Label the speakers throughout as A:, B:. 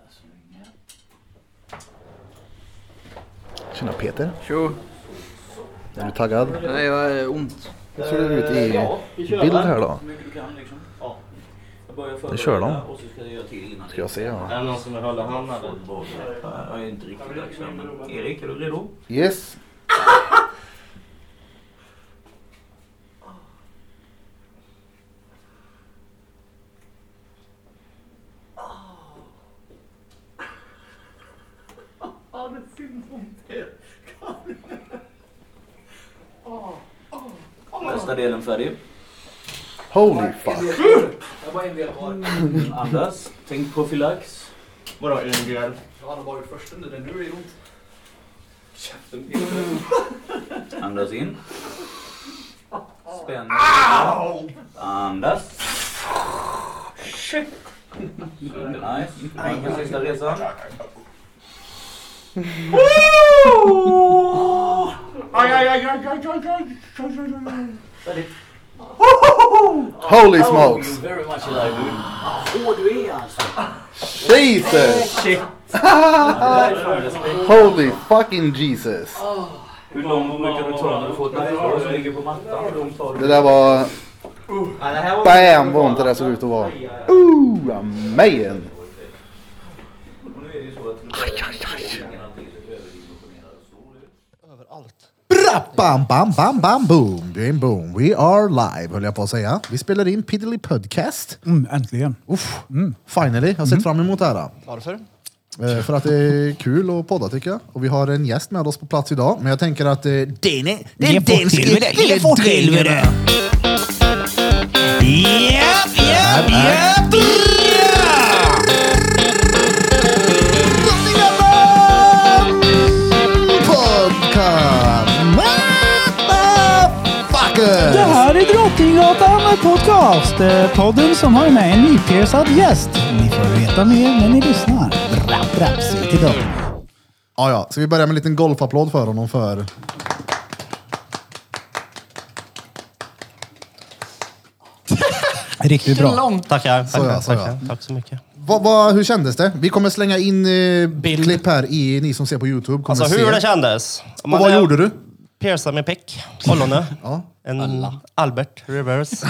A: alltså.
B: Tjena Peter,
C: Tjo.
B: är du taggad?
C: Nej, jag är ont.
B: Hur ser det ut i
A: Ja, vi kör
B: bild
A: va?
B: här då?
A: Så mycket du kan liksom.
D: Ja.
A: Jag börjar förbereda
B: Det kör de.
A: och så ska jag göra till innan.
B: Ska jag se
D: Är
B: här.
D: det någon som vill hålla handen?
A: Boll. Jag är inte riktigt dags än. men- Erik, är du redo?
B: Yes!
A: Ja, det synd om det. Nästa delen färdig.
B: Holy fuck!
A: Jag har bara en del kvar. Andas. Tänk på filax.
D: Vadå en grädde?
A: Jag hade bara först under den. Nu är det ont. Käften Andas in. Spänn. Andas. Nice. Man på sista resan.
D: Aj, aj, aj, aj, aj, aj, aj.
B: Holy smokes!
A: Very much alive dude.
B: Jesus! Holy fucking Jesus!
A: Hur lång brukar du ta när du får ett nackskal som ligger på mattan? Hur lång tar
B: Det
A: du?
B: där var...
D: Ja, det här var-
B: Bam vad ont det där såg ut att vara. Ooh, man!
A: Och Nu är det ju så att du
E: Överallt. Bra, bam, bam, bam, bam, boom, boom, boom. We are live, höll jag på att säga. Vi spelar in Piddly Podcast.
F: Mm, äntligen. Mm.
E: Uff, finally. Jag har sett fram emot det här.
F: Varför?
E: Eh, för att det är kul att podda, tycker jag. Och vi har en gäst med oss på plats idag. Men jag tänker att... Eh, den är... Det
F: Ge
E: är
F: fort helvete, ge fort helvete. Japp, japp, japp, japp!
E: Podcast! Motherfuckers!
F: Det här är Drottninggatan med podcast. eh, Podden som har med en nypiercad gäst. Ni får veta mer när ni lyssnar. Rapp, rapp, se till dem.
E: Ja, ja. Ska vi börja med en liten golfapplåd för honom för...
F: Riktigt bra.
G: Långt. Tackar.
E: Så ja,
G: tackar,
E: så ja.
G: tackar. Tack så mycket.
E: Va, va, hur kändes det? Vi kommer slänga in eh,
G: Bild.
E: klipp här i, ni som ser på Youtube. Kommer
G: Alltså
E: se.
G: hur det kändes. Om
E: Och
G: man
E: vad
G: är
E: gjorde du?
G: Piercad med peck. Ollonet.
E: Ja.
G: En Albert reverse.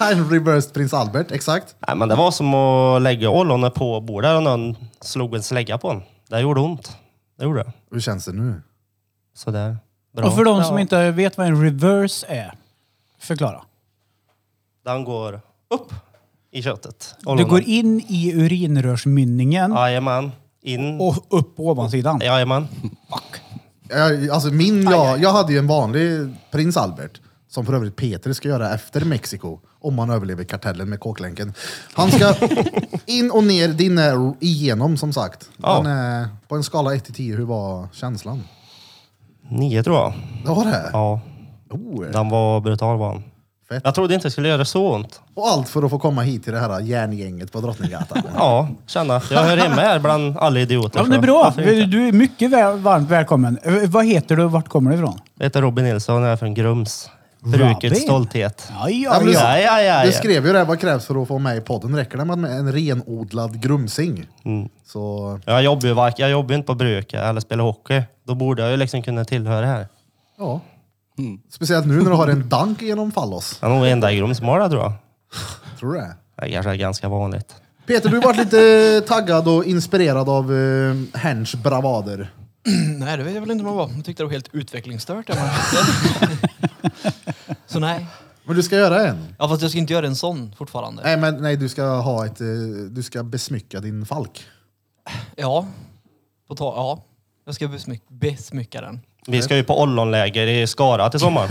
E: En reversed prins Albert, exakt.
G: Nej, men det var som att lägga ollonet på bordet och någon slog en slägga på en. Det gjorde ont. Det gjorde det.
E: Hur känns det nu?
G: Sådär. Bra.
F: Och för de
G: Ja.
F: som inte vet vad en reverse är, förklara.
G: Den går upp i köttet.
F: Du
G: Ollonet.
F: går in i urinrörsmynningen
G: Jajamän. In.
F: och upp på ovansidan.
G: Jajamän.
E: Jag, alltså min, jag, jag hade ju en vanlig prins Albert. Som för övrigt Peter ska göra efter Mexiko. Om man överlever kartellen med kåklänken. Han ska in och ner, din är igenom som sagt.
G: Ja.
E: Han, eh, på en skala 1 till 10, hur var känslan?
G: Nio tror jag.
E: Det var det?
G: Ja.
E: Oh.
G: Den var brutal var den.
E: Fett.
G: Jag trodde inte det skulle göra så ont.
E: Och allt för att få komma hit till det här järngänget på Drottninggatan.
G: Ja, känna. Jag hör hemma här bland alla idioter.
F: Ja, men det är
G: så
F: bra.
G: varför inte?
F: Du är mycket väl, varmt välkommen. Eh, Vad heter du och vart kommer du ifrån?
G: Jag heter Robin Nilsson och jag är från Grums. Brukets
F: Robin?
G: stolthet.
E: Ja,
F: Ja, ja,
E: men du-
F: ja.
G: Ja, ja, ja,
E: Du
G: ja.
E: skrev ju det, här, vad krävs för att få med i podden? Räcker det med att man är en renodlad grumsing?
G: Mm.
E: Så,
G: Jag jobbar ju varken- jag jobbar ju inte på bruket eller spelar hockey. Då borde jag ju liksom kunna tillhöra här.
E: ja.
H: Mm.
E: Speciellt nu när du har en dank genom fallos.
G: Jag är nog enda i Grums som har det tror jag.
E: Tror du det?
G: Det kanske är ganska vanligt.
E: Peter, du har varit lite taggad och inspirerad av uh, Hensch bravader.
H: Nej, det vet jag väl inte vad det var. Jag tyckte det var helt utvecklingsstört. Jag bara, så nej.
E: Men du ska göra en.
H: Ja, fast jag ska inte göra en sån fortfarande.
E: Nej, men nej, du ska ha ett... eh, du ska besmycka din falk.
H: Ja. På ta- ja. Jag ska besmyck- besmycka den.
G: Vi ska ju på ollonläger i Skara till sommaren.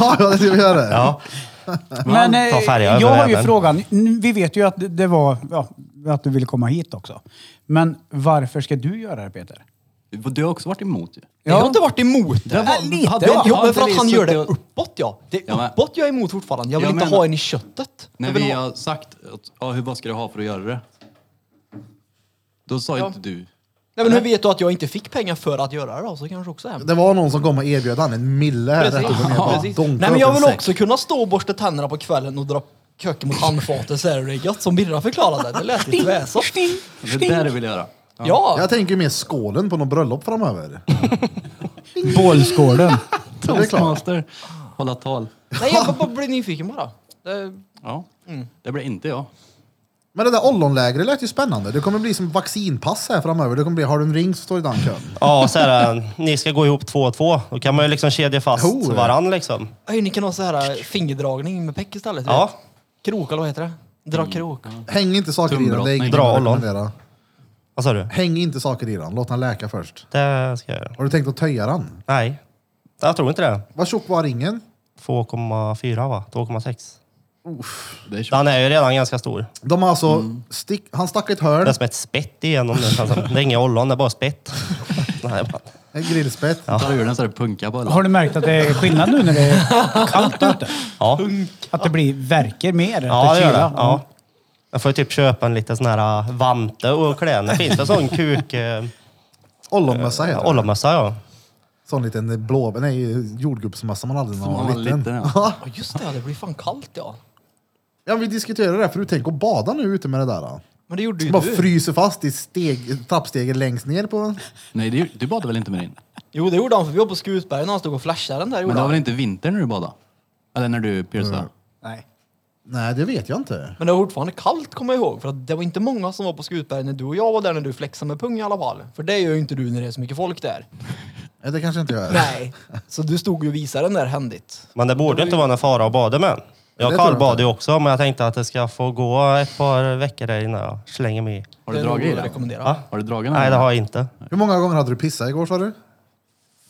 E: ja, det ska vi göra.
G: Ja.
F: Men eh,
G: Ta färja över
F: jag har ju
G: världen.
F: frågan. N- Vi vet ju att det- det var ja, att du ville komma hit också. Men varför ska du göra det Peter?
I: Du har också varit emot ju.
H: Jag har inte varit emot det.
I: var-
H: Nej, lite.
I: hade-
H: men, jo,
I: hade
H: men för att
I: vi
H: han gör det
I: suttit och-
H: uppåt, ja. Det är
I: Ja, men-
H: uppåt jag är emot fortfarande. Jag vill
I: Jag
H: inte
I: menar-
H: ha en i köttet.
I: När
H: jag vill
I: vi
H: ha...
I: har sagt att, ja, hur, vad ska du ha för att göra det? Då sa
H: Ja.
I: inte du.
H: Nej, men hur vet du att jag inte fick pengar för att göra det då? Så kanske också är hemskt.
E: Det var någon som kom och erbjöd han en mille här rätt upp och ner. Bara
H: Precis.
E: donkade
H: Nej, men
E: upp
H: jag
E: en
H: vill
E: säck.
H: också kunna stå och borsta tänderna på kvällen och dra köken mot handfatet så är det gött som Birra förklarade. Det lät ju tvärsoft.
I: Det där du vill göra.
H: Ja!
E: Jag tänker mer skålen på något bröllop framöver.
F: Bålskålen.
E: är klart.
I: Toastmaster. Hålla tal.
H: Nej, jag bara blir nyfiken bara. Det,
I: Ja, det blir inte jag.
E: Men det där ollonlägret lät ju spännande. Det kommer bli som vaccinpass här framöver. Det kommer bli, har du en ring så står du i den kön.
G: Ja, så här, eh, ni ska gå ihop två och två. Då kan man ju liksom kedja fast
E: Jo, ja.
G: varann liksom.
H: Oj, ni kan ha så här eh, fingerdragning med peck istället. du
G: Ja.
H: vet. Krok, eller vad heter det?
I: Mm.
H: Dra krok.
E: Häng inte saker i den. Det är inget
I: Dra
E: jag
G: ollon.
E: rekommenderar.
G: Vad sa du?
E: Häng inte saker i den. Låt den läka först.
G: Det ska jag göra.
E: Har du tänkt att töja den?
G: Nej, jag tror inte det.
E: Vad tjock var ringen?
G: 2,4 va? 2,6.
I: Det är tjockt.
G: Han är ju redan ganska stor.
E: De har alltså stick, han stack ett
G: Det är
E: hörn,
G: som ett spett igenom det känns som. Det är inga ollon, det är bara spett. Nej, man.
E: en grillspett.
I: Tar ur den så det punkar på alla.
F: Har du märkt att det är skillnad nu när det är kallt ute?
G: Ja.
F: Att det blir verkar mer?
G: ja,
F: att
G: det gör det.
F: kyla.
G: Ja. Jag får ju typ köpa en lite sån här äh, vante och klä den. Det finns en sån kuk... eh,
E: Ollonmössa heter det.
G: Ollonmössa ja.
E: Sån liten blå, nej jordgubbsmössa man hade när man var liten.
I: ja.
H: Ja, just det. Det blir fan kallt, ja.
E: Ja, vi diskuterade det här förut. Tänk att bada nu ute med det där. Då.
H: Men det gjorde ju
E: Bara
H: du.
E: fryser fast i steg, trappstegen längst ner på...
I: Nej, det, du badade väl inte med din?
H: Jo, det gjorde han för vi var på Skutberg när han stod och flashade den där.
I: Men
H: Gjorde
I: det var
H: han.
I: väl inte vinter när du badade? Eller när du piercade?
F: Nej.
E: Nej, det vet jag inte.
H: Men det var fortfarande kallt, kommer jag ihåg. För att det var inte många som var på Skutberg när du och jag var där när du flexade med pung i alla fall. För det gör ju inte du när det är så mycket folk där.
E: Nej, Eh, Det kanske inte jag är.
H: Nej. Så du stod ju och visade den där händigt.
G: Men det borde ju inte vara någon fara att bada med.
E: Det
G: Jag
E: tror jag
G: kallbadade
E: inte.
G: ju också, men jag tänkte att det ska få gå ett par veckor där innan jag slänger mig i.
I: Har du
H: det är
I: dragit
H: nog
I: i
H: att
I: den?
H: rekommendera.
G: Va?
I: Har du dragit den?
G: Nej, det har jag inte.
E: Hur många gånger hade du pissat igår sa du?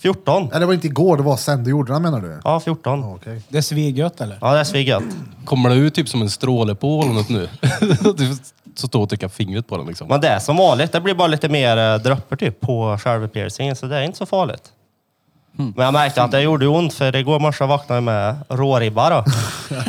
G: 14.
E: Eller det var inte igår, det var sen du gjorde det menar du?
G: Ja, 14.
E: Okej.
F: Det är svigött eller?
G: Ja, det är sviggött.
C: Kommer det ut typ som en stråle på ollonet nu? Du så står och trycka fingret på den liksom.
G: Men det är som vanligt. Det blir bara lite mer eh, droppar typ på själva piercingen, så det är inte så farligt.
C: Hmm.
G: Men jag märkte att det gjorde ont, för igår morse vaknade jag med råribba då.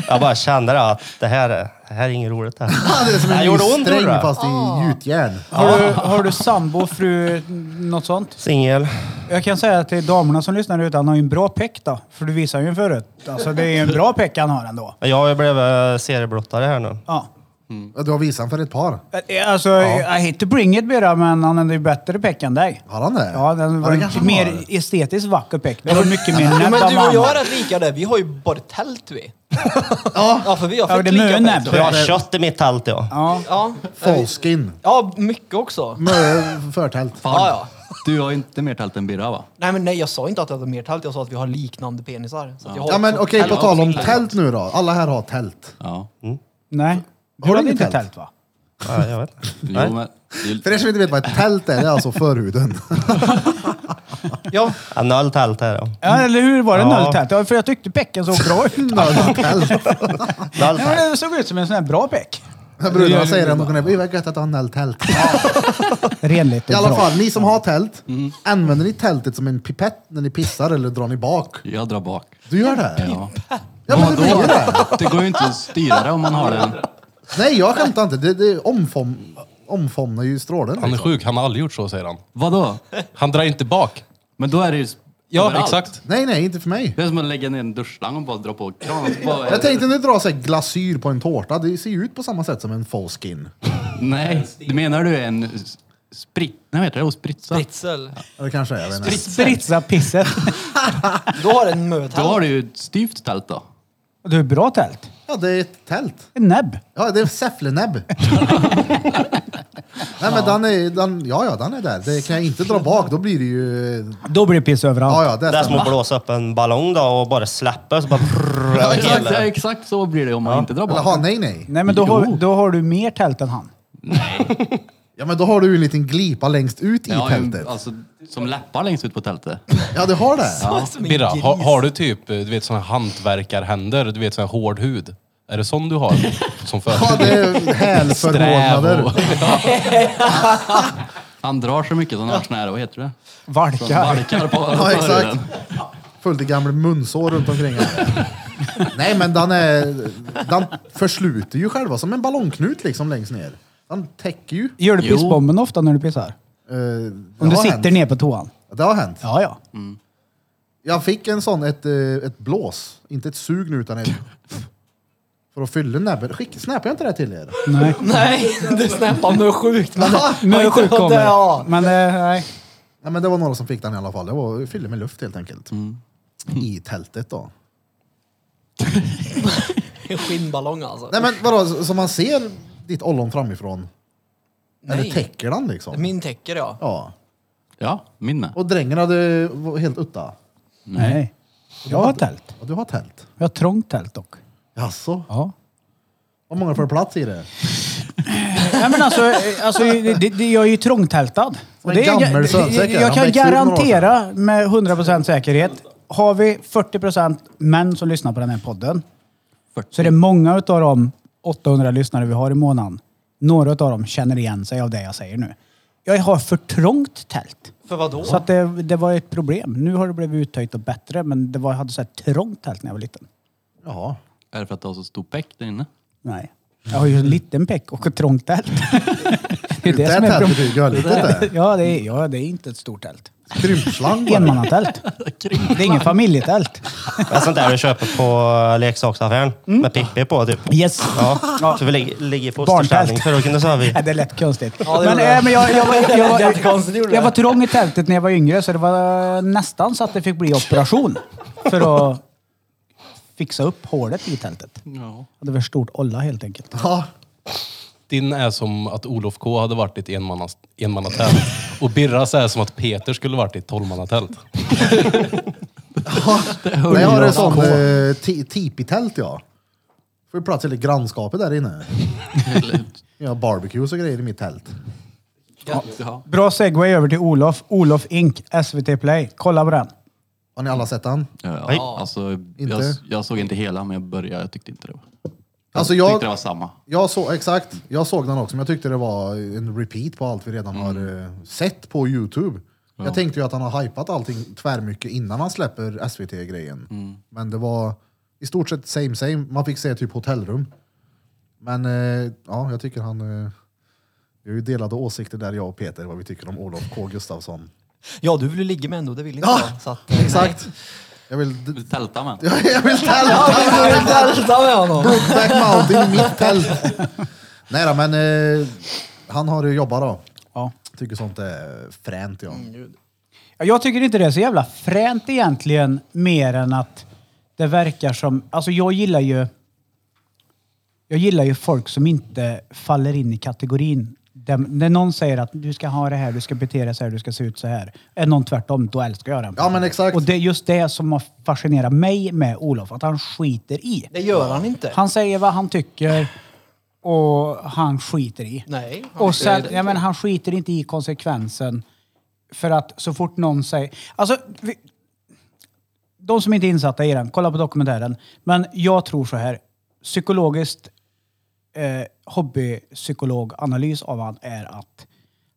G: Jag bara kände det att det här, är- det här är inget roligt. Det här.
E: Ah, det är som
G: Jag
E: en
G: gjorde
E: ny
G: ont, gjorde
E: sträng
G: det.
E: fast i gjutjärn.
F: Har du, har du sambo, fru, något sånt?
G: Singel.
F: Jag kan säga till damerna som lyssnar ute, han har ju en bra peck då. För du visar ju en förut. Alltså det är ju en bra peck han har ändå.
G: Jag har ju blivit eh, serieblottare här nu.
F: Ja.
E: Du har visat för ett par.
F: Alltså, I hate to bring it Bera, men han hade ju bättre peck än dig.
E: Har han det?
F: Ja, den var
E: det
F: en
E: kanske han
F: mer
E: har.
F: estetiskt vacker peck. Det var mycket mer
H: Ja,
F: näbb
H: men
F: av
H: du och jag är
F: mamma.
H: rätt lika där. Vi har ju bara tält vi. ja. ja, för vi har
F: Ja,
H: fett
F: det är
H: lika
F: mö-
H: tält.
F: näbb.
G: För jag har kött i mitt tält ja.
F: Ja.
H: Ja.
E: Folkskin.
H: ja, mycket också.
E: Mö- Förtält.
H: Ja, ja.
I: Du har inte mer tält än Birra va?
H: Nej, men nej, jag sa inte att jag hade mer tält. Jag sa att vi har liknande penisar. Så att jag har
E: Ja men
H: också
E: okej,
H: tält.
E: på tal om tält nu då. Alla här har tält.
I: Ja.
F: Nej. Du
E: Har
F: har
E: du
F: hade
E: inget
F: inte
E: tält?
F: tält va?
G: ja jag vet.
I: Jo,
G: Nej.
I: men,
E: För er som inte vet vad ett tält är, det är alltså förhuden.
H: Ja,
G: Ja, Noll tält här då.
F: Ja, eller hur? Var det
G: Ja.
F: noll tält? Ja, för jag tyckte pecken såg bra ut.
E: Tält.
G: Noll tält.
F: Ja, det såg ut som en sån här bra peck.
E: Brudarna säger det, de kan det. Vad gött att ha noll tält.
F: Renligt
E: I
F: och
E: alla
F: bra.
E: fall, ni som har tält, använder ni tältet som en pipett när ni pissar eller drar ni bak?
I: jag drar bak.
E: Du gör det?
I: Ja.
E: Ja, men du gör det.
I: Det går ju inte att styra det om man har den.
E: Nej, jag skämtar inte. Det, det omfam, omfamnar ju strålen. liksom.
C: Han är sjuk, han har aldrig gjort så säger han.
I: Vadå?
C: Han drar inte bak.
I: Men då är det ju s-
C: Ja,
I: överallt.
C: exakt.
E: Nej, nej, inte för mig.
I: Det är som att lägga ner en duschslang och bara dra på kranen. så bara-
E: Jag tänkte nu dra så här glasyr på en tårta. Det ser ju ut på samma sätt som en folkskin.
I: Nej, du menar du en s- sprit... Nej, vad heter det? Och spritsa?
H: britzel.
E: Eller kanske, jag vet inte.
F: Spritsa pisset.
H: Då har en
I: Då
H: mötält.
I: har du ju ett styvt tält då.
F: Du är bra tält.
E: Ja, det är ett tält.
F: En näbb.
E: Ja, det är säfflenäbb. Nej, men den är, den, ja, ja, den är där. Det kan jag inte dra bak, då blir det ju...
F: Då blir det piss överallt.
E: Ja, ja,
G: Det
E: det
G: är som
E: stämmer.
G: att blåsa upp en ballong då och bara släppa så bara prrrr,
I: Ja,
G: över
I: exakt, ja,
G: hela.
I: exakt så blir det om man inte drar
E: Eller
I: bak.
E: ha, nej, nej.
F: Nej, men då
I: Jo.
F: har, då har du mer tält än han.
E: Ja, men då har du ju en liten glipa längst ut i
I: Ja, ju-
E: tältet.
I: alltså, som läppar längst ut på tältet.
E: Ja, du har det.
C: Birra, har, har du typ eh, du vet, såna hantverkarhänder, du vet sån här hård hud? Är det sån du har som
E: Ja,
C: förhud?
E: det är
C: Sträv och...
E: hälförvånader.
I: Han drar så mycket som han har sån här, vad heter det? Som
F: Valkar.
I: valkar på
E: Ja, exakt.
I: förhuden.
E: Fullt i gamla munsår runt omkring här. Nej, men den, är, den försluter ju själva som en ballongknut liksom längst ner. Den täcker ju.
F: Gör du
I: Jo.
F: pissbomben ofta när du pissar?
E: Eh,
F: Om
E: det
F: du
E: har
F: sitter
E: hänt.
F: ner på toan?
E: Det har hänt.
F: Ja, ja.
E: Jag fick en sån, ett, eh, ett blås. Inte ett sug nu, utan ett... För att fylla näbben. Skick, snappar jag inte det till er?
F: Nej.
H: Nej, du snappade mig sjukt. Men
F: Nu kommer
H: det. Ja.
F: det. Men eh, nej.
E: Nej, men det var några som fick den i alla fall. Det var fyllde med luft helt enkelt.
F: Mm.
E: I tältet då.
H: En skinnballong alltså.
E: Nej men vadå, så så man ser ditt ollon framifrån? Eller täcker den liksom?
H: Min täcker ja.
E: Ja.
I: Ja, min med.
E: Och drängen hade var helt utta?
F: nej. Jag har tält.
E: Ja, du har tält?
F: Jag har trångt tält dock.
E: Jaså?
F: Ja.
E: Vad många får plats i det?
F: Nej men alltså, eh, alltså det, det, jag är ju trångtältad. Och
E: en gammal
F: det-
E: sönsäck här.
F: jag
E: Han
F: kan
E: växte upp några år sedan.
F: garantera med 100% säkerhet. Har vi 40% män som lyssnar på den här podden
I: 40.
F: så är det många utav de 800 lyssnare vi har i månaden. Några utav dem känner igen sig av det jag säger nu. Jag har för trångt tält.
H: För vad då?
F: Så att det, det var ett problem. Nu har det blivit uttöjt och bättre men det var, jag hade så här trångt tält när jag var liten.
E: Ja.
I: Är det för att du har så stor peck där inne?
F: Nej. Jag har ju en liten peck och ett trångt tält. Det är
E: Det
F: det som
E: där tältet
F: är problemet.
E: är ju görlitet det.
F: Ja det, är, ja, det är inte ett stort tält.
E: Krympslang bara.
F: Enmannatält. Det är ingen familjetält.
G: Det är sånt där du köper på leksaksaffären med Pippi på typ.
F: Yes.
G: Ja, så vi ligger, ligger i fosterställning
F: Barntält.
G: för att kunna sova i.
F: Nej, det lät konstigt.
H: Ja, det
F: men,
H: gjorde det.
F: äh, men jag, jag, var, jag, var,
H: Jättekonstigt gjorde
F: jag var
H: det.
F: trång i tältet när jag var yngre så det var nästan så att det fick bli operation för att fixa upp hålet i tältet.
I: Ja.
F: Det var stort olla helt enkelt.
E: Ja.
C: Din är som att Olof K hade varit i ett enmannas- enmannatält. Och Birras är som att Peter skulle varit i ett tolvmannatält.
E: Nej, jag har en sån eh, ti- tipi-tält ja. Får ju plats i lite grannskapet där inne. Jag har barbecues och grejer i mitt tält.
I: ja.
F: Bra segway över till Olof. Olof Ink, SVT Play. Kolla på den.
E: Har ni alla sett den?
I: Ja,
G: Nej.
I: ja. Alltså, jag,
E: Inte?
I: jag såg inte hela, men jag började. Jag tyckte inte det var... Jag
E: Alltså
I: tyckte
E: jag-
I: det var samma.
E: Jag såg, exakt, jag såg den också men jag tyckte det var en repeat på allt vi redan har eh, sett på Youtube. Jag tänkte ju att han har hypat allting tvärmycket innan han släpper SVT-grejen. Men det var i stort sett same same, man fick se typ hotellrum. Men eh, ja, jag tycker han... Eh, vi har ju delade åsikter där jag och Peter vad vi tycker om Olof K Gustafsson.
H: Ja, du vill ju ligga med ändå. Det vill inte
E: Ja,
H: jag. Så att,
E: Exakt! Jag vill,
I: Vill du tälta med?
E: jag vill tälta!
H: Jag vill tälta med honom.
E: Brokeback Mountain i mitt tält. Nej då, men eh, han har ju jobbat då.
F: Ja.
E: Tycker sånt är fränt ja.
F: Ja, Jag tycker inte det är så jävla fränt egentligen, mer än att det verkar som... Alltså jag gillar ju... Jag gillar ju folk som inte faller in i kategorin. Dem- när någon säger att du ska ha det här, du ska bete dig så här, du ska se ut så här. Är någon tvärtom, då älskar jag den.
E: Ja, men exakt.
F: Och det är just det som har fascinerat mig med Olof, att han skiter i.
H: Det gör han inte.
F: Han säger vad han tycker och han skiter i.
H: Nej. han-
F: Och sen, ja, men han skiter inte i konsekvensen. För att så fort någon säger... Alltså, vi, de som inte är insatta i den, kolla på dokumentären. Men jag tror så här. Psykologiskt eh, hobbypsykologanalys av han är att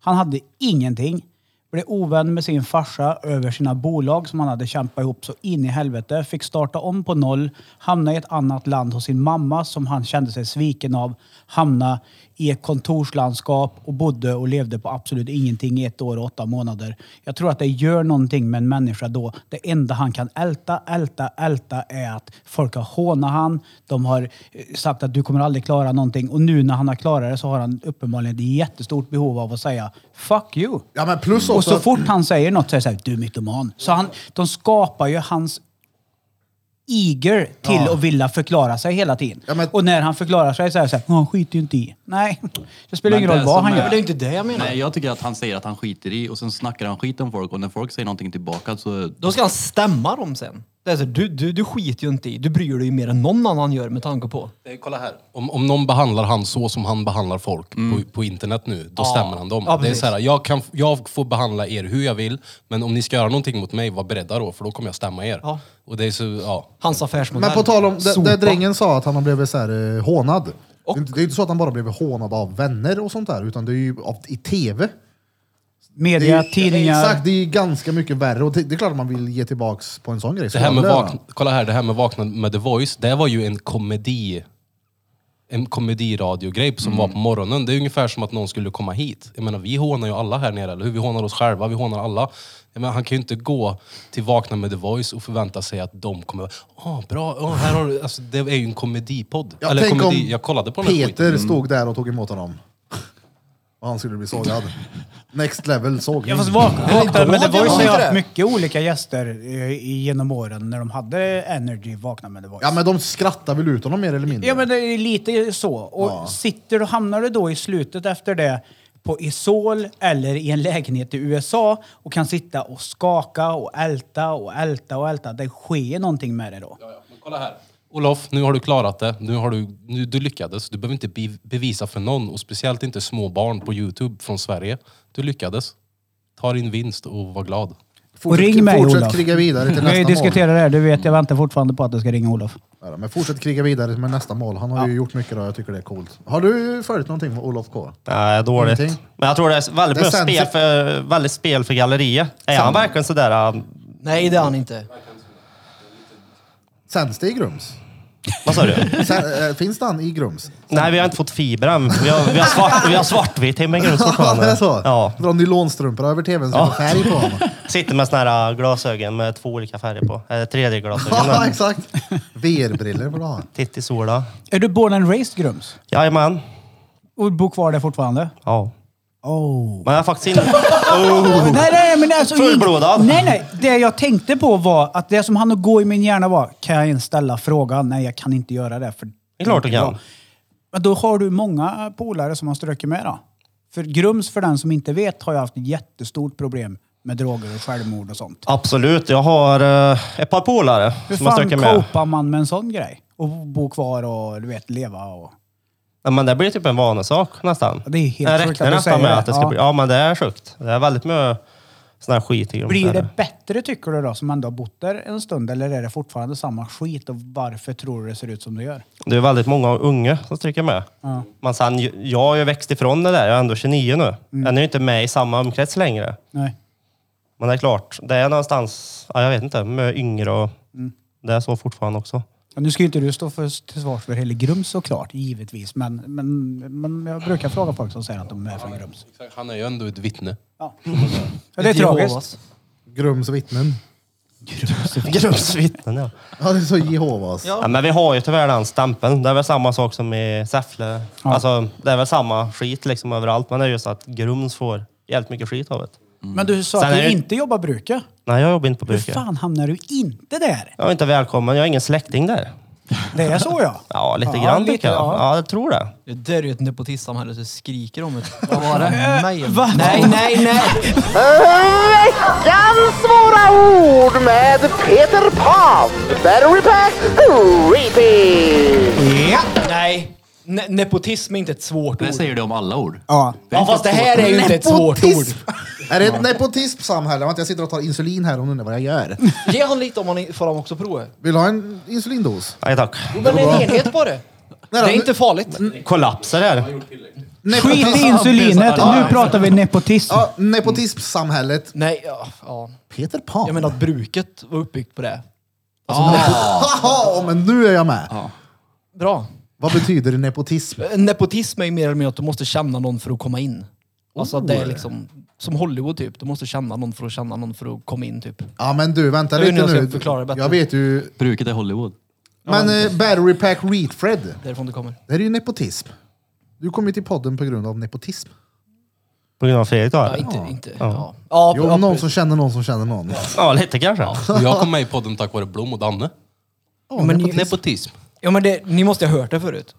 F: han hade ingenting. Blev ovän med sin farsa över sina bolag som han hade kämpat ihop så in i helvete. Fick starta om på noll. Hamna i ett annat land hos sin mamma som han kände sig sviken av. Hamna i ett kontorslandskap och bodde och levde på absolut ingenting i ett år och åtta månader. Jag tror att det gör någonting med en människa då. Det enda han kan älta, älta, älta är att folk har hånat han. De har eh, sagt att du kommer aldrig klara någonting. Och nu när han har klarat det så har han uppenbarligen ett jättestort behov av att säga fuck you.
E: Ja men plus
F: Och
E: också...
F: så fort han säger något så är det så här, du är mytoman. Så han, de skapar ju hans eager till att vilja förklara sig hela tiden.
E: Ja, men-
F: Och när han förklarar sig så är det så här, han skiter ju inte i. Nej, det spelar
I: Men
F: ingen
I: det
F: roll vad
I: som
F: han
I: är-
H: Men
F: gör.
H: det är ju inte det jag menar.
I: Nej, jag tycker att han säger att han skiter i och sen snackar han skit om folk och när folk säger någonting tillbaka så...
H: Då ska han stämma dem sen. Det är så, du, du, du skiter ju inte i. Du bryr dig ju mer än någon annan gör med tanke på.
C: Kolla här. Om, om någon behandlar han så som han behandlar folk på, på internet nu, då stämmer han dem.
H: Mm. Ja,
C: det är
H: precis.
C: så här, jag, kan, jag får behandla er hur jag vill, men om ni ska göra någonting mot mig, var beredda då, för då kommer jag stämma er.
H: Ja.
C: Och det är så, ja.
H: Hans affärsmodell.
E: men på tal om det,
H: Sopa.
E: det drängen sa att han har blivit så här, eh, hånad. Det är inte- Det är inte så att han bara blivit hånad av vänner och sånt där utan det är ju av, i tv. Det
F: Media,
E: är, ju-
F: tidningar.
E: Exakt, det är ju ganska mycket värre och det, det är klart att man vill ge tillbaks på en sån grej.
C: Det här med
E: Skulle jag
C: vakna, kolla här, det här med vakna med The Voice, det var ju en komedi en komediradiogrej som
E: Mm.
C: var på morgonen. Det är ungefär som att någon skulle komma hit. Jag menar, vi hånar ju alla här nere, eller hur? Vi hånar oss själva, vi hånar alla. Jag menar, han kan ju inte gå till Vakna med The Voice och förvänta sig att de kommer... Åh, bra! Åh, här har du... Alltså, det är ju en komedipodd.
E: Ja,
C: eller
E: tänk
C: komedi.
E: om
C: Jag kollade på Mm. den här skiten.
E: Peter stod där och tog emot honom. Och han skulle bli sågad. Next level sågning.
F: Ja, fast vak- vakna med The
H: ihåg det,
F: Voice har ju
H: var inte
F: haft
H: det?
F: mycket olika gäster eh, i- genom åren när de hade Energy Vakna med The Voice.
E: Ja, men de skrattar väl ut honom mer eller mindre?
F: Ja, men det är lite så. Och sitter och hamnar du då i slutet efter det på Isol eller i en lägenhet i USA och kan sitta och skaka och älta och älta och älta. Det sker någonting med det då.
C: Ja, ja. Men kolla här. Olof, nu har du klarat det. Nu har du, nu, du lyckades. Du behöver inte be, bevisa för någon och speciellt inte små barn på Youtube från Sverige. Du lyckades. Ta din vinst och var glad.
E: Fortsätt-
F: Och ring mig,
E: Fortsätt
F: Olof.
E: kriga vidare till
F: Vi har ju
E: nästa mål.
F: diskuterat det här. Du vet, jag väntar fortfarande på att det ska ringa Olof.
E: Ja, men fortsätt kriga vidare med nästa mål. Han har ju gjort mycket då, jag tycker det är coolt. Har du följt någonting med Olof K?
G: Nej, dåligt.
E: Ingenting.
G: Men jag tror det är väldigt,
E: Det är
G: bra spel,
E: sensor-
G: för, väldigt spel för galleriet. Är han verkligen sådär... um,
H: Nej, det är han inte.
E: Sänds det i Grums?
G: Vad sa du?
E: Sen, eh, finns det han i Grums?
G: Nej, vi har inte fått fiber än. Vi har, vi har, svart, vi har svartvitt hemma i Grums
E: Ja, det är
G: fortfarande.
E: så?
G: Ja.
E: Dra nylonstrumpor över tvn så det är färg på honom.
G: Sitter med såna här glasögon med två olika färger på. Eller tredje
E: Ja,
G: glasögonen.
E: exakt. VR-briller får du ha.
G: Titt i sola.
F: Är du born and raised Grums?
G: Jajamän.
F: Och bor kvar där fortfarande?
G: Ja.
F: Oh.
G: Men jag har faktiskt inte...
F: Nej, nej, nej, men alltså,
G: Fullblodad.
F: Nej, nej. Det jag tänkte på var att det som hann att gå i min hjärna var, kan jag ens ställa frågan? Nej, jag kan inte göra det. För
G: Det är klart du kan.
F: Men då har du många polare som har ströket med då? För Grums, för den som inte vet, har ju haft ett jättestort problem med droger och självmord och sånt.
G: Absolut. Jag har eh, ett par polare
F: Hur
G: som jag
F: fan
G: stöcker med.
F: copar man med en sån grej? Och bo kvar och du vet, leva och...
G: Ja, men det blir typ en vanesak nästan.
F: Ja, det är helt
G: jag
F: sjukt
G: räknar
F: att du
G: nästan
F: säger
G: med
F: det.
G: att det ska
F: Ja.
G: bli... Ja, men det är sjukt. Det är väldigt mycket sån här skit i Grums.
F: Blir
G: där.
F: det bättre tycker du då, som ändå har bott där en stund? Eller är det fortfarande samma skit? Och varför tror du det ser ut som det gör?
G: Det är väldigt många unga som stryker med.
F: Ja.
G: Men sen, ju- jag har ju växt ifrån det där. Jag är ändå 29 nu.
F: Mm.
G: Jag är ju inte med i samma omkrets längre.
F: Nej.
G: Men det är klart, det är någonstans, ja, jag vet inte, med yngre och
F: Mm.
G: det är så fortfarande också.
F: Ja, nu ska ju inte du stå för, till svars för hela Grums såklart, givetvis. Men, men, men jag brukar fråga folk som säger att de är från Grums.
C: Exakt. Han är ju ändå ett vittne.
F: Ja. Ja, det är tragiskt.
E: Grums vittnen.
G: Grums vittnen, ja.
E: Ja, det är så Jehovas.
G: ja. Men vi har ju tyvärr den stämpeln. Det är väl samma sak som i Säffle.
F: Ja.
G: Alltså, det är väl samma skit liksom överallt. Men det är just att Grums får jävligt mycket skit av det.
F: Men du sa
G: Sen
F: att
G: är
F: du
G: det-
F: inte jobbar bruka.
G: Nej, jag jobbar inte på
F: Hur
G: bruket.
F: fan hamnar du inte där?
G: Jag är inte välkommen. Jag är ingen släkting där.
F: Det är så ja.
G: Ja, lite
F: Ja,
G: grann
F: lite,
G: tycker jag.
F: ja.
G: Ja. jag tror det.
H: Det där är ju ett nepotistsamhälle så skriker om det. Vad var det? Nej,
F: va?
H: nej, nej, nej!
J: Veckans svåra ord med Peter Pan. Battery pack repeat.
H: Ja. Nej! Ne nepotism är inte ett svårt ord.
I: Det säger det om alla ord.
F: ja.
H: Ja, fast det här är ju inte ett svårt ord.
E: Är det ett nepotismsamhälle? Vänta, Jag sitter och tar insulin här och undrar vad jag gör.
H: Ge han lite om han får han också prova.
E: Vill du ha en insulindos?
G: Nej tack.
H: Jo, men en enhet på det. Det är
E: nu-
H: inte farligt.
G: Kollapsar här.
E: Nepotism-
F: Skit i insulinet. Nu pratar vi nepotism.
E: Ja, nepotismsamhället.
H: Nej, ja, ja.
E: Peter Pan.
H: Jag menar att bruket var uppbyggt på det. Ah.
E: Haha, men nu är jag med.
H: Bra.
E: Vad betyder nepotism?
H: Nepotism är ju mer eller mindre att du måste känna någon för att komma in. Alltså att det
E: Oh.
H: är liksom, som Hollywood typ. Du måste känna någon för att känna någon för att komma in typ.
E: Ja men du, vänta
H: Jag vet
E: lite
H: inte hur jag
E: nu.
H: ska förklara det bättre.
E: Jag vet ju.
I: Bruket är Hollywood.
E: Men eh, Battery Pack Reed Fred,
H: Därifrån det kommer.
E: det här är ju nepotism. Du kom ju till podden på grund av nepotism.
G: På grund av Fredrik då?
H: Ja,
G: eller?
H: inte, inte. Ja. Ja,
E: Jo,
H: ja,
E: någon som känner någon som känner någon.
G: Ja, lite kanske.
C: Och jag kom med i podden tack vare Blom och Danne.
E: Ja,
H: men
E: nepotism.
C: Nepotism.
H: ja men det, ni måste ha hört det förut.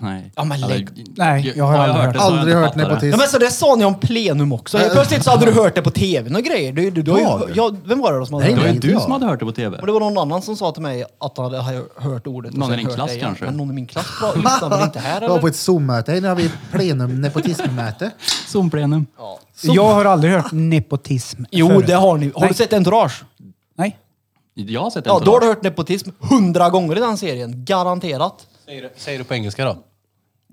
I: Nej.
H: Ja, men lägg-
F: Nej, jag har aldrig hört det.
I: det, så har jag
E: Aldrig
I: inte
E: hört
I: fattat det.
E: nepotism.
H: Ja, men så det sa ni om plenum också. Helt plötsligt så hade du hört det på tvn och grejer. Du, du, du, har ju-
E: Jag?
H: ja, vem var det då som hade
E: Nej,
H: hört
I: Det
H: det?
I: var ju
E: inte
I: du
E: jag.
I: som hade hört det på tv.
H: Och det var någon annan som sa till mig att han hade hört ordet. och
I: Någon
H: sen
I: i din
H: hört
I: klass
H: det igen.
I: kanske?
H: Men någon i min klass var lyssnade väl inte här
E: Jag var på
H: eller?
E: ett Zoom-möte, nu har vi plenum nepotismmöte.
I: Zomplenum.
F: Jag har aldrig hört nepotism
H: Jo,
F: förut.
H: det har ni. Har
F: Nej.
H: du sett Entourage?
F: Nej.
I: Jag har sett
H: Ja,
I: en
H: då har du hört nepotism hundra gånger i den serien. Garanterat.
C: Säger det, säger det på engelska då.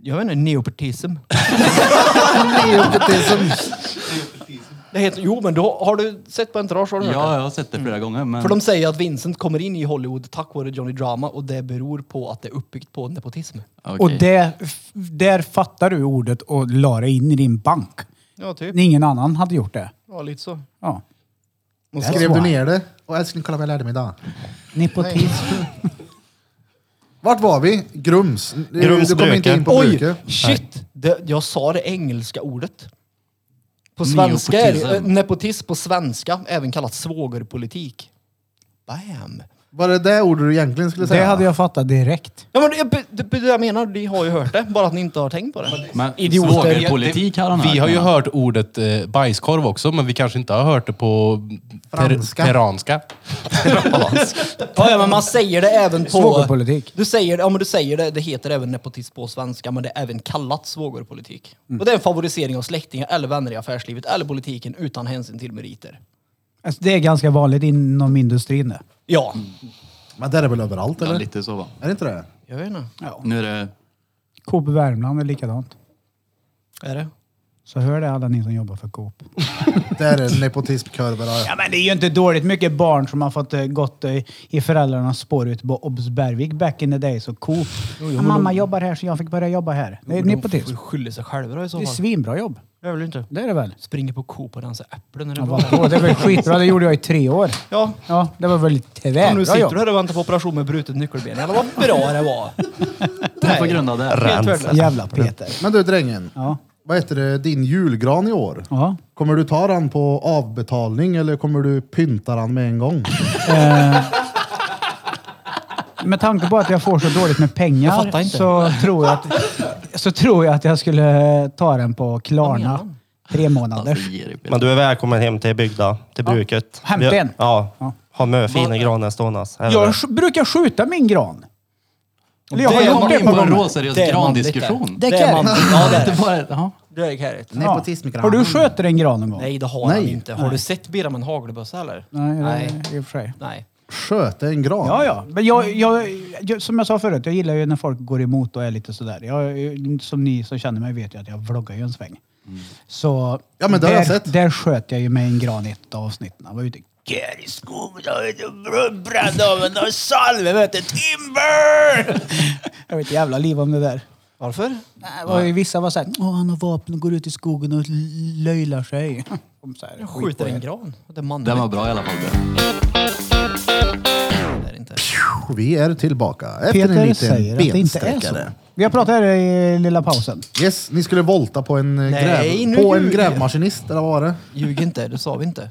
H: Jag vet inte, neopartism.
E: Neopotism.
H: Det heter, jo, men då, har du sett på Entourage? Har du hört
I: Ja,
H: det?
I: jag har sett det flera gånger. Men...
H: För de säger att Vincent kommer in i Hollywood tack vare Johnny Drama och det beror på att det är uppbyggt på nepotism.
I: Okej.
F: Och det, f- där fattar du ordet och la det in i din bank.
H: Ja, typ.
F: Ingen annan hade gjort det.
H: Ja, lite så.
F: Ja.
E: Och skrev du ner det? Och älskling, kolla vad jag lärde mig idag.
F: Nepotism.
E: Vart var vi? Grums.
G: Grums
E: du kom inte
G: bruke.
E: in på
H: Oj,
E: bruket.
H: shit! Det, jag sa det engelska ordet. På svenska är det, eh,
I: Nepotism.
H: nepotism på svenska, även kallat svågerpolitik. Bam!
E: Var det det ordet du egentligen skulle säga?
F: Det hade jag fattat direkt.
H: Ja, men det, det, det, det jag menar, ni har ju hört det, bara att ni inte har tänkt på det.
I: Men
H: Idioter.
I: svågerpolitik har han
C: Vi har
I: hört,
C: ju
I: men-
C: hört ordet eh, bajskorv också, men vi kanske inte har hört det på
E: Franska.
C: ter- peranska.
H: Ja, ja, men man säger det även på...
F: Svågerpolitik.
H: Du säger, ja, men du säger det, det heter även nepotism på svenska, men det är även kallat svågerpolitik.
F: Mm.
H: Och det är en favorisering av släktingar eller vänner i affärslivet eller politiken utan hänsyn till meriter.
F: Alltså, det är ganska vanligt inom industrin det.
H: Ja,
F: Mm.
E: Men det är väl överallt
I: Ja,
E: eller?
I: lite så va.
E: Är det inte det?
H: jag vet inte.
I: Nu är det...
F: Coop i Värmland är likadant.
H: Är det?
F: Så hör det alla ni som jobbar för Coop.
E: Där är nepotismkurvor.
F: Ja, men det är ju inte dåligt mycket barn som har fått eh, gått eh, i föräldrarnas spår ute på Obsbergvik back in the day. Så Coop. Ja, mamma jobbar här så jag fick börja jobba här. Det är
H: De får ju
F: nepotism.
H: skylla sig själva då i så
F: Det är
H: fall.
F: svinbra jobb.
H: Det är väl inte.
F: Det är det väl?
H: Springer på Coop och dansar äpplen när det
F: Ja,
H: är bra.
F: vadå? det var ju skitbra. Det gjorde jag i tre år.
H: Ja.
F: Ja, det var väl
H: Och nu
F: tvärbra
H: sitter
F: jobb.
H: du här och väntar på operation med brutet nyckelben. Jävlar vad bra det var! Nej.
I: På grund av det.
H: Helt värdelöst.
F: Jävla Peter.
E: Men du drängen.
F: Ja.
E: Vad heter det? Din julgran i år.
F: Ja.
E: Kommer du ta den på avbetalning eller kommer du pynta den med en gång?
F: Med tanke på att jag får så dåligt med
H: Jag
F: pengar
H: fattar inte.
F: så tror, jag att, så tror jag att jag skulle ta den på
H: menar
F: Klarna.
H: han?
F: Tre månaders.
I: Alltså, Ge dig, Peter.
G: Men du är välkommen hem till bygda, till bruket.
F: hämta
G: Vi-
F: en.
G: Ja.
F: Ja.
G: Ha med fina granar stående.
F: Jag sk- brukar skjuta min gran. Eller jag har
I: Det
F: gjort
I: kommer
F: det
I: in
F: på
I: på en
F: gånger.
I: råseriös
H: Det är manligt,
I: grandiskussion.
H: Det är man. Ja, det är det.
I: Bara- ja.
H: Det är kärigt.
F: Ja. Har du skjutit en gran någon gång?
H: Nej, det har
E: Nej.
H: han inte. Har du sett Bira med en hagelbössa eller?
F: Nej, det-
H: Nej.
F: i och för sig.
H: Nej.
E: Sköt en gran?
F: Ja, ja. Men jag, jag, jag, som jag sa förut, jag gillar ju när folk går emot och är lite sådär. Jag, som ni som känner mig vet ju att jag vloggar ju en sväng. Så
E: Mm. Ja, men det har
F: där,
E: jag sett.
F: där sköt jag ju med en gran i ett av avsnitten. Han var ute Gör i skogen och ute och br- brände av en av salve, vet du. Timber! Jag vet jävla liv om det där.
H: Varför?
F: Nej, var ju- Vissa var såhär, åh han har vapen och går ut i skogen och löjlar sig. De så här, skit på
H: Skjuter
F: er.
H: en gran. Det är manligt.
I: Den var bra i alla fall. det.
H: Det är inte.
E: Och Vi är tillbaka efter en
F: Peter
E: liten
F: säger att det inte är så.
E: bensträckare.
F: Vi har pratat här i lilla pausen.
E: Yes, ni skulle volta på en, eh,
H: Nej,
E: gräv,
H: nu
E: på en
H: ljuger jag.
E: grävmaskinist, eller vad var det?
H: Ljug inte, det sa vi inte.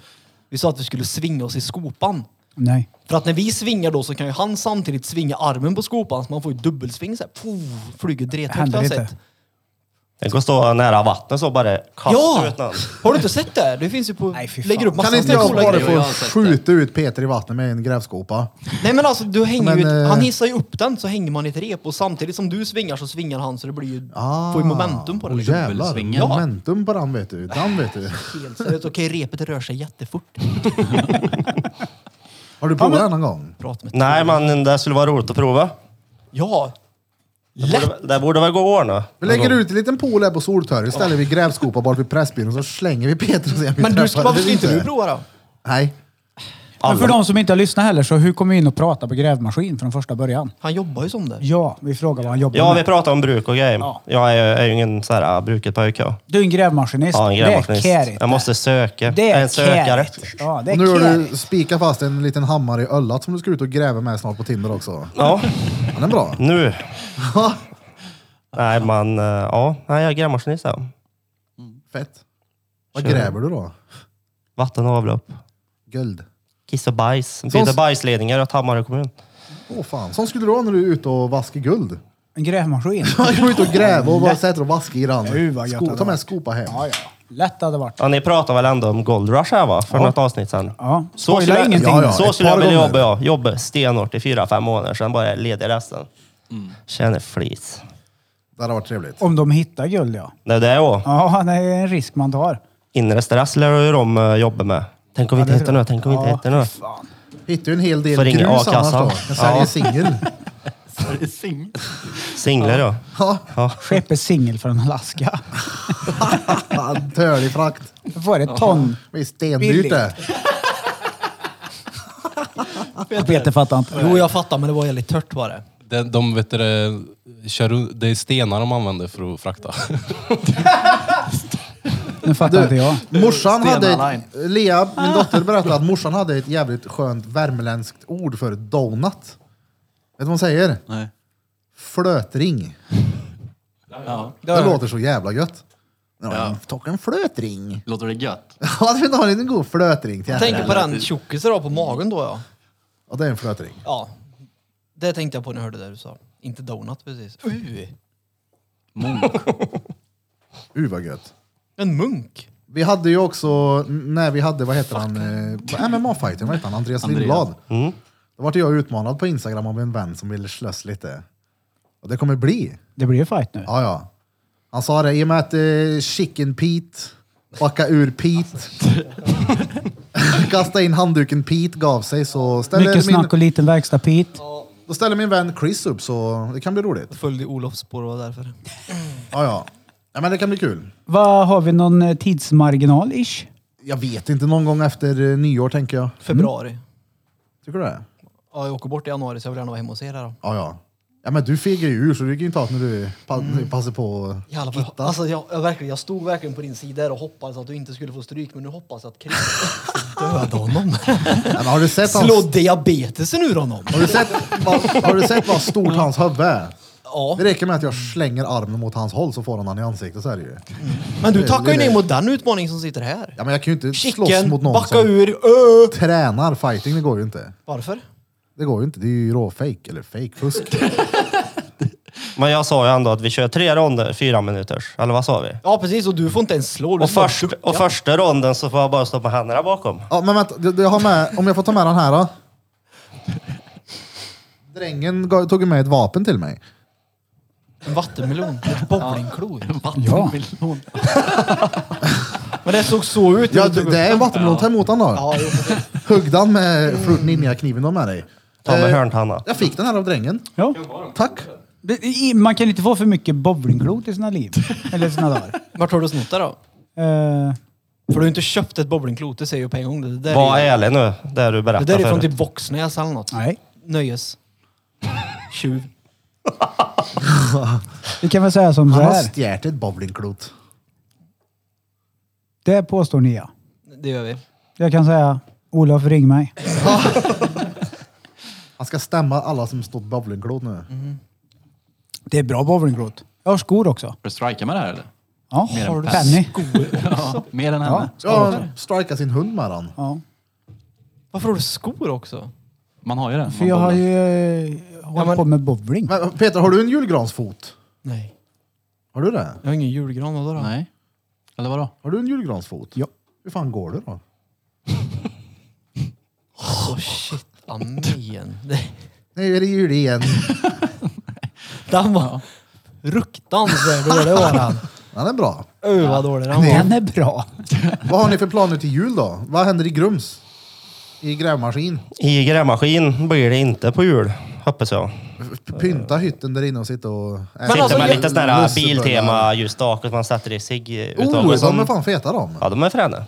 H: Vi sa att vi skulle svinga oss i skopan.
F: Nej.
H: För att när vi svingar då så kan ju han samtidigt svinga armen på skopan så man får ju dubbelsving såhär. Puff, Flyger drethögt
F: Händer
H: har jag
F: inte.
H: sett.
G: Den kan stå nära vattnet så bara kasta
H: Ja!
G: ut den.
H: Har du inte sett det? Det finns ju på...
F: Nej, fy fan.
H: lägger upp
E: Kan
H: massa
E: inte jag
H: coola
E: bara
H: grejer.
I: Jo, jag
E: få
I: har sett
E: skjuta ut Peter i vattnet med en grävskopa?
H: Nej men alltså du hänger
E: Men,
H: ju... ett-
E: eh,
H: Han hissar ju upp den så hänger man i ett rep och samtidigt som du svingar så svingar han så det blir ju... Får ju momentum på det.
E: Ah. Åh,
H: liksom.
E: jävlar,
I: Dubbelsvingen.
E: momentum på den vet du. Den vet du.
H: Helt seriöst. Okej, repet rör sig jättefort.
E: Har du provat den någon gång?
H: Prata med
G: Nej, men det skulle vara roligt att prova.
H: Ja!
G: Det
H: Lätt!
G: borde- Det borde väl gå att ordna.
E: Vi lägger ut en liten pool här på Soltöre, ställer vi grävskopa bort vid Pressbyrån så slänger vi Peter och ser om vi
H: Men
E: träffar
H: du, ska-
E: eller
H: varför ska inte du prova då?
E: Nej.
F: Men för de som inte har lyssnat heller, så hur kom vi in och pratade på grävmaskin från första början?
H: Han jobbar ju som det.
F: Ja, vi frågade vad han jobbar
G: Ja, vi
F: med.
G: pratar om bruk och grejer.
F: Ja.
G: Jag är, är ju ingen så här, ah, bruket på UK.
F: Du är en grävmaskinist.
G: Ja, en grävmaskinist.
F: Det är kärigt.
G: Jag måste söka.
F: Det
G: Jag är
F: är
G: en sökare.
F: kärigt. Ja, det
E: Och nu
F: är
E: har du
F: kärigt.
E: spikat fast en liten hammare i öllat som du ska ut och gräva med snart på Tinder också.
G: Ja,
E: Den är bra.
G: nu. Nej, man... eh, Ja, Nej, jag är grävmaskinist. ja.
E: Fett. Vad
G: Kör.
E: gräver du då?
G: Vatten och avlopp.
E: Guld.
G: Kiss och bajs.
E: Sån-
G: Byter bajsledningar åt Hammarö kommun.
E: Åh fan. Sån skulle du ha när du är ute och vaskar guld.
F: En grävmaskin.
E: Du går ut och gräver och bara sätter och vaskar i
F: Gud, vad
E: den.
F: gött
E: Sko-
F: det
E: ta
F: var.
E: med skopa hem.
F: Ja, ja. Lätt hade det varit.
G: Ja, ni pratade väl ändå om Gold Rush här va? För något avsnitt sedan.
F: Ja.
G: Så
F: Spoila
G: skulle, jag,
F: ingenting.
E: Ja, ja.
G: så
E: ett
G: skulle jag
E: par
G: vilja
E: gånger.
G: jobba. Ja. Jobba stenhårt i fyra, fem månader, sen bara ledig resten. Tjänar flis.
E: Det hade varit trevligt.
F: Om de hittar guld, ja.
G: Det är det jag.
F: Ja, det är en risk man tar.
G: Inre stress lär ju de eh, jobba med. Tänk om vi inte hittar något, tänk om vi inte
F: Ja,
G: hittar något.
F: fan.
E: Hittar ju en hel del
G: Får ringa
E: grus annars
G: a-kassan.
E: då. Jag säljer
G: Ja.
E: singel.
G: Singlar ja.
E: Ja,
F: Skepp är singel från Alaska.
E: fan, Törlig frakt.
F: Du får ett ton.
E: Det är stendyrt det.
F: Peter fattar inte.
H: Jo, jag fattar, men det var väldigt tört var det.
C: De, de vet du, det, kör, ru- det är stenar de använder för att frakta.
F: Nu fattar inte jag.
E: Morsan hade
I: Stena
E: ett, Lea, min dotter, berättade att morsan hade ett jävligt skönt värmländskt ord för donut. Vet du vad hon säger?
I: Nej.
E: Flötring.
I: Ja.
E: Det låter så jävla gött. Ja. Tog en flötring.
I: Låter det gött?
E: Ja, du vill ha en liten god flötring till
H: Jag
E: henne.
H: tänker på den tjockisen då på magen då ja.
E: Ja, det är en flötring.
H: Ja. Det tänkte jag på när jag hörde det du sa. Inte donut precis. Uh,
E: Uh vad gött.
H: en munk.
E: Vi hade ju också, när vi hade, vad heter han, eh, MMA-fightern, vad heter han, Andreas
I: Andreas.
E: Lindblad. Då vart jag utmanad på Instagram av en vän som ville slåss lite. Och det kommer bli.
F: Det blir ju fight nu.
E: Ja, ja. Han sa det, i och med att eh, Chicken Pete, backa ur Pete, kasta in handduken Pete gav sig så
F: Mycket
E: ställer min,
F: snack och liten verkstad Pete.
E: då ställer min vän Chris upp så det kan bli roligt.
H: Följde Olofs spår och var därför.
E: Ja, ja. ja men det kan bli kul.
F: Vad har vi någon eh, tidsmarginal ish?
E: Jag vet inte, någon gång efter eh, nyår tänker jag.
H: Februari.
E: Tycker du det?
H: Ja, jag åker bort i januari så jag vill gärna vara hemma hos er här då.
E: Ja, ja. Ja, men du fegar ju ur så du kan ju ta det när du pa
F: Mm.
E: passar på
H: I alla
E: att
H: fall,
E: kitta.
H: alltså jag, jag, verkligen, jag stod verkligen på din sida där och hoppades att du inte skulle få stryk men nu hoppas jag att Chris döda honom.
E: Ja, men har, du sett hans,
H: Slå diabetesen ur honom.
E: har, du sett, vad, har du sett vad stort hans huvud är?
H: Ja,
E: Det räcker med att jag slänger armen mot hans håll så får han den i ansiktet. Så är det ju.
H: men du tackar ju
E: det-
H: nej mot den utmaningen som sitter här.
E: Ja, men jag kan ju inte slåss
H: Chicken,
E: mot någon
H: backa
E: som
H: ur, ö.
E: tränar fighting. Det går ju inte.
H: Varför?
E: Det går ju inte. Det är ju råfejk eller fejkfusk.
G: Men jag sa ju ändå att vi kör tre ronder, fyra minuters. Eller vad sa vi?
H: Ja precis, och du får inte ens slå. Du
G: Och,
H: får bara
G: först,
H: ducka.
G: och första ronden så får jag bara stå med händerna bakom.
E: Ja, men vänta, jag- jag har med, om jag får ta med den här då? Drängen gav- tog ju med ett vapen till mig.
H: En vattenmelon, ett bowlingklot.
F: Ja.
H: Men det såg så ut. när
E: Ja,
H: du tog
E: det är en
H: upp den.
E: vattenmelon. Ta emot den då.
H: Ja, jo, precis.
E: Hugg den med Fruit Ninja-kniven du har med dig.
G: Ta med
E: Eh,
G: hörntanna.
E: Jag fick den här av drängen.
F: ja.
E: Tack.
F: Det- i- Man kan inte få för mycket bowlingklot i sina liv. Eller i sina dagar.
H: Vart har du snott det då?
F: Eh,
H: För du har inte köpt ett bowlingklot, det säger jag på en gång. Det där
G: Var
H: är,
G: ärlig nu, det du
H: det
G: berättade
H: där är från
G: förut.
H: typ Voxnäs eller något.
F: nej.
H: Nöjes. Tjuv.
F: Vi kan väl säga som så
E: Han har
F: här.
E: stjärt ett bowlingklot.
F: Det påstår ni ja.
H: Det gör vi.
F: Jag kan säga Olof ring mig.
E: Han ska stämma alla som stått bowlingklot nu.
H: Mm.
F: Det är bra bowlingklot. Jag har skor också.
I: Får du strika med det här eller?
F: Ja.
I: Mer än
F: Har du
I: pass.
F: Penny.
I: Ja, mer än
F: Ja.
I: henne.
E: Ja, strika sin hund med den.
F: Ja.
H: Varför har du skor också?
I: Man har ju den.
F: För jag har ju eh, hållit på med bowling.
E: Men Peter, har du en julgransfot?
H: Nej.
E: Har du det?
H: Jag har ingen julgran. Vadå då?
I: Nej. Eller vadå?
E: Har du en julgransfot? Ja. Hur fan går det då?
H: Åh shit, amen. Det-
E: Nu är det jul igen.
H: Den var fruktansvärt dålig var den.
E: Den är bra.
H: Öh vad dålig den var.
F: Den är bra.
E: Vad har ni för planer till jul då? Vad händer i Grums? I grävmaskin?
G: I grävmaskin blir det inte på jul, hoppas jag.
E: P- Pynta hytten där inne och sitta och...
G: Sitter
H: alltså,
G: med
H: jag-
G: lite sån där
E: lussebullar.
G: Biltema-ljusstake som man sätter i sig
E: Oh, de är
G: som,
E: fan feta de.
G: Ja, de är fräna.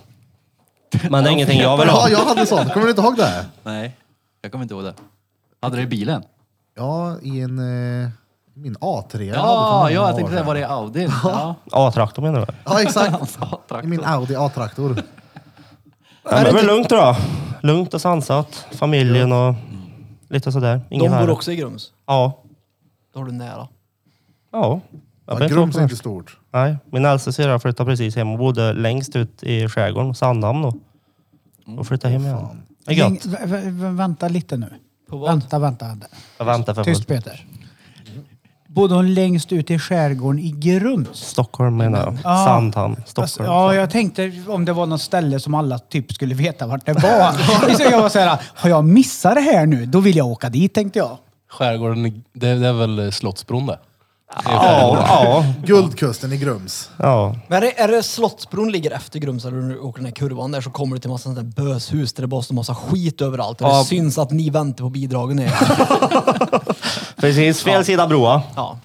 G: Men det är ingenting jag vill
E: Ja,
G: ha.
E: jag hade sånt. Kommer du inte ihåg det?
I: Nej, jag kommer inte ihåg det. Hade det i bilen?
E: Ja, i en... Eh, min A3. jag hade för
I: Ja,
E: många
I: ja jag
E: år
I: tänkte det.
E: sedan.
I: Var det i Audin? Ja.
G: A-traktor menar du? väl?
E: Ja, exakt. I
I: Traktor.
E: min Audi A-traktor.
G: Ja, men Det är
F: typ-
G: väl lugnt då. Lugnt och sansat. Familjen och lite sådär. Ingen
H: De bor
G: här.
H: också i Grums.
G: Ja.
H: Då har du nära.
G: Ja. Jag
E: Ja,
G: behöver
E: Grums
G: inte
E: är
G: åka
E: inte
G: först.
E: stort.
G: Nej, min äldsta syrra flyttade precis hem och bodde längst ut i skärgården, Sandhamn då. Och flyttade hem igen. Det är
F: Mm. Ring,
G: gött.
F: vä- vä- vä- vänta lite nu.
H: På vad?
F: Vänta, vänta, vänta.
G: Jag väntar för
F: Tyst
G: fullt.
F: Peter. Bodde hon längst ut i skärgården i Grums?
G: Stockholm menar jag.
F: Ja. Alltså,
G: Sandhamn, Stockholm.
F: Ja, jag tänkte om det var något ställe som alla typ skulle veta vart det var. Så jag var så här, har jag missat det här nu, då vill jag åka dit tänkte jag.
C: Skärgården, i- det, det är väl Slottsbron det? Det är
G: Ja,
C: skärgården.
G: ja,
E: Guldkusten i Grums.
G: ja.
H: Men är det, är det Slottsbron ligger efter Grums eller när du åker den här kurvan där så kommer du till massa sådana där böshus där det bara står massa skit överallt och
G: Ja.
H: det syns att ni väntar på bidragen. Är.
G: Precis, fel sida broa.
H: ja.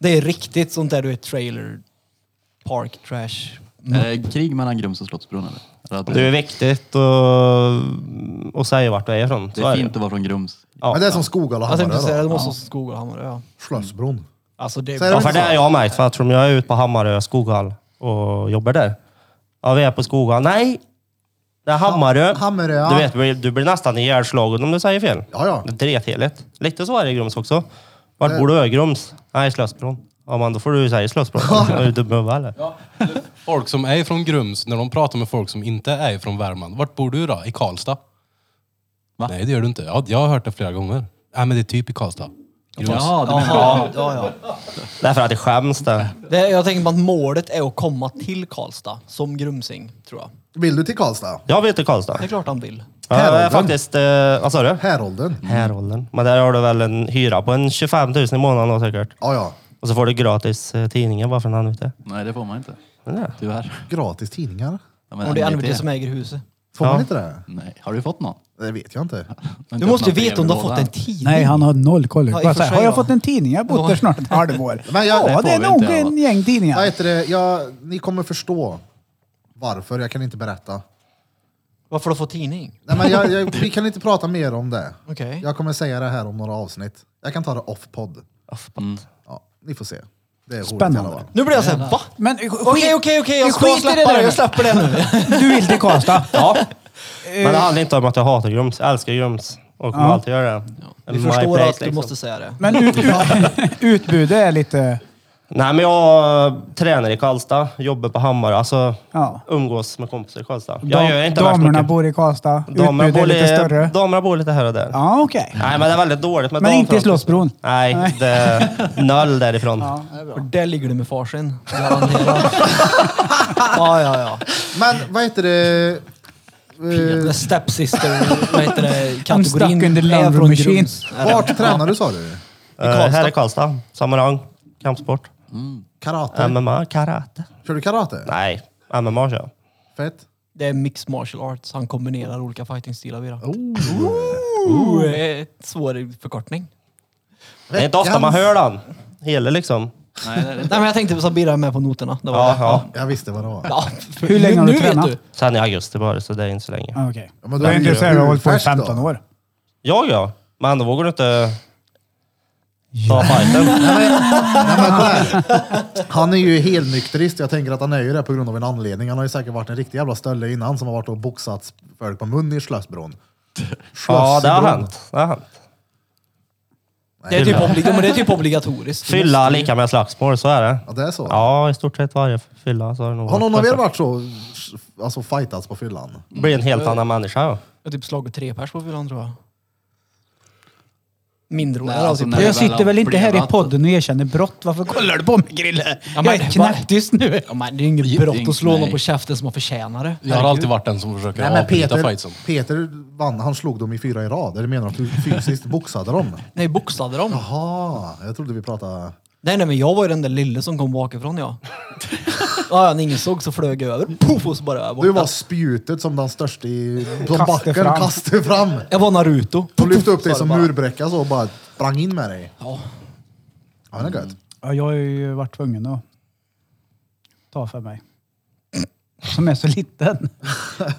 H: Det är riktigt sånt där du är trailer park trash
I: Är det Eh, krig mellan Grums och Slottsbron eller? eller? att
G: Det är viktigt att, att säga vart du är ifrån.
I: det
G: Så
I: är
G: är
I: fint att vara från Grums.
E: Men det är som Skoghall och
H: alltså, Jag tänkte
E: Hammarö
H: säga
E: då.
H: det måste vara Skog och Hammarö. Ja.
E: Slösbron.
H: Alltså det
E: Så är
G: Ja,
E: det
G: för det har jag märkt. För att om jag är ute på Hammarö skoghall och jobbar där. Ja, vi är på skoghall. Nej! Det är Hammarö.
E: Hammarö, ja.
G: Du vet, du blir nästan ihjälslagen om du säger fel.
E: Ja, ja.
G: Det är Dretheligt. Lite så är det i Grums också. Vart bor du i Grums? Nej, Slösbron. Ja, men då får du ju säga Slösbron. Är du dum i huvudet, eller?
C: Folk som är från Grums, när de pratar med folk som inte är från Värmland. Vart bor du då? I Karlstad?
I: Va?
C: Nej, det gör du inte. Ja, jag har hört det flera gånger. Nej, men det är typ i Karlstad. Grums.
I: Jaha, du menar...
H: Ja, ja, ja.
G: Därför att det skäms det.
H: Det, jag tänker på att målet är att komma till Karlstad som grumsing, tror jag.
E: Vill du till Karlstad?
G: Jag vet inte Karlstad.
H: Det är klart han vill.
G: Ja, Jag är
E: Häråldern.
G: faktiskt... eh, Vad sa du?
E: Härolden?
G: Mm. Häråldern. Men där har du väl en hyra på en 25 000 i månaden då säkert.
E: Ja, ja.
G: Och så får du gratis eh, tidningar bara för en anvete.
I: Nej, det får man inte.
G: Nej.
I: Tyvärr.
E: Gratis tidningar?
I: Ja, men
H: Och det är
I: NVT.
H: Ann-Britt som äger huset.
E: Får
G: Ja.
E: man inte det?
I: Nej, har du fått någon? typ
E: Det vet jag inte.
H: Du måste ju veta om du har fått en tidning.
F: Nej, han har noll koll.
H: Ja, i och
F: Bara så
H: för
F: här,
H: sig
F: har jag
H: då.
F: fått en tidning? Jag har bott där snart ett halvår.
E: Men jag-
F: ja,
I: det
F: det är
I: får vi
F: nog
I: inte,
F: en gäng tidningar.
E: Vad heter det? Jag, ni kommer förstå varför. Jag kan inte berätta.
H: Varför har du fått tidning?
E: Nej, men jag, jag, vi kan inte prata mer om det.
H: Okej.
E: Jag kommer säga det här om några avsnitt. Jag kan ta det off-podd.
I: Mm.
E: Ja, ni får se. Det är roligt
F: Spännande.
E: i alla fall.
H: Nu blir jag såhär, va?
F: Men eh,
H: Okej, okej, okej, jag ska släppa det. Jag släpper det nu.
F: Du vill till Karlstad?
G: Ja. Men det handlar inte om att jag hatar Grums. Jag älskar Grums. Och kommer alltid göra det.
H: Vi
G: My
H: förstår
G: place,
H: att du
G: liksom.
H: måste säga det.
F: Men ut, ut, utbudet är lite...
G: Nej, men jag eh, tränar i Karlstad, jobbar på Hammarö. Alltså,
F: Ja.
G: umgås med kompisar i Karlstad. Jag gör inte värst
F: damerna
G: mycket.
F: bor i Karlstad.
G: Damerna
F: utbudet är lite större.
G: Damerna bor lite här och där.
F: Ja, okej.
G: Nej, men det är väldigt dåligt med
F: Men
G: dam-
F: inte i Slottsbron.
G: Nej, det är noll därifrån.
H: Och där ligger du med farsen. Garanterat. ja, ja, ja.
E: Men vad heter det?
H: The stepsister, vad heter det,
F: I'm stuck
H: kategorin
F: in the
H: är
F: Land
H: från
F: Rover machine.
H: Grums.
E: Vart tränar du sa du?
G: Eh, här i Karlstad. Samarang, kampsport,
E: Karate?
G: MMA, karate.
E: Kör du karate?
G: Nej, MMA kör jag.
E: Fett.
H: Det är mixed martial arts. Han kombinerar olika fightingstilar. Vira.
E: Oh.
H: Oh, eh, svår förkortning.
G: Det är inte ofta man hör den. Hela liksom.
I: Nej, det är det.
H: Nej, men jag tänkte så Birra är med på noterna. Det var
G: Ja,
H: det.
G: ja.
E: Jag visste vad det var.
H: Ja,
F: Hur länge har
H: nu,
F: du tränat?
H: Nu vet du.
G: Sen i augusti bara, så det är inte så länge.
F: Ja, Okej.
E: Ja, men då
F: Det är
E: är
F: inte
E: det
F: så här, du har hållit på i
E: färskt då.
F: 15 år.
G: Ja, ja. Men då vågar du inte ta fighten.
E: Nej, men kolla här. Han är ju helnykterist. Jag tänker att han är ju det på grund av en anledning. Han har ju säkert varit en riktig jävla stölle innan som har varit och boxat folk på mun i Slösbron.
G: Ja, det har
E: Slösbron.
G: hänt. Det har hänt.
H: Det är typ, oblig- men det är typ obligatoriskt. Du
G: Fylla
H: måste ju-
G: lika med slagsmål, så är det.
E: Ja, det är så.
G: Ja, i stort sett varje fylla så har det nog
E: Har någon av
G: varit.
E: er varit så, alltså fightats på fyllan?
G: Blir en helt annan människa. ja.
H: Jag har typ slagit tre pers på fyllan tror jag. Mindre
I: Nej,
H: Nej, alltså,
I: alltså,
H: typ.
I: när-
F: Jag
I: väl
F: sitter väl inte här i
I: upplevat.
F: podden och erkänner brott. Varför kollar du på mig Grille?
H: men
F: Jag är
H: det var-
F: knäpptyst nu.
H: Ja, men det är inget brott att slå
I: Nej.
H: någon på käften som man förtjänar det.
C: Jag har alltid varit den som försöker avbryta fightsen.
E: Peter vann, han slog dem i fyra i rad. Eller menar du att du fysiskt boxade dem?
H: Nej, boxade dem.
E: Jaha, jag trodde vi pratade...
H: Nej, nej, men jag var ju den där lille som kom bakifrån jag. ja, ja, när ingen såg så flög jag över. Poff och så bara jag
E: Du
H: borta.
E: var spjutet som den största i... Som
F: Kastade
E: backen
F: fram.
E: kastade fram.
H: Jag var Naruto.
E: Och lyfte upp dig
H: Sa det
E: som
H: bara.
E: murbräcka så och bara sprang in med dig.
H: Ja.
E: Ja, det är gött.
F: Ja, jag har ju varit tvungen att ta för mig. Som är så liten.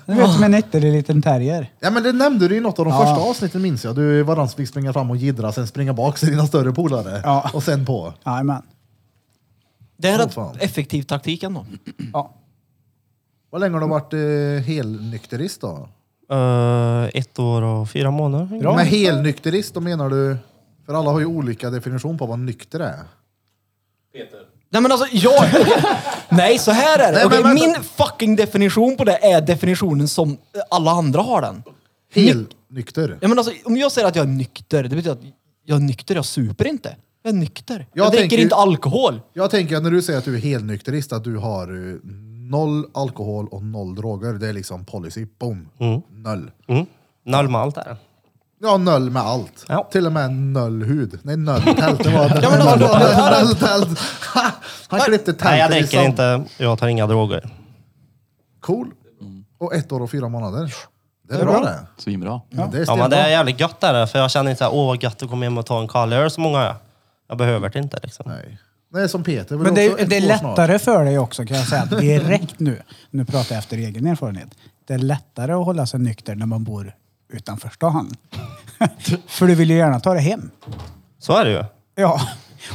F: Du vet som en ytterliten terrier.
E: Ja men det nämnde du i något av de första avsnitten minns jag. Du var den som fick springa fram och jiddra, sen springa bak till dina större polare.
F: Ja.
E: Och sen på.
F: Jajamän.
H: Det är en
E: Åh,
H: rätt
E: fan.
H: effektiv taktik ändå.
F: Ja.
E: Vad länge har du varit eh, helnykterist då?
G: Eh, ett år och fyra månader.
F: Bra.
E: Med helnykterist då menar du... För alla har ju olika definition på vad nykter är.
H: Nej men alltså jag... Nej så här är det.
E: Nej, men
H: Okej,
E: vänta.
H: min fucking definition på det är definitionen som alla andra har den.
E: Helnykter.
H: Ja, men alltså, om jag säger att jag är nykter, det betyder att jag är nykter, jag super inte. Jag är nykter. Jag,
E: Jag
H: dricker
E: tänker-
H: inte alkohol.
E: Jag tänker att när du säger att du är helnykterist, att du har eh, noll alkohol och noll droger. Det är liksom policy. Boom. Noll.
G: Mm. Noll med allt där.
E: Ja, noll med allt.
G: Ja.
E: Till och med noll hud. Nej, noll tält. Det var
H: Ja, men alltså,
E: noll,
H: du-
E: noll, noll tält. Han klippte tältet
G: Nej, jag
E: i
G: dricker
E: sand.
G: inte. Jag tar inga droger.
E: Cool. Och ett år och fyra månader. Det är, bra det.
I: Svinbra.
E: Ja. Det är
G: Ja,
E: stenbra.
G: men det är jävligt gött där, för jag känner inte så här, åh vad gött att komma hem och ta en kall öl som många är. Jag behöver det inte liksom.
E: Nej. Det är som Peter.
F: Men det
E: också
F: är,
E: ett
F: det är
E: år snart.
F: lättare för dig också kan jag säga direkt nu. Nu pratar jag efter egen erfarenhet. Det är lättare att hålla sig nykter när man bor utanför stan. för du vill ju gärna ta dig hem.
G: Så är det ju.
F: Ja.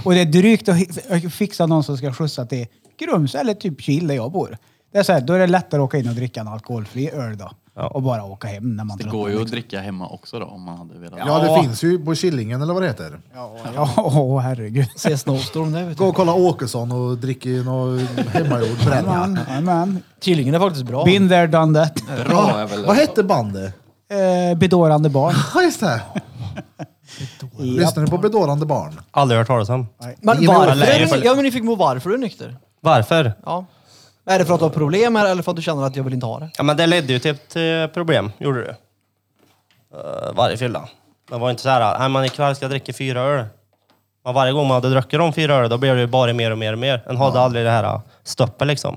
F: Och det är drygt att hi- fixa någon som ska skjutsa till Grums eller typ Kil där jag bor. Det är så här, då är det lättare att åka in och dricka en alkoholfri öl då. Och bara åka hem när man
I: Det
F: tröttnar,
I: går ju att
F: liksom.
I: dricka hemma också då om man hade velat.
E: Ja, det finns ju på Killingen eller vad det heter.
F: Ja, åh, herregud.
H: Se Snowstorm där vet
E: Gå
H: du.
E: och kolla Åkesson och drick ju någon hemmagjord bränna.
F: Amen, amen.
H: Killingen är faktiskt bra.
F: Been there, done that.
I: Bra är väl
E: Vad hette bandet?
F: Eh, bedårande barn.
E: Ja, just det. Lyssnar ni på Bedårande barn?
G: Aldrig hört talas om.
H: Men
E: Ingen
H: varför?
G: lägre
H: Är
G: för-
H: du, ja men ni fick må varför du är nykter.
G: Varför?
H: Ja. Är det för att du har problem här eller för att du känner att jag vill inte ha det?
G: Ja, men det ledde ju till till problem, gjorde det. Eh, varje fylla. Det var inte så här, nej men ikväll ska jag dricka fyra öl. Men varje gång man hade druckit de fyra ölen, då blev det ju bara mer och mer och mer. En hade aldrig det här eh, stoppet liksom.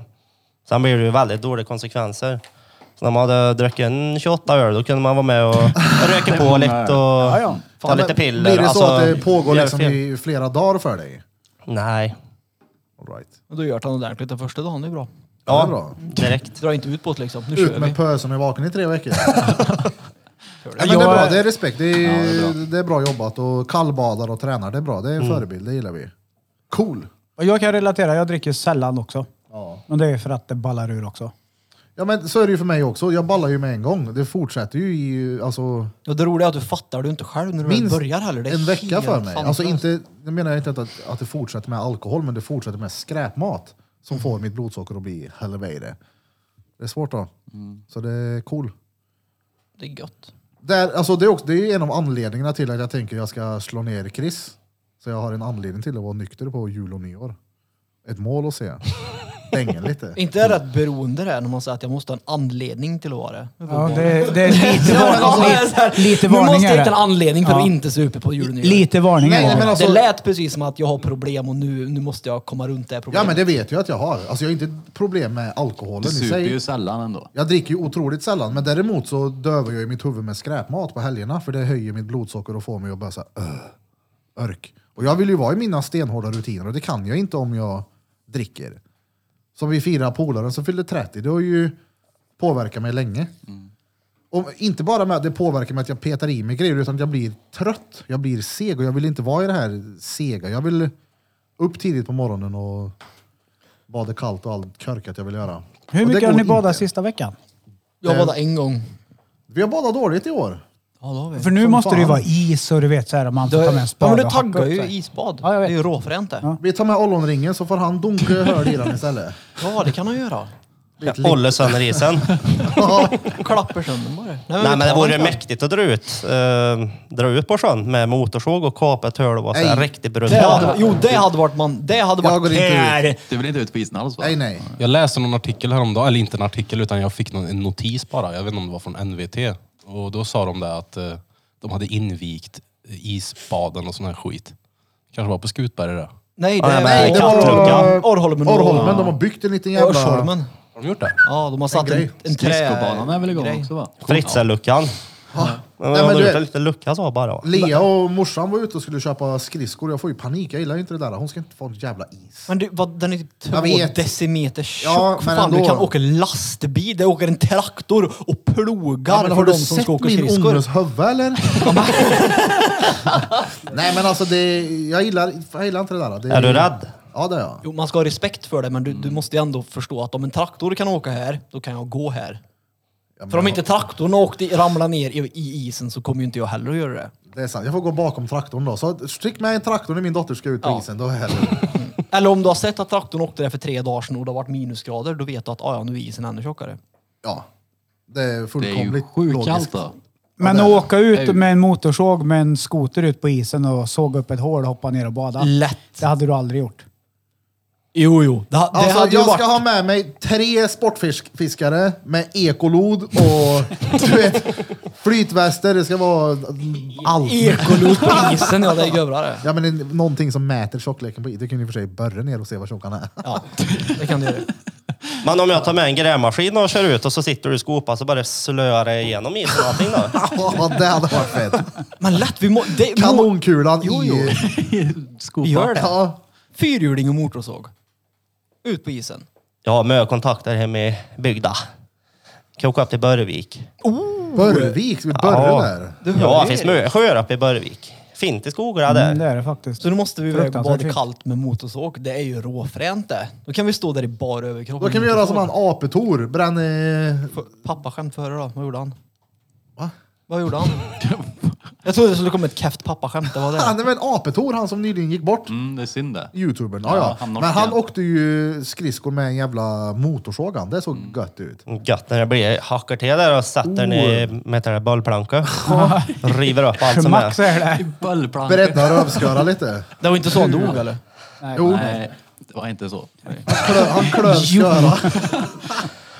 G: Sen blev det ju väldigt dåliga konsekvenser. Så när man hade druckit en 28 öl, då kunde man vara med och röka på lite och
F: ja.
E: Ja,
G: ta
E: men
G: lite piller. alltså,
E: Blir det så att det pågår
G: gör
E: liksom
G: fel.
E: i flera dagar för dig?
G: Nej.
E: All right.
H: Och då gör han ordentligt den första dagen, det är bra.
E: Ja. Det är
G: Ja,
E: bra.
G: direkt.
H: Dra inte ut på det liksom, nu kör
E: Ut
H: vi.
E: med pösen och är vaken i tre veckor. Nej, men det är
F: Jag-
E: bra, det är respekt. Det är, det är, bra. Mm. jobbat. Och kallbadar och tränar, det är bra. Det är en förebild, det gillar vi. Cool!
F: Och jag kan relatera, jag dricker sällan också.
E: Ja.
F: Men det är för att det ballar ur också.
E: ja, men så är det ju för mig också. Jag ballar ju med en gång. Det fortsätter ju i, alltså,
H: Och det roliga är att du fattar du inte själv när du väl
E: minst
H: börjar heller. Det är
E: en vecka
H: helt
E: för mig. Alltså
H: sanslöst.
E: inte, nu menar jag inte att, att det fortsätter med alkohol, men det fortsätter med skräpmat som får mitt blodsocker att bli helvete. Det är svårt då. Så det är cool.
H: Det är gött.
E: Där, alltså det, är också, det är ju en av anledningarna till att jag tänker jag ska slå ner Chris. Så jag har en anledning till att vara nykter på jul och nyår. Ett mål att se. Dängen lite.
H: Inte är det att beroende det är när man säger att jag måste ha en anledning till att vara det.
F: Ja,
E: Mm.
F: det, det är lite,
H: Ja, men alltså,
F: varning,
H: det är så här,
F: lite, lite
H: Nu måste
F: varning
H: jag
F: är
H: hitta en
F: det.
H: anledning för
F: Ja.
H: att inte supa på julen.
F: Lite varning
E: Nej, nej,
F: är
E: men
F: det.
E: alltså-
H: det lät precis som att jag har problem och nu, nu måste jag komma runt det här
E: Ja
H: problemet.
E: men det vet jag att jag har. Alltså jag har inte problem med alkoholen
I: Du
E: i
I: super
E: sig.
I: ju sällan ändå.
E: Jag dricker ju otroligt sällan, men däremot så dövar jag i mitt huvud med skräpmat på helgerna för det höjer mitt blodsocker och får mig att bara såhär, "Öh, örk. Och jag vill ju vara i mina stenhårda rutiner och det kan jag inte om jag dricker. Som vi firar polaren som fyllde 30, det har ju påverkat mig länge. Och inte bara med att det påverkar mig att jag petar i mig grejer, utan att jag blir trött, jag blir seg och jag vill inte vara i det här sega. Jag vill upp tidigt på morgonen och bada kallt och allt körkat jag vill göra.
F: Hur
E: Och det
F: mycket har
E: går
F: ni badat
E: inte.
F: sista veckan?
H: Jag badade en gång.
E: Vi har badat dåligt i år.
H: Ja, då har vi.
F: För nu
E: Som
F: måste det ju
E: fan.
F: vara is och du vet så här om man får ta med en
H: ja,
F: spade
H: men du
F: och hacka
H: taggar
F: upp
H: ju
F: sig.
H: isbad.
F: Ja, jag
H: det
F: vet.
H: är ju råfränt det. Ja.
E: Vi tar med ollonringen så får han dunka hål i den istället.
H: det kan han göra.
G: Jag håller sönder isen.
H: Klappar sönder bara.
G: Nej men det
H: ta
G: vore
H: den.
G: mäktigt att dra ut, eh, dra ut på sjön med motorsåg och kapa ett hål och vara så här
E: Nej.
G: riktigt
H: Det hade,
G: brutal.
H: jo, det hade varit man... Det hade
E: Jag
H: varit...
E: går inte ut.
I: Du vill inte ut på isen alls va?
E: Nej, nej.
C: Jag läste någon artikel häromdagen, eller inte en artikel utan jag fick någon, en notis bara. Jag vet inte om det var från NVT. Och då sa de det att eh, de hade invigt isbaden och sån här skit. Kanske var på Skutberg det.
H: Nej, det
G: Ja,
H: är...
G: men- Nej,
H: Nej,
E: det var-
H: Orrholmen.
E: Orrholmen, de har byggt en liten jävla...
H: Orrholmen.
C: Har de gjort det?
H: Ja, de har satt
E: grej.
H: en, en trä...
I: Skridskobanan är väl igång
H: grej.
I: också va?
G: Fritzerluckan.
E: Ja.
G: Men
E: Nej,
G: om
E: men
G: du
E: du
G: gjort en
E: vet,
G: liten lucka så bara.
E: Lea och morsan var ute och skulle köpa skridskor. Jag får ju panik. Jag gillar ju inte det där. Hon ska inte få en jävla is.
H: Men du, vad, den är typ två
E: Jag vet.
H: decimeter tjock.
E: Ja,
H: För
E: men
H: fan, du
E: ändå.
H: kan åka lastbil, det åker en traktor och
E: Ja,
H: plogar
E: men
H: för
E: har
H: de
E: du
H: som ska
E: sett
H: åka
E: min
H: skridskor.
E: ungdoms huvud eller? Nej men alltså, det, jag, gillar, jag gillar inte det där. Det,
G: Är du rädd?
E: Ja det är jag.
H: Jo, man ska ha respekt för det, men du, du
E: Mm.
H: måste ju ändå förstå att om en traktor kan åka här, då kan jag gå här. för om inte traktorn åkte, ramlar ner i, i isen så kommer ju inte jag heller att göra det.
E: Det är sant. Jag får gå bakom traktorn då. Så tryck med en traktor när min dotter ska ut på
H: Ja.
E: isen. Då är det.
H: Eller om du har sett att traktorn åkte där för tre dagar sedan och det har varit minusgrader, då vet du att ah, ja, nu är isen ännu tjockare.
E: Ja. Det är
I: Det är ju
E: fullkomligt
I: sjukt
E: logiskt.
I: kallt då.
F: Men
E: Ja,
F: att
E: det-
F: åka ut med en motorsåg med en skoter ut på isen och såga upp ett hål, hoppa ner och bada.
H: Lätt!
F: Det hade du aldrig gjort.
H: Jo, jo. Det, ha- det
E: Alltså,
H: hade ju
E: jag
H: varit...
E: ska ha med mig tre sportfiskare med ekolod och du vet, flytväster. Det ska vara allt.
H: Ekolod på isen, ja det är grövre.
E: Ja, men det är någonting som mäter tjockleken på is. Det kan ju i och för sig börja ner och se vad tjock han är.
H: Ja, det kan du göra.
G: Men om jag tar med en grävmaskin och kör ut och så sitter du i skopan så bara slöar det igenom isen och allting då.
E: Ja, det hade varit fett.
H: Men lätt, vi må... Det, må-
E: Kanonkulan
H: Jo, jo.
E: i...
I: Skopa.
H: Vi gör det.
E: Ja,
H: Fyrhjuling och motorsåg. Ut på isen.
G: Jag har mycket kontakter hemma i bygda. Kan åka upp till Börjevik.
E: Börjevik, ska vi börja där?
H: Du
G: Ja,
H: hör
G: det
H: ju
G: finns
H: Erik.
G: mycket sjöar uppe i Börjevik. Fint i skogarna där.
F: Mm, det är det faktiskt.
H: Så nu måste vi iväg och
F: Fruktansvärt
H: bada
F: fint.
H: kallt med motorsåg. Det är ju råfränt det. Då kan vi stå där i bara överkropp.
E: Då
H: med
E: kan vi göra som han
H: motorsåg.
E: Apetor, bränner...
H: F- Pappa skämt före då. Vad gjorde han?
E: Va?
H: Vad gjorde han? jag trodde det skulle komma ett käft pappaskämt. Det var
E: Han
H: det.
E: är väl Ah, Apetor, han som nyligen gick bort?
I: Mm, det är synd det.
E: Youtubern, Ah, ja,
I: Ja,
E: ja. Men
I: han norska.
E: han åkte ju skridskor med en jävla motorsåg han. Det såg gött ut.
G: Gött när det blir hackar till där och sätter den i med det där bollplanka. River upp allt som är.
F: Schmack så är det.
I: Böllplank.
E: Bredda rövsköra lite.
H: Det var inte så han dog eller?
E: Jo,
I: Nej, det var inte så. Nej.
E: klö, han klöv sköra.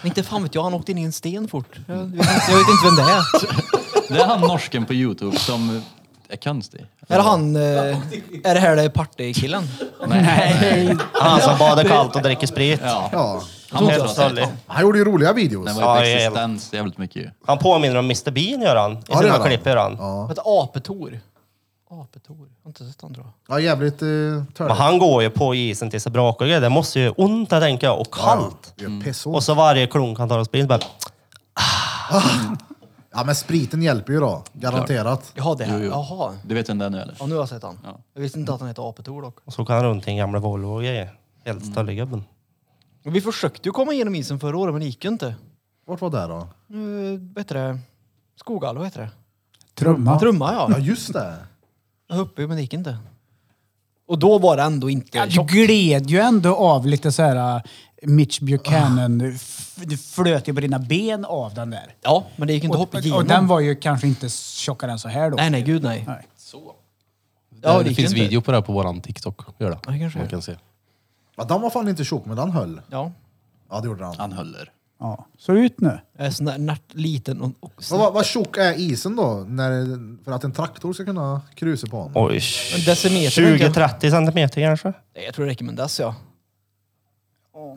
H: Men inte fan vet jag, han åkte in i en sten fort. Jag vet inte, jag vet inte vem det är.
I: Det är han norsken på Youtube som är konstig.
H: Är det han... eh, Är det här det är partykillen?
I: Nej.
G: Han som badar kallt och dricker sprit.
E: Ja.
I: Han måste
G: Helt
I: ha sett
G: stollig.
I: dem.
E: Han gjorde ju roliga videos.
I: Den
G: Ja,
I: var ju på
G: jävlar.
I: existens jävligt mycket ju.
G: Han påminner om Mr Bean gör han. I
E: Ja, det gör
G: sina
E: han.
G: klipp gör han.
E: Ja,
H: Ett apetor. Apetor? Jag har inte sett han tror jag.
E: ja jävligt uh,
G: Men han går ju på isen tills det brakar och grejer. Det måste ju ont, jag tänker jag, och kallt. Och
I: Mm.
E: Pissont.
G: så varje klunk han tar av sprit bara...
E: Ja men spriten hjälper ju då. Garanterat.
H: Jaha, det är
I: Jo, jo.
H: Jaha.
I: Du vet vem det är nu eller?
H: Ja, nu har jag sett han.
I: Ja.
H: Jag visste inte att han hette apetor dock.
G: Och så åker han runt i en gamla Volvo och grejer.
E: Mm.
G: Helt stöllig gubben.
H: Och vi försökte ju komma igenom isen förra året, men det gick ju inte.
E: Vart var det då?
H: Nu, vad heter det? Skoghall, vad heter det?
F: Trumma.
H: Trumma ja.
E: Ja just det.
H: Jag var uppe men det gick inte. Och då var det ändå inte
F: Ja,
H: tjockt.
F: du gled ju ändå av lite så här äh, Mitch
H: Ah.
F: Buchanan. Du f- Du flöt ju på dina ben av den där.
H: Ja, men det gick inte att hoppa
F: Och,
H: igenom.
F: och den var ju kanske inte tjockare än så här då.
H: Nej, nej, gud nej.
F: Nej.
H: Ja,
C: det
H: gick
C: finns
H: inte.
C: video på det här på våran TikTok. Gör det.
H: Ja, det kanske
C: Man
H: är.
C: kan se.
E: Ja, den var fan inte tjock men den höll.
H: Ja.
E: Ja det gjorde han.
I: Han höller.
F: Ja. Så ut nu.
H: Jag är sån där närt, liten och... och
E: Vad- Vad, vad tjock är isen då? När, för att en traktor ska kunna krusa på honom?
G: Oj,
H: decimeter, tänker jag.
G: 20-30 centimeter kanske.
H: Nej, jag tror det räcker med en dess ja.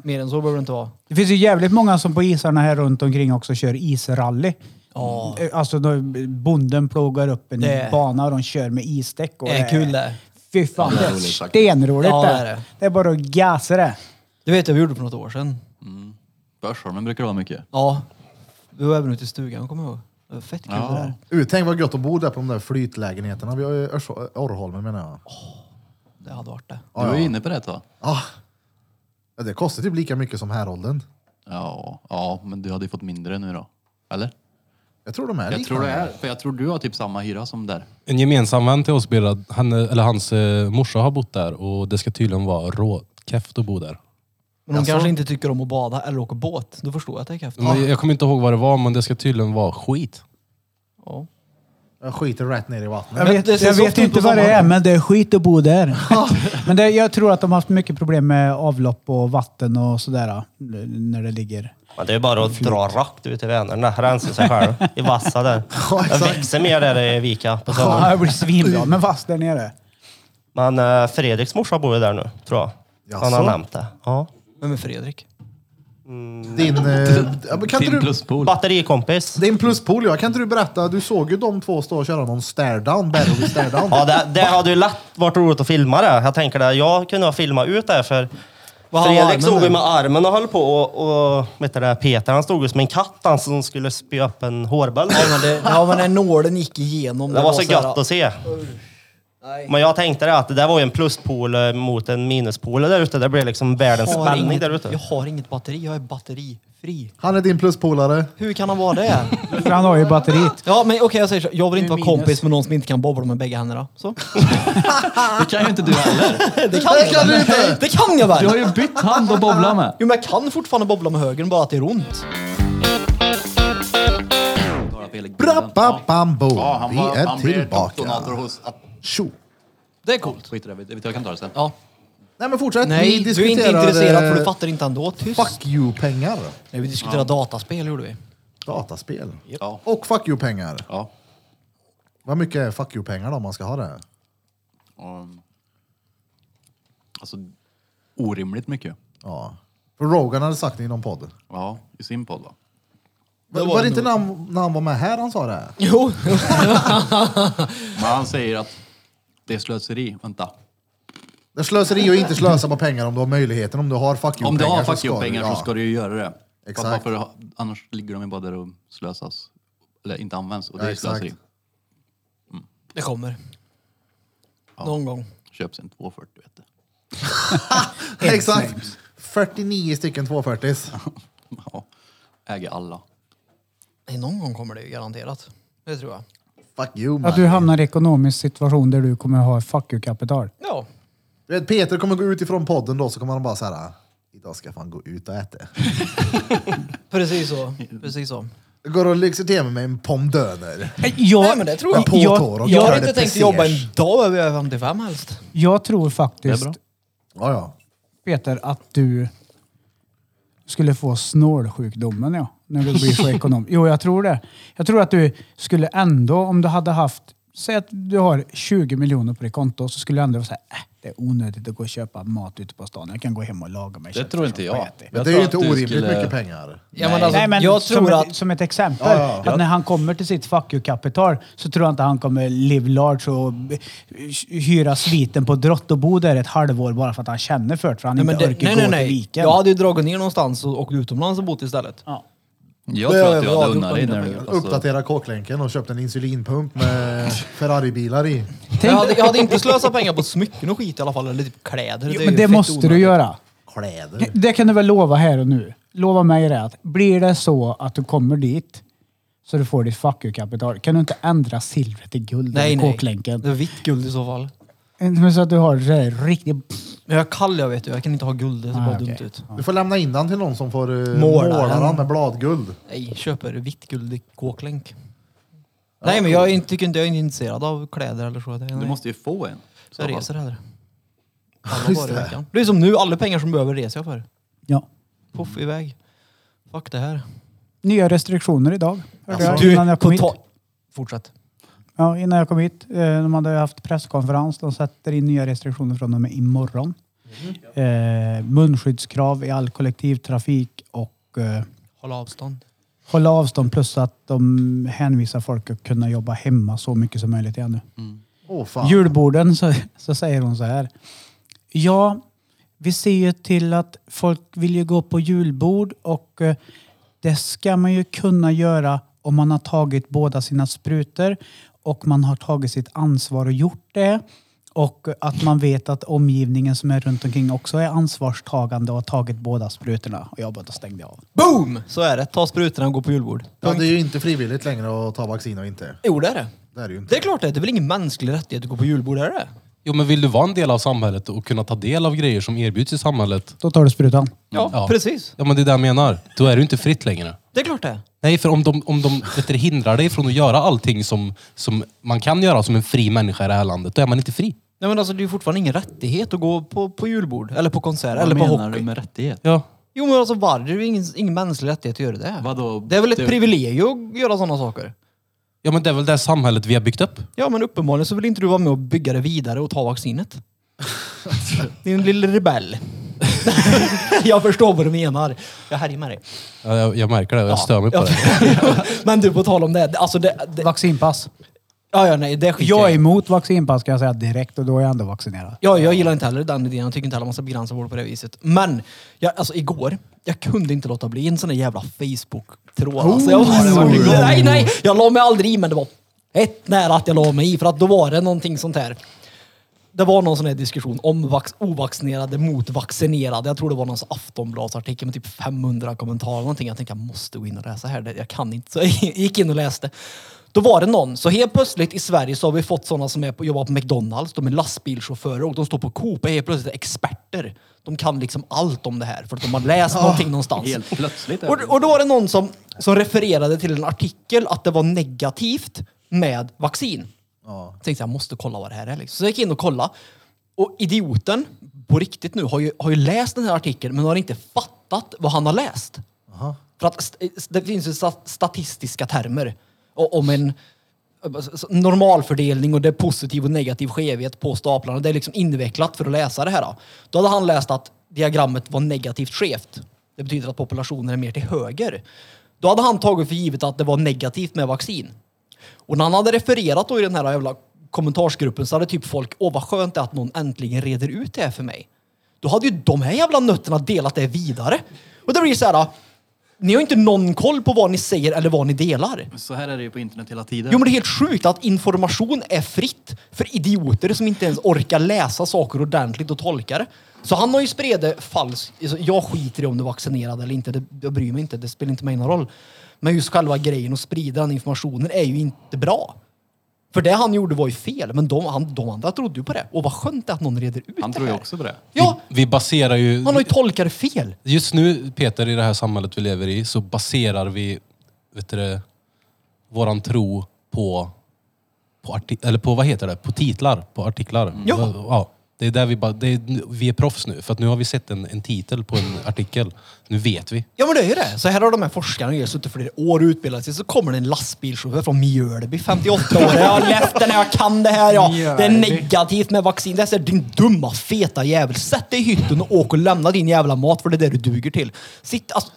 H: Mer än så behöver det inte vara.
F: Det finns ju jävligt många som på isarna här runt omkring också kör isrally.
H: Ja.
F: Eh, Alltså då bonden plogar upp en
H: Det-
F: bana och de kör med isdäck. Och
H: Det är kul det.
F: Fy fan, det är
I: roligt faktiskt.
F: stenroligt
H: Ja,
F: det.
H: det
F: är
H: är det.
F: Det är bara att gasa det.
H: Du vet jag vi gjorde för något år sedan.
I: Börsholmen brukar det vara mycket.
H: Ja. Vi var även ute i stugan, kommer jag ihåg. Det var fett kul
I: Ja.
H: det där.
E: Uh, tänk vad gött att bo där på de där flytlägenheterna. Vi har ju Örs- Orrholmen menar jag.
H: Det hade varit det.
I: Du var ju inne på det ett tag.
E: Ah. Ja, det kostar typ lika mycket som häråldern.
I: Ja, ja, men du hade ju fått mindre nu då. Eller?
E: Jag tror de är
I: Jag
E: lika.
I: tror det är. För jag tror du har typ samma hyra som där.
C: En gemensam vän till oss, Birra, han, eller hans eh, morsa har bott där och det ska tydligen vara råkeft att bo där.
H: Men de kanske inte tycker om att bada eller åka båt. Då förstår jag att det är kefft.
C: Men Jag kommer inte ihåg vad det var, men det ska tydligen vara skit.
H: Ja.
E: Jag skiter rätt ner i vattnet.
F: Jag
H: Men
F: vet,
H: det ser
F: jag
H: så
F: vet
H: fint
F: inte
H: ut
F: vad
H: som
F: det är,
H: man-
F: men det är skit att bo där. men det, jag tror att de har haft mycket problem med avlopp och vatten och sådär. n- När det ligger...
G: Men det är ju bara att dra rakt ut i Vänern. där. Rensa sig själv i vassa där. Den växer mer där i Vika på sommaren.
F: Ja, det blir svinbra, men fast där nere.
G: Men eh, Fredriks morsa bor ju där nu, tror jag. Han har
E: Jaså?
G: nämnt det. Ja.
H: Men med Fredrik.
E: Din, eh, ja, men kan
I: Din
E: inte du,
I: pluspol.
G: Batterikompis.
E: din pluspol, ja. Kan inte du berätta? Du såg ju de två stå och köra någon stare down, Barrowy stare down.
G: Ja, det, det hade ju lätt varit roligt att filma det. Jag tänker det, jag kunde ha filmat ut det här för
H: Vad har
G: Fredrik
H: armen
G: stod ju
H: där?
G: med armen och höll på och, och vet du det, Peter han stod ju som en katt han som skulle spy upp en hårböld.
H: Ja men, det, ja, men när nålen gick igenom.
G: Det var så
H: här-
G: gött att se.
H: Nej.
G: Men jag tänkte det att det där var ju en pluspol eh, mot en minuspol där ute. Det blev liksom världens
H: Jag har,
G: spänning
H: inget,
G: där
H: jag
G: ute.
H: har inget batteri, jag är batterifri.
E: Han är din pluspolare.
H: Hur kan han vara det?
F: För han har ju batteriet.
H: Ja men okej jag säger så, jag vill inte
F: Du
H: vara
F: minus.
H: kompis med någon som inte kan bobbla med bägge händerna. Så.
I: Det kan ju inte du heller.
H: Det kan, jag
E: kan
H: väl?
E: du inte!
H: Det kan jag väl?
I: Du har ju bytt hand att bobbla med.
H: Jo men jag kan fortfarande bobbla med högern bara att det är ont.
E: Bra, ba, bam, boom.
I: Ja, han
E: Vi
I: var,
E: är
I: han blev
E: tillbaka.
I: toppdonator hos... Att,
E: Tjo.
H: Det är coolt.
I: skit i det, vet- vet jag kan ta det sen.
H: Ja.
E: Nej men fortsätt.
H: Nej,
E: vi
H: du är
E: diskuterar,
H: inte intresserad för
E: eh,
H: du fattar inte ändå. Tyst.
E: Fuck you-pengar.
H: Nej, vi diskuterade dataspel gjorde vi.
E: Dataspel.
I: Ja.
E: Och fuck you-pengar.
I: Ja.
E: Vad mycket är fuck you-pengar då om man ska ha det?
I: Och, alltså, orimligt mycket.
E: Ja. För Rogan hade sagt det i någon podd.
I: Ja, i sin podd va?
E: Var, var det inte när han, när han var med här han sa det?
H: Jo.
I: Men han säger att det är slöseri. Vänta.
E: Det är slöseri att inte slösa på pengar om du har möjligheten. Om du har fuck you
I: Om du har
E: så
I: fuck you pengar
E: ja.
I: så ska du ju göra det.
E: Exakt.
I: Varför ha- annars ligger de ju bara där och slösas. Eller inte används och det
E: Ja,
I: är
E: exakt.
I: slöseri.
H: Det kommer. Någon gång.
I: Köps en 240 vet du.
E: Exakt. 49 stycken 240s.
I: Ja. Äger alla.
H: Nej, någon gång kommer det ju garanterat. Det tror jag.
E: Fuck you man.
F: Att du hamnar i ekonomisk situation där du kommer ha fuck you-kapital.
H: Ja.
E: Du vet, Peter kommer gå ut ifrån podden då så kommer han bara så här. Idag ska jag fan gå ut och äta.
H: Precis så. Precis så.
E: Jag går och lyxar till mig med en pommes döner.
F: Jag,
H: Nej, men det tror jag.
E: På tår
F: jag,
E: och
H: Jag
E: gör
H: har
E: det
H: inte tänkt
E: precis.
H: jobba en dag över 55 helst.
F: jag tror faktiskt,
E: Ja, ja.
F: Peter, att du skulle få snålsjukdomen ja, när du blir så ekonom. Jo, jag tror det. Jag tror att du skulle ändå, om du hade haft, säg att du har 20 miljoner på ditt konto, så skulle du ändå säga äh, det är onödigt att gå och köpa mat ute på stan. Jag kan gå hem och laga mig
I: Det
F: köttfärs
I: tror inte
F: och
I: jag.
F: äta.
E: Men
I: jag
E: det är
I: tror
E: ju
I: att
E: inte
I: du
E: orimligt
I: skulle-
E: mycket pengar.
H: Ja, men alltså,
F: Nej, men
H: jag
F: som,
H: tror att...
F: ett, som ett exempel.
E: Ja, ja.
F: Att när han kommer till sitt fuck you-kapital så tror jag inte han kommer live large och b- hyra sviten på Drott och bo där ett halvår bara för att han känner för det. För han
H: Nej, men
F: inte
H: det,
F: orkar
H: nej,
F: gå
H: nej,
F: till
H: nej.
F: viken.
H: Jag hade ju dragit ner någonstans och åkt utomlands och bott istället.
F: Ja.
I: Jag
E: Det
I: tror att
E: var
I: du hade
E: att
I: unnat dig
E: uppdatera-
I: när du... Alltså,
E: Uppdatera kåklänken och köpt en insulinpump med Ferrari-bilar i.
H: Jag hade, jag hade inte slösat pengar på smycken och skit i alla fall, eller typ kläder.
F: Jo,
H: är
F: men
H: ju
F: det
H: fett
F: måste du
H: onödigt.
F: göra.
E: Kläder.
F: Det kan du väl lova här och nu? Lova mig det att blir det så att du kommer dit så du får ditt fuck you-kapital, kan du inte ändra silvret till guld
H: Nej,
F: eller
H: nej.
F: kåklänken?
H: Det är vitt guld i så fall.
F: Inte men så att du har det där riktigt...
H: Men jag är kall jag vet du, jag kan inte ha guld, det ser
F: Ah,
H: bara
F: okej.
H: dumt ut.
E: Du får lämna in den till någon som får uh,
H: Måla
E: måla
H: den.
E: den med bladguld.
H: Nej, köper vitt guld i kåklänk. Nej men jag är inte, tycker inte jag är intresserad av kläder eller så. Det, nej.
I: du måste ju få en.
H: Så jag reser hellre. Alla
E: Just
H: dagar i
E: det.
H: veckan. Det är som nu, alla pengar som behöver reser jag för.
F: Ja.
H: Poff iväg. Fuck det här.
F: Nya restriktioner idag. Hörde
H: Alltså,
F: jag innan jag kom hit.
H: total- Fortsätt.
F: Ja, innan jag kom hit. Eh, de hade haft presskonferens. De sätter in nya restriktioner från och med imorgon. Eh, munskyddskrav i all kollektivtrafik och eh,
H: Håll avstånd.
F: hålla avstånd plus att de hänvisar folk att kunna jobba hemma så mycket som möjligt igen nu.
E: Åh fan.
F: Julborden så, så säger hon så här. Ja, vi ser ju till att folk vill ju gå på julbord och eh, det ska man ju kunna göra om man har tagit båda sina sprutor och man har tagit sitt ansvar och gjort det. Och att man vet att omgivningen som är runt omkring också är ansvarstagande och har tagit båda sprutorna. Och jag bara, då stängde jag av.
H: Boom! Så är det. Ta sprutorna och gå på julbord.
E: Ja, det är ju inte frivilligt längre att ta vaccin och inte.
H: Jo det är det.
E: Det är det ju inte.
H: Det är klart det är. Det är väl ingen mänsklig rättighet att gå på julbord, är det?
C: Jo men vill du vara en del av samhället och kunna ta del av grejer som erbjuds i samhället?
F: Då tar du sprutan.
H: Ja,
C: Ja.
H: precis.
C: Ja men det är det jag menar. Då är det ju inte fritt längre.
H: Det är klart det.
C: Nej, för om de, om de vet du, hindrar dig från att göra allting som, som man kan göra som en fri människa i det här landet, då är man inte fri.
H: Nej men alltså det är ju fortfarande ingen rättighet att gå på, på julbord. Eller på konsert.
I: Vad
H: eller på
I: menar
H: hockey.
I: du med rättighet?
C: Ja.
H: Jo men alltså var det är ju ingen, ingen mänsklig rättighet att göra det.
I: Vadå?
H: Det är väl ett
I: Du-
H: privilegium att göra sådana saker?
C: ja, men det är väl det samhället vi har byggt upp?
H: Ja men uppenbarligen så vill inte du vara med och bygga det vidare och ta vaccinet. Din lille rebell. jag förstår vad du menar. Jag härjer med dig.
C: Ja, Jag, jag märker det och jag stör mig på det.
H: men du, på tal om det. Alltså det, det
F: Vaccinpass.
H: ja, ja, nej, det skiter
F: Jag
H: jag
F: är
H: i.
F: emot vaccinpass kan jag säga direkt och då är jag ändå vaccinerad.
H: Ja, jag gillar inte heller den idén. Jag tycker inte heller man ska begränsa vård på det viset. Men, jag, alltså igår, jag kunde inte låta bli en sån där jävla Facebook-tråd. Alltså, jag var så
F: Oh.
H: glad. nej, nej, jag la mig aldrig i, men det var ett nära att jag la mig i. För att då var det någonting sånt här. Det var någon sån här diskussion om vax, ovaccinerade mot vaccinerade. Jag tror det var någon sån Aftonbladsartikel med typ 500 kommentarer. Någonting. Jag tänkte jag måste gå in och läsa här. Det- Jag kan inte. Så jag gick in och läste. Då var det någon. Så helt plötsligt i Sverige så har vi fått sådana som är på, jobbar på McDonalds. De är lastbilschaufförer och de står på Coop och är helt plötsligt experter. De kan liksom allt om det här för att de har läst någonting någonstans.
I: Helt plötsligt. är
H: Alltså. Och,
I: det-
H: och då var det någon som, som refererade till en artikel att det var negativt med vaccin. Jag tänkte jag måste kolla vad det här är. Liksom. Så jag gick in och kollade. Och idioten, på riktigt nu, har ju, har ju läst den här artikeln men har inte fattat vad han har läst. För att st- det finns ju sta- statistiska termer o- om en s- normalfördelning och det är positiv och negativ skevhet på staplarna. Det är liksom invecklat för att läsa det här. Då, då hade han läst att diagrammet var negativt skevt. Det betyder att populationen är mer till höger. Då hade han tagit för givet att det var negativt med vaccin. Och när han hade refererat då i den här jävla kommentarsgruppen så hade typ folk, åh vad skönt det är att någon äntligen reder ut det här för mig. Då hade ju de här jävla nötterna delat det vidare. Och det blir så här, ni har ju inte någon koll på vad ni säger eller vad ni delar.
I: Så här är det ju på internet hela tiden.
H: Jo men det är helt sjukt att information är fritt för idioter som inte ens orkar läsa saker ordentligt och tolka det. Så han har ju spridit falsk... alltså, Jag skiter i om du är vaccinerad eller inte, det, jag bryr mig inte, det spelar inte mig någon roll. Men just själva grejen att sprida den informationen är ju inte bra. För det han gjorde var ju fel, men de, han, de andra trodde ju på det. Och vad skönt det är att någon reder ut
I: Han
H: det
I: tror ju
H: här.
I: också på det.
H: Ja,
C: Vi, vi baserar ju...
H: han har ju tolkat det fel.
C: Just nu, Peter, i det här samhället vi lever i så baserar vi vet du, det, våran tro på, på, arti- eller på, vad heter det? på titlar, på artiklar.
H: Ja.
C: det är där vi, bara, det är, nu- vi är proffs nu, för att nu har vi sett en, en titel på en artikel. Nu vet vi.
H: Ja men det är ju det. Så här har de här forskarna ju suttit flera år och utbildat sig. Så kommer det en lastbilschaufför från Mjölby, 58 år. Jag har läst den här, jag kan det här. Ja. Det är negativt med vaccin. Det är så här, din dumma feta jävel. Sätt dig i hytten och åk och lämna din jävla mat för det är det du duger till. Sitt, alltså.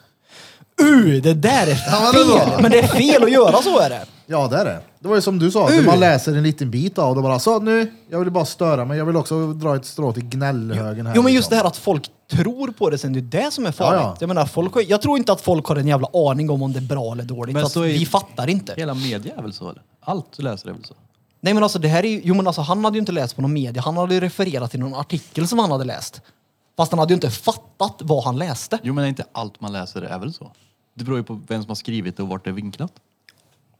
H: Uh, det där är
E: men det var-
H: fel. Men det är fel att göra så är det.
E: Ja, det är det. Det var ju som du sa,
H: Uh!
E: att man läser en liten bit av det och bara så nu, jag vill bara störa men jag vill också dra ett strå till gnällhögen här.
H: Jo men just
E: liksom.
H: det här att folk tror på det sen, det är det som är farligt.
E: Ja, ja.
H: Jag menar, folk, har- jag tror inte att folk har en jävla aning om om det är bra eller dåligt.
I: Men
H: Att
I: så är-
H: Vi fattar inte.
I: Hela media är väl så eller? Allt du läser är väl så?
H: Nej men alltså det här är ju, jo men alltså han hade ju inte läst på någon media, han hade ju refererat till någon artikel som han hade läst. Fast han hade ju inte fattat vad han läste.
I: Jo men inte allt man läser är väl så? Det beror ju på vem som har skrivit det och vart det är vinklat.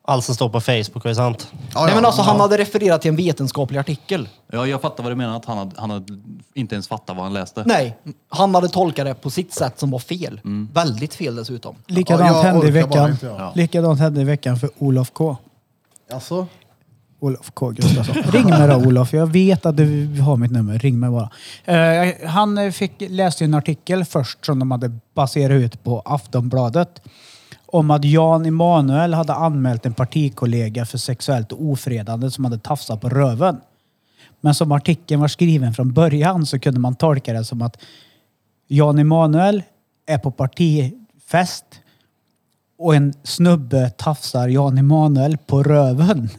G: Allt som står på Facebook är sant.
E: Ja,
H: Nej
E: ja,
H: men alltså
E: ja.
H: han hade refererat till en vetenskaplig artikel.
I: Ja, jag fattar vad du menar att han hade, han hade inte ens fattat vad han läste.
H: Nej, han hade tolkat det på sitt sätt som var fel.
F: Mm.
H: Väldigt fel dessutom.
E: Ja,
F: Likadant
E: jag
F: hände i
E: orkar bara
F: veckan.
E: inte, ja.
F: Likadant hände i veckan för Olof K.
E: Alltså,
F: Olof K Gustafsson. Ring mig då Olof. Jag vet att du har mitt nummer. Ring mig bara. Eh, han eh, fick, läste ju en artikel först som de hade baserat ut på Aftonbladet. Om att Jan Emanuel hade anmält en partikollega för sexuellt ofredande som hade tafsat på röven. Men som artikeln var skriven från början så kunde man tolka det som att Jan Emanuel är på partifest och en snubbe tafsar Jan Emanuel på röven.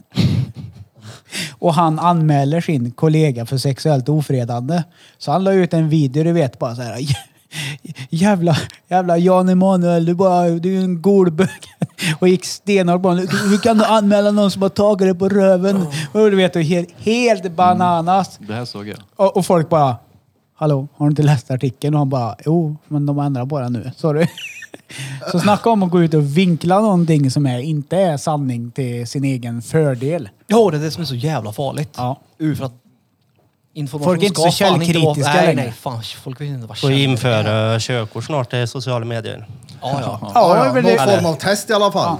F: Och han anmäler sin kollega för sexuellt ofredande. Så han la ut en video, du vet, bara så här. "Jä- Jävla, jävla Jan Emanuel, du, bara, du är ju en golbög. Och gick stenhårt på honom. "Hur- Hur kan du anmäla någon som har tagit dig på röven? Och du vet, och helt, helt bananas.
E: Mm.
I: Det här såg jag.
F: Och, och folk bara, hallå, har du inte läst artikeln? Och han bara, jo, men de ändrar bara nu. Sorry. Så snacka om att gå ut och vinkla någonting som är, inte är sanning till sin egen fördel.
H: Ja, det är det som är så jävla farligt.
F: Ja.
H: Uh, för att information
F: Folk är inte
H: ska
F: så
H: fan inte vara-
F: källkritiska
H: Nej,
F: längre.
H: nej, fan, folk vill inte vara
G: Och
H: käll-
G: införa eh, körkort snart i sociala medier.
H: Ja, ja.
E: ja, ja,
F: men
E: någon
F: det-
E: form av test i alla fall.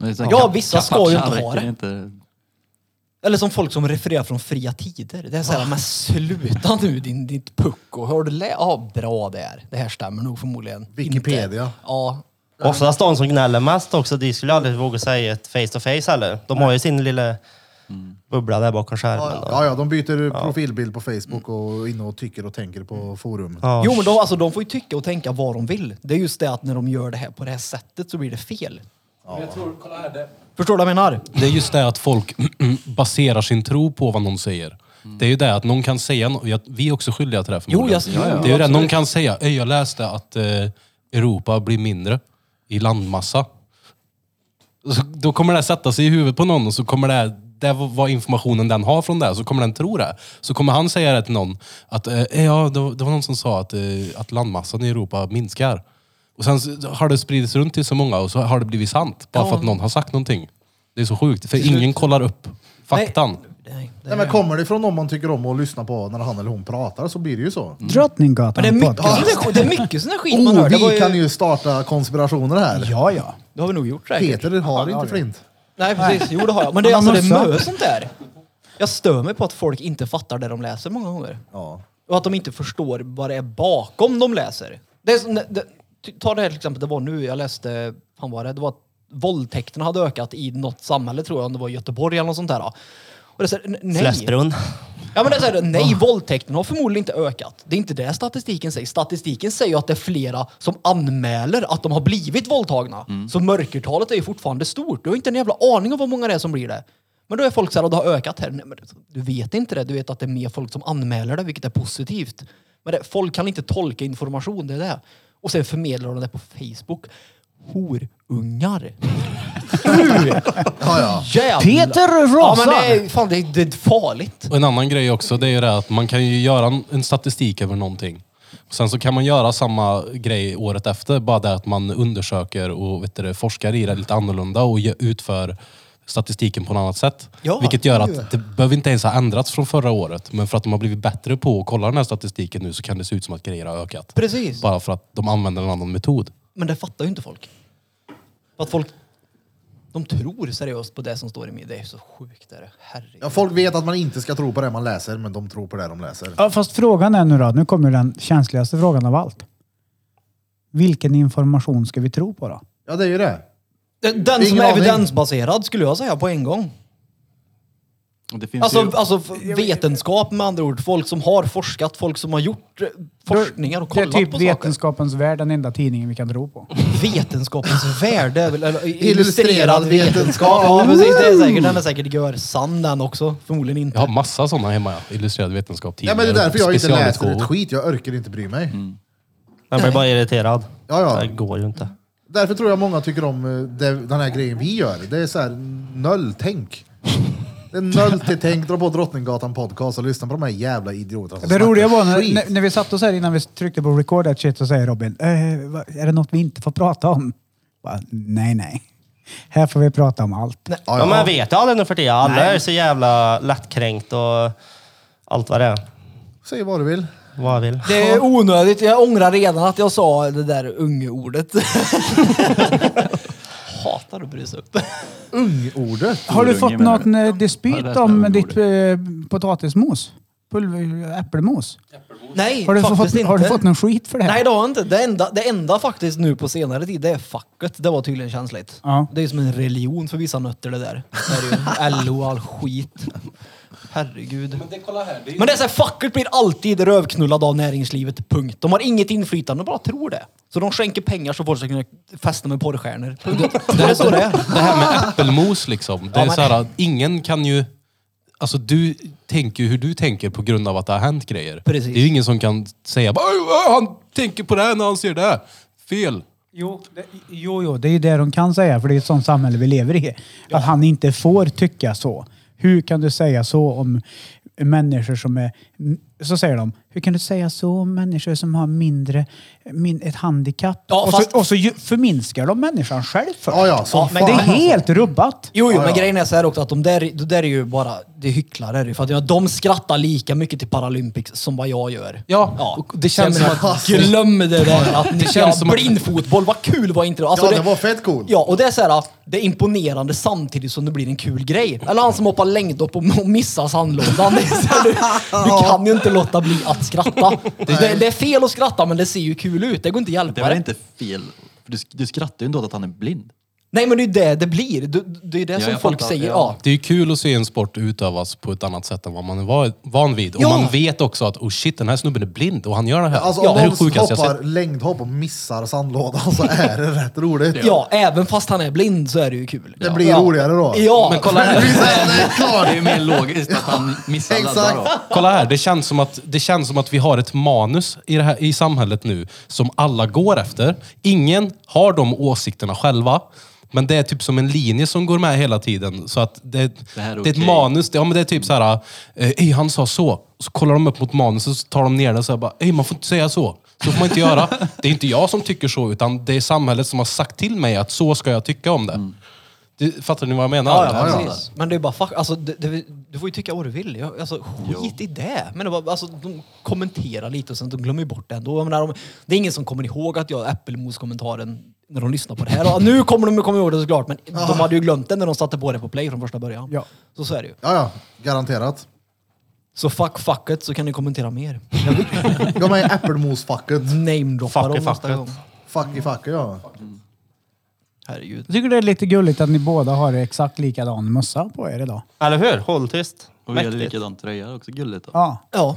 I: Men sen
H: Ja,
I: kap-
H: vissa ska ju inte
I: kapaciteten
H: ha det.
I: är Inte...
H: Eller som folk som refererar från fria tider. Det är såhär, men sluta nu din, ditt pucko. Hör du lä- Ja, bra det är. Det här stämmer nog förmodligen.
E: Wikipedia.
H: Inte. Ja.
G: Oftast de som gnäller mest också, de skulle aldrig våga säga ett face to face heller. De har ju sin lilla
I: Mm.
G: bubbla där bakom skärmen.
E: Ja,
G: då.
E: ja, ja, de byter profilbild på Facebook och inne och tycker och tänker
H: Mm.
E: på forum.
G: Ja.
H: Jo men de, alltså, de får ju tycka och tänka vad de vill. Det är just det att när de gör det här på det här sättet så blir det fel. Förstår du vad jag menar?
C: Det är just det att folk baserar sin tro på vad någon säger. Det är ju det att någon kan säga, no- jag- vi är också skyldiga till det här förmodligen.
H: jag- Mm. jo, jo,
C: det är ju det, någon kan säga, "Ey, jag läste att eh, Europa blir mindre i landmassa. Så, då kommer det sätta sig i huvudet på någon och så kommer det, det var informationen den har från det, så kommer den tro det. Så kommer han säga det till någon, att eh, ja, det var det var någon som sa att, eh, att landmassan i Europa minskar. Och sen så har det spridits runt till så många och så har det blivit sant, bara för att någon har sagt någonting. Det är så sjukt, för ingen kollar upp faktan.
H: Nej, det
E: Nej, men kommer det från någon man tycker om att lyssna på när han eller hon pratar så blir det ju så.
F: Drottninggatan
H: Men det är mycket
F: podcast.
H: sån där, det är mycket sån där skit Mm. man
E: Oh,
H: hör. Det, var
E: vi kan
H: ju,
E: ju starta konspirationer här.
F: Ja, ja.
H: det har vi nog gjort säkert.
E: Peter har inte flint.
H: Nej precis, jo det har jag. Men det är
F: Han
H: alltså
F: har
H: det är
F: mössa.
H: mö sånt där. Jag stör mig på att folk inte fattar det de läser många gånger.
E: Ja.
H: Och att de inte förstår vad det är bakom de läser. Det är, som- det, ty- ta det här till exempel, det var nu jag läste, fan var det, det var att våldtäkterna hade ökat i något samhälle tror jag, om det var i Göteborg eller något sånt där. Och det är så här, n- nej.
G: Slästbrunn.
H: Ja men det är så här, nej våldtäkterna har förmodligen inte ökat. Det är inte det statistiken säger. Statistiken säger ju att det är flera som anmäler att de har blivit våldtagna. Så mörkertalet är ju fortfarande stort. Du har inte en jävla aning om hur många det är som blir det. Men då är folk så här, och det har ökat här. Nej, men du vet inte det. Du vet att det är mer folk som anmäler det, vilket är positivt. Men det, folk kan inte tolka information, det är det. Och sen förmedlar de det på Facebook. Horungar.
E: Ja, ja.
H: Jävlar.
F: Peter
H: Ja, men
F: rasar.
H: det är, fan, det är, det är farligt.
C: Och en annan grej också, det är ju det att man kan ju göra en- en statistik över någonting. Och Sen så kan man göra samma grej året efter, bara det att man undersöker och vet du, det, forskar i det lite annorlunda och ge- utför statistiken på något annat sätt.
H: Ja.
C: Vilket gör att det behöver inte ens ha ändrats från förra året. Men för att de har blivit bättre på att kolla den här statistiken nu så kan det se ut som att grejer har ökat.
H: Precis.
C: Bara för att de använder en annan metod.
H: Men det fattar ju inte folk. För att folk, de tror seriöst på det som står i media. Det är så sjukt. Är det. Herregud.
E: Ja, folk vet att man inte ska tro på det man läser, men de tror på det de läser.
F: Ja, fast frågan är nu då, nu kommer den känsligaste frågan av allt. Vilken information ska vi tro på då?
E: Ja, det är ju det.
H: Den den som
E: Ingen
H: är
E: aning.
H: evidensbaserad skulle jag säga på en gång.
I: Och Det finns
H: Alltså,
I: ju...
H: alltså f- vetenskap med andra ord. Folk som har forskat, folk som har gjort eh, forskningar och
F: Det är
H: kollat
F: typ
H: på saker.
F: Vetenskapens Värld, den enda tidningen vi kan tro på.
H: Vetenskapens värde. är väl- Eller,
E: Illustrerad vetenskap.
H: Ja, precis. Det är säkert, den är säkert görsann den också. Förmodligen inte.
C: Jag har massa sådana hemma, ja. illustrerad vetenskap
E: Ja,
C: tidningar.
E: men det är därför jag inte läser ett
C: specialutgåvor.
E: skit. Jag orkar inte bry mig.
C: Mm.
G: Jag blir bara irriterad.
E: Ja, ja.
G: Det går ju inte.
E: Därför tror jag många tycker om eh, det, den här grejen vi gör. Det är så här nolltänk. Det är noll till tänk, dra på Drottninggatan podcast och lyssna på de här jävla idioterna som
F: Det roliga
E: snackar
F: var när,
E: skit.
F: när, när vi satt oss här innan vi tryckte på record that shit så säger Robin, eh, vad- är det något vi inte får prata om? Bara, nej, nej. Här får vi prata om allt.
G: Ja, men jag vet ju aldrig nu för tiden. Alla är så jävla lättkränkt och allt vad det är.
E: Säg vad du vill.
G: Vad jag vill.
H: Det är onödigt. Jag ångrar redan att jag sa det där ungeordet. Hatar att brusa upp.
E: Ungordet.
F: Har du
I: Horunge
F: fått
I: menar
F: någon eh,
I: Ja, det
F: dispyt
I: är
F: om
I: ett
F: ditt eh, potatismos? Pulver, äppelmos?
H: Nej,
F: Har du,
H: faktiskt
F: fått,
H: inte.
F: har du fått någon skit för det här?
H: Nej, det har jag inte. Det enda, det enda faktiskt nu på senare tid, det är facket. Det var tydligen känsligt.
F: Ja.
H: Det är ju som en religion för vissa nötter det där. Det är ju LO och all skit. Herregud. Men det, är så här, facket blir alltid rövknullad av näringslivet, punkt. De har inget inflytande, de bara tror det. Så de skänker pengar så folk ska kunna festa med porrstjärnor. Punkt. Det är så det är.
C: Det här med äppelmos liksom. Det
H: Ja,
C: är
H: men-
C: så här, ingen kan ju... Alltså du tänker ju hur du tänker på grund av att det har hänt grejer.
H: Precis.
C: Det är ju ingen som kan säga "Oj, oj, han tänker på det här när han ser det här. Fel.
F: Jo, det, jo, jo, det är ju det de kan säga, för det är ett sånt samhälle vi lever i. Att han inte får tycka så. Hur kan du säga så om människor som är... Så säger de, hur kan du säga så om människor som har mindre, min, ett handikapp?
H: Ja,
F: och,
H: fast-
F: så, och så ju- förminskar de människan själv för
E: Ja, ja, som
F: det. Men det är alltså-
E: fan.
F: helt rubbat.
H: Jo, jo men grejen är så här också att de där, de där är ju bara, det är hycklare. För att ja, de skrattar lika mycket till Paralympics som vad jag gör.
C: Ja, och det känns
H: Så jag
C: som
H: menar,
C: att-
H: Glöm det där att det
C: känns
H: känns
C: som
H: ja,
C: att-
H: blindfotboll, vad kul var inte det? Alltså,
E: Ja, det var fett cool.
H: Ja, och det är så här, det är imponerande samtidigt som det blir en kul grej. Eller han som hoppar längdhopp och, och missar sandlådan. Det är så här, du, du kan ju inte låta bli att skratta. Det, det är fel att skratta, men det ser ju kul ut. Det går inte att hjälpa
I: Det var inte fel. För du, du skrattar ju inte åt att han är blind.
H: Nej, men det är ju det det blir. Det, det är det som
I: jag
H: folk
I: fattar.
H: säger.
I: Ja.
H: Ja.
C: Det är ju kul att se en sport utövas på ett annat sätt än vad man är va- van vid. Och
H: Ja.
C: man vet också att oh shit, den här snubben är blind och han gör det här.
E: Alltså
C: det här
E: om
C: är
E: någon
C: det sjukaste jag sett.
E: hoppar längdhopp och missar sandlådan så är det rätt roligt.
H: Ja, även fast han är blind så är det ju kul.
E: Det blir roligare då.
H: Ja,
I: Men kolla
E: Det
I: här.
E: är klart.
I: Det är ju mer logiskt att han missar laddar då.
E: Exakt.
C: Kolla här, det känns som att, det känns som att vi har ett manus i, det här, i samhället nu som alla går efter. Ingen har de åsikterna själva. Men det är typ som en linje som går med hela tiden. Så att det, det,
I: Det här är
C: är ett
I: okej.
C: manus. Det, ja, men det är typ så här, eh, "Ey, han sa så. Så kollar de upp mot manuset och så tar de ner den så här, bara, "Ey, man får inte säga så. Så får man inte göra. Det är inte jag som tycker så, utan det är samhället som har sagt till mig att så ska jag tycka om det. det fattar ni vad jag menar?
H: Ja, precis. Men det är bara fuck. Alltså, det, det, du får ju tycka vad du vill. Jag, alltså, skit i det. Men det var, alltså, de kommenterar lite och sen de glömmer ju bort det ändå. Jag Menar, de, det är ingen som kommer ihåg att jag äppelmos-kommentaren när de lyssnar på det här. Och nu kommer de ju komma ihåg det såklart, men de hade ju glömt det när de satte på det på play från första början.
F: Ja.
H: Så så är det ju.
E: Ja, ja. Garanterat.
H: Så fuck fucket så kan ni kommentera mer.
E: De är i äppelmosfacket.
H: Namedroppa
G: Fuck
H: dem
G: i
H: nästa
G: fucket.
H: gång.
E: Fuck i facket ja.
H: Herregud.
F: Jag tycker det är lite gulligt att ni båda har exakt likadan mössa på er idag.
G: Eller hur? Håll tyst.
I: Och vi hade
G: Mäktigt.
I: likadan tröja också, gulligt. Då.
F: Ja.
H: Ja,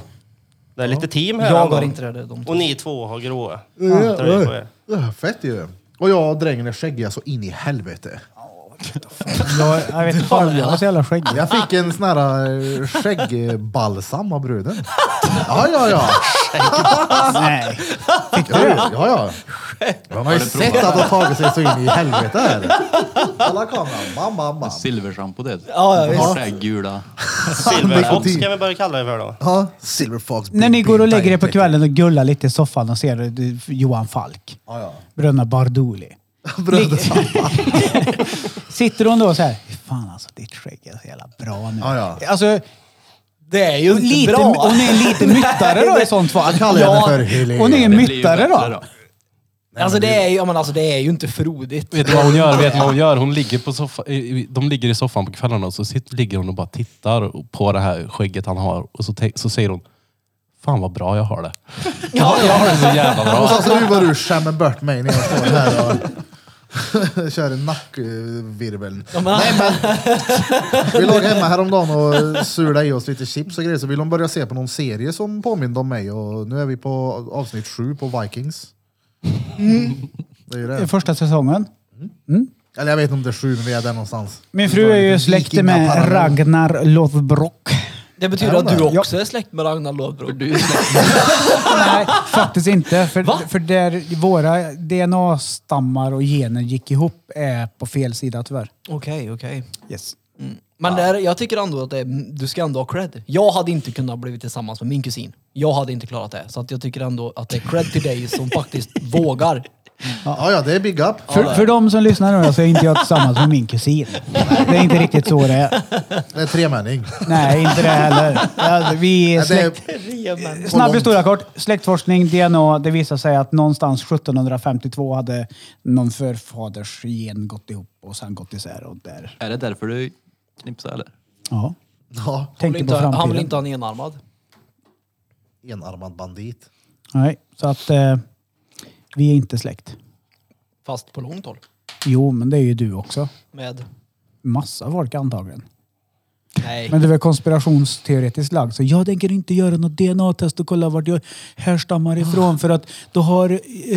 G: Det är lite team här.
H: jag
G: ändå.
H: har inte det. De
G: Och ni två har gråa.
E: Ja,
G: tröjor på er.
E: ja, Fett ju. Och jag och drängen är skäggiga så in i helvete.
F: Jag, jag vet inte fan, jag har så jävla skägg.
E: Jag fick en sån här eh, skäggbalsam av bruden. Ja, ja, ja.
F: Nej.
E: Fick du? Ja, ja. Man har ju sett att det har tagit sig så in i helvete här. Kolla kameran. Bam, bam, bam.
I: Silverschampo det.
H: Ja, ja, visst.
I: Det här gula.
G: Silverfox kan vi börja kalla det för då.
E: Ja, Silver Fox.
F: När ni
E: Big
F: går och
E: Big
F: lägger er
E: Time
F: på
E: Tech.
F: kvällen och gullar lite i soffan och ser eh, Johan Falk.
E: Ja, ja.
F: Bröderna Bardoli.
E: Bröderna.
F: Sitter hon då så här, "Fy fan alltså ditt skägg är så jävla bra nu.
E: Ja, ja.
F: Alltså,
H: Det är ju inte
F: lite,
H: bra.
F: hon är lite myttare då i sånt fall.
E: kallar henne för Helena.
F: Hon är en
I: Det blir ju
F: myttare
I: bättre
F: då.
H: Alltså det är ju, ja, men alltså det är ju inte frodigt.
C: Vet du vad hon gör? Vet du vad hon gör? Hon ligger på soffa, i- i- de ligger i soffan på kvällarna och så sitter, ligger hon och bara tittar på det här skägget han har. Och så, te- så säger hon, Fan vad bra jag har det. Ja, jag har det så jävla
E: Och
C: bra.
E: så så nu vad du skämmer bort mig när jag står här och kör en nackvirveln.
H: Ja, men,
E: Vi låg hemma häromdagen och surade i oss lite chips och grejer så ville de börja se på någon serie som påminde om mig och nu är vi på avsnitt sju på Vikings. Det är ju det.
F: Första säsongen.
E: Eller jag vet inte om det är sju, men vi är där någonstans.
F: Min fru är ju släkt med
E: Vikingaparallell.
F: Ragnar Lothbrok.
H: det betyder
E: Ja,
H: att du
E: men.
H: också är släkt med Ragnar Lodbrok.
I: Du är släkt
F: Nej, faktiskt inte.
H: Va?
F: För, för där våra DNA-stammar och gener gick ihop är på fel sida tyvärr.
H: Okej, okej.
F: Yes.
H: Men där, jag tycker ändå att det, är- du ska ändå ha cred. Jag hade inte kunnat bli tillsammans med min kusin. Jag hade inte klarat det. Så att jag tycker ändå att det är cred till dig som faktiskt vågar.
E: Ja, ja, det är big up.
F: För, för de som lyssnar nu då, så är inte jag tillsammans med min kusin. Det är inte riktigt så det är.
E: Det är tremänning.
F: Nej, inte det heller. Ja, alltså, Vi är
E: Ja, det
F: släkt...
E: är
F: Snabb historia kort. Släktforskning, DNA. Det visar sig att någonstans 1752 hade någon förfaders gen gått ihop och sen gått isär. Och där.
I: Är det därför du knipsar eller?
F: Ja.
E: ja,
H: Han vill
F: Tänker på
H: inte- Han vill
F: framtiden.
H: inte ha en enarmad.
E: enarmad bandit.
F: Nej, så att eh, vi är inte släkt.
H: Fast på långt håll.
F: Jo, men det är ju du också.
H: Med...
F: Massa folk antagligen.
H: Nej.
F: Men det är väl konspirationsteoretiskt lagd. Så jag tänker inte göra något DNA-test och kolla vart jag
H: Ah.
F: härstammar ifrån. För att då har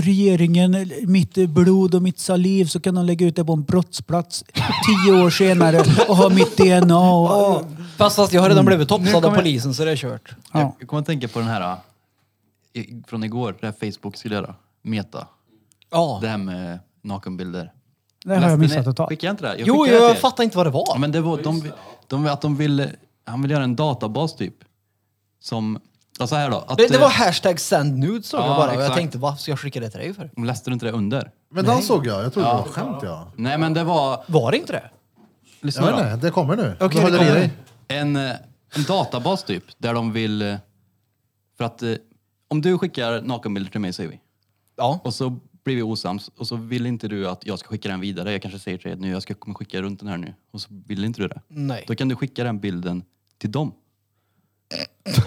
F: regeringen mitt blod och mitt saliv så kan de lägga ut det på en brottsplats tio år senare och ha mitt DNA.
H: Ah.
F: Och,
H: Fast, fast jag har redan blivit topsad av
I: kommer-
H: polisen så det är kört.
F: ja.
I: Jag kommer att tänka på den här eh, i- från igår, det här Facebook skulle göra. Meta.
H: Ja.
I: Det här med nakenbilder.
F: Det här har jag
I: Läste
F: missat
I: ni?
F: totalt.
I: Skickade jag inte det? Jag
H: Jo,
I: skickade det till
H: jag
I: er.
H: fattar inte vad det
I: Ja,
H: var.
I: men det var, de, de, att de ville, han ville göra en databas typ. Som, ja så här då. Att,
H: Det, det var
I: eh,
H: hashtag send nude såg jag
I: Ja,
H: bara. Och jag
I: exakt.
H: tänkte, varför ska jag skicka det till dig för?
I: Läste du inte det under?
E: Men den såg jag. Jag trodde det var skämt. Ja.
I: Nej men det var,
H: Var det inte det?
E: Jag
I: lyssna
E: vet
I: då.
E: inte, det kommer nu.
H: Okej,
E: du håller
H: det
E: i
H: kommer.
E: dig.
I: en, eh, en databas typ, där de vill... eh, För att eh, om du skickar nakenbilder till mig säger vi,
H: Ja.
I: och så blir vi osams och så vill inte du att jag ska skicka den vidare. Jag kanske säger till dig nu, jag ska kommer skicka runt den här nu. Och så vill inte du det.
H: Nej.
I: Då kan du skicka den bilden till dem.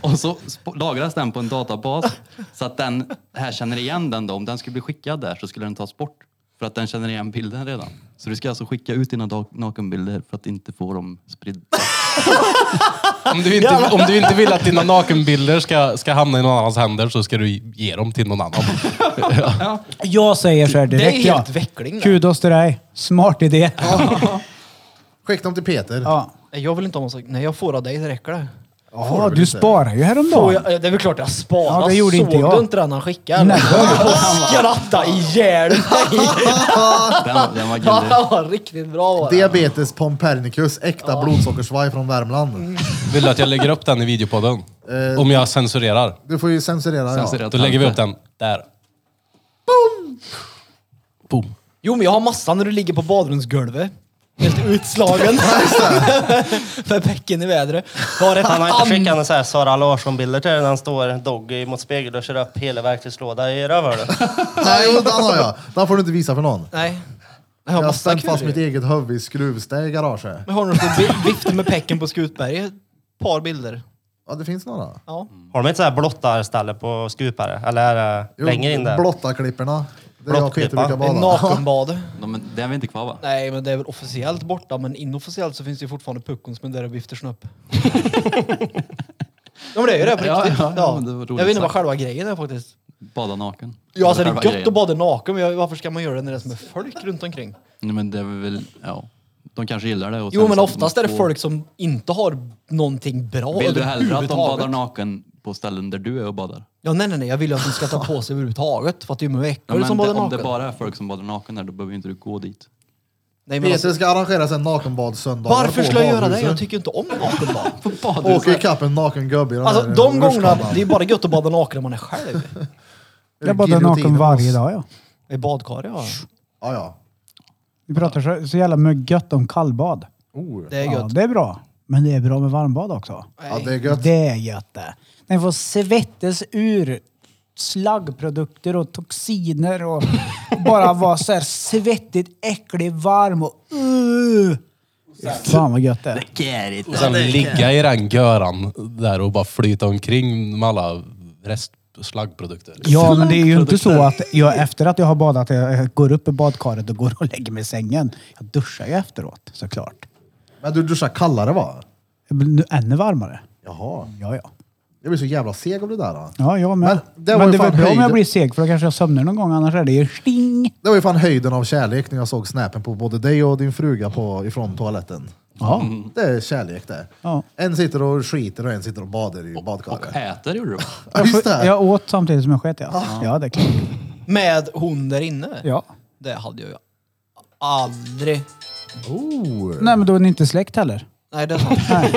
I: Och så sp- lagras den på en databas så att den här känner igen den då. Om den skulle bli skickad där så skulle den tas bort. För att den känner igen bilden redan. Så du ska alltså skicka ut dina dag- nakenbilder för att inte få dem spridda.
C: Om du, inte, om du inte vill att dina nakenbilder ska, ska hamna i någon annans händer så ska du ge dem till någon annan.
F: Jag säger så här
H: Det är
F: direkt.
H: helt
F: Ja.
H: veckling det.
F: Kudos till dig. Smart idé.
E: Skicka dem till Peter.
F: Ja.
H: Nej, Jag vill inte ha någon sak. Nej, jag får av dig, det räcker det.
F: Ja, du sparar ju
H: Får
F: häromdagen.
H: jag, eh, det är väl klart jag sparar.
F: Ja, det gjorde
H: Såg
F: inte jag.
H: du inte den han skickade? Nej. Skratta ihjäl mig!
I: Den, den var gullig.
H: Ja, Riktigt bra var det.
E: Diabetes Pompernicus, äkta blodsockersvaj från Värmland.
C: Vill du att jag lägger upp den i videopodden?
E: Eh.
C: Om jag censurerar.
E: Du får ju censurera.
I: Censurera
C: Då lägger vi upp den där. Boom! Boom.
H: Jo, men jag har massa när du ligger på badrumsgolvet. Helt utslagen. För pecken i vädret. Jag har ett
G: Han har inte
H: an-
G: skickat några så här Sara Larsson-bilder till dig när han står doggy mot spegeln och kör upp hela verktygslådan i rövhålet.
E: Ja. Nej, jo, den har jag. Den får du inte visa för någon.
H: Nej. Jag har
E: Jag har
H: massa
E: spänt
H: kul.
E: fast mitt
H: i.
E: eget huvud i skruvstäd i garaget.
H: Men har du något vift med pecken på Skutberget? Par bilder.
E: Ja, det finns några.
H: Ja.
G: Har de inte så här blottarställe på Skutberget? Eller är det
E: Jo,
G: längre in där?
E: Blottarklipporna. Där jag och Peter
G: Blottklippan.
E: brukar
H: Det är
E: bada.
H: nakenbad.
I: De, den är vi inte kvar va?
H: Nej, men det är väl officiellt borta, men inofficiellt så finns det ju fortfarande puckons med där och vifter snupp. ja men det är ju det på
I: Ja,
H: riktigt.
I: ja,
H: Ja,
I: ja, men det var roligt
H: jag vet inte vad
I: sagt.
H: själva grejen är faktiskt.
I: Bada naken.
H: Ja, alltså det
I: Själva
H: är gött
I: grejen.
H: att bada naken, men jag- varför ska man göra det när det är som är folk runt omkring?
I: Nej men det är väl, ja. de kanske gillar det. Och
H: Jo,
I: sen
H: men
I: så-
H: oftast är det
I: och-
H: folk som inte har någonting bra
I: Vill du hellre att de
H: överhuvudtaget.
I: badar naken på ställen där du är och badar?
H: Ja, nej, nej, nej. Jag vill ju att de ska ta på sig överhuvudtaget. För att det är ju mycket
I: Ja,
H: äckel
I: men
H: som
I: det,
H: badar
I: om
H: naken.
I: det bara är folk som badar naken där, då behöver ju inte du gå dit.
H: Nej, men alltså,
E: Peter ska arrangera sig en nakenbad söndag.
H: varför
E: på
H: skulle jag göra det?
E: badhuset.
H: Jag tycker ju inte om nakenbad.
E: Åker ikapp en naken gubbe i den
H: Alltså
E: här
H: de gångerna,
E: rutschkanan.
H: det är ju bara gött att bada naken om man är själv.
E: Eller
F: Jag badar naken
E: giljotinen,
F: varje
E: alltså.
F: dag ja.
H: I badkar, ja.
E: Ja, ja.
F: Vi pratar så, så jävla mycket gött om kallbad.
E: Oh.
H: Det är
F: Ja,
H: gött.
F: det är bra. Men det är bra med varmbad också.
E: ja, det är gött.
F: Det är gött det. Den får svettas ur slaggprodukter och toxiner och bara vara så här svettigt, äcklig, varm och uh. Fan vad gött det är.
C: Och sen ligga i den göran där och bara flyta omkring med alla rest slaggprodukter.
F: Ja, men det är ju inte så att jag efter att jag har badat, jag går upp i badkaret och går och lägger mig i sängen. Jag duschar ju efteråt såklart.
E: Men du duschar kallare va?
F: Det blir nu ännu varmare.
E: Jaha.
F: Ja, ja.
E: Jag blir så jävla seg av det där. Då.
F: Ja, jag med.
E: Men det var
F: men
E: ju
F: det är väl
E: fan
F: bra om jag
E: höjden.
F: blir seg för då kanske jag somnar någon gång annars är det ju sting.
E: Det var ju fan höjden av kärlek när jag såg snäpen på både dig och din fruga på, ifrån toaletten. Mm.
F: Ja.
E: Det är kärlek det.
F: Ja.
E: En sitter och skiter och en sitter och badar i
I: Och
E: badkaret.
I: äter gjorde du va?
E: Ja, just det. Ah.
F: Jag åt samtidigt som jag sket ja. Ja, det är klart.
H: Med hon där inne.
F: Ja.
H: Det hade jag ju aldrig.
F: Nej, men då är ni inte släkt heller.
H: Nej, det är sant.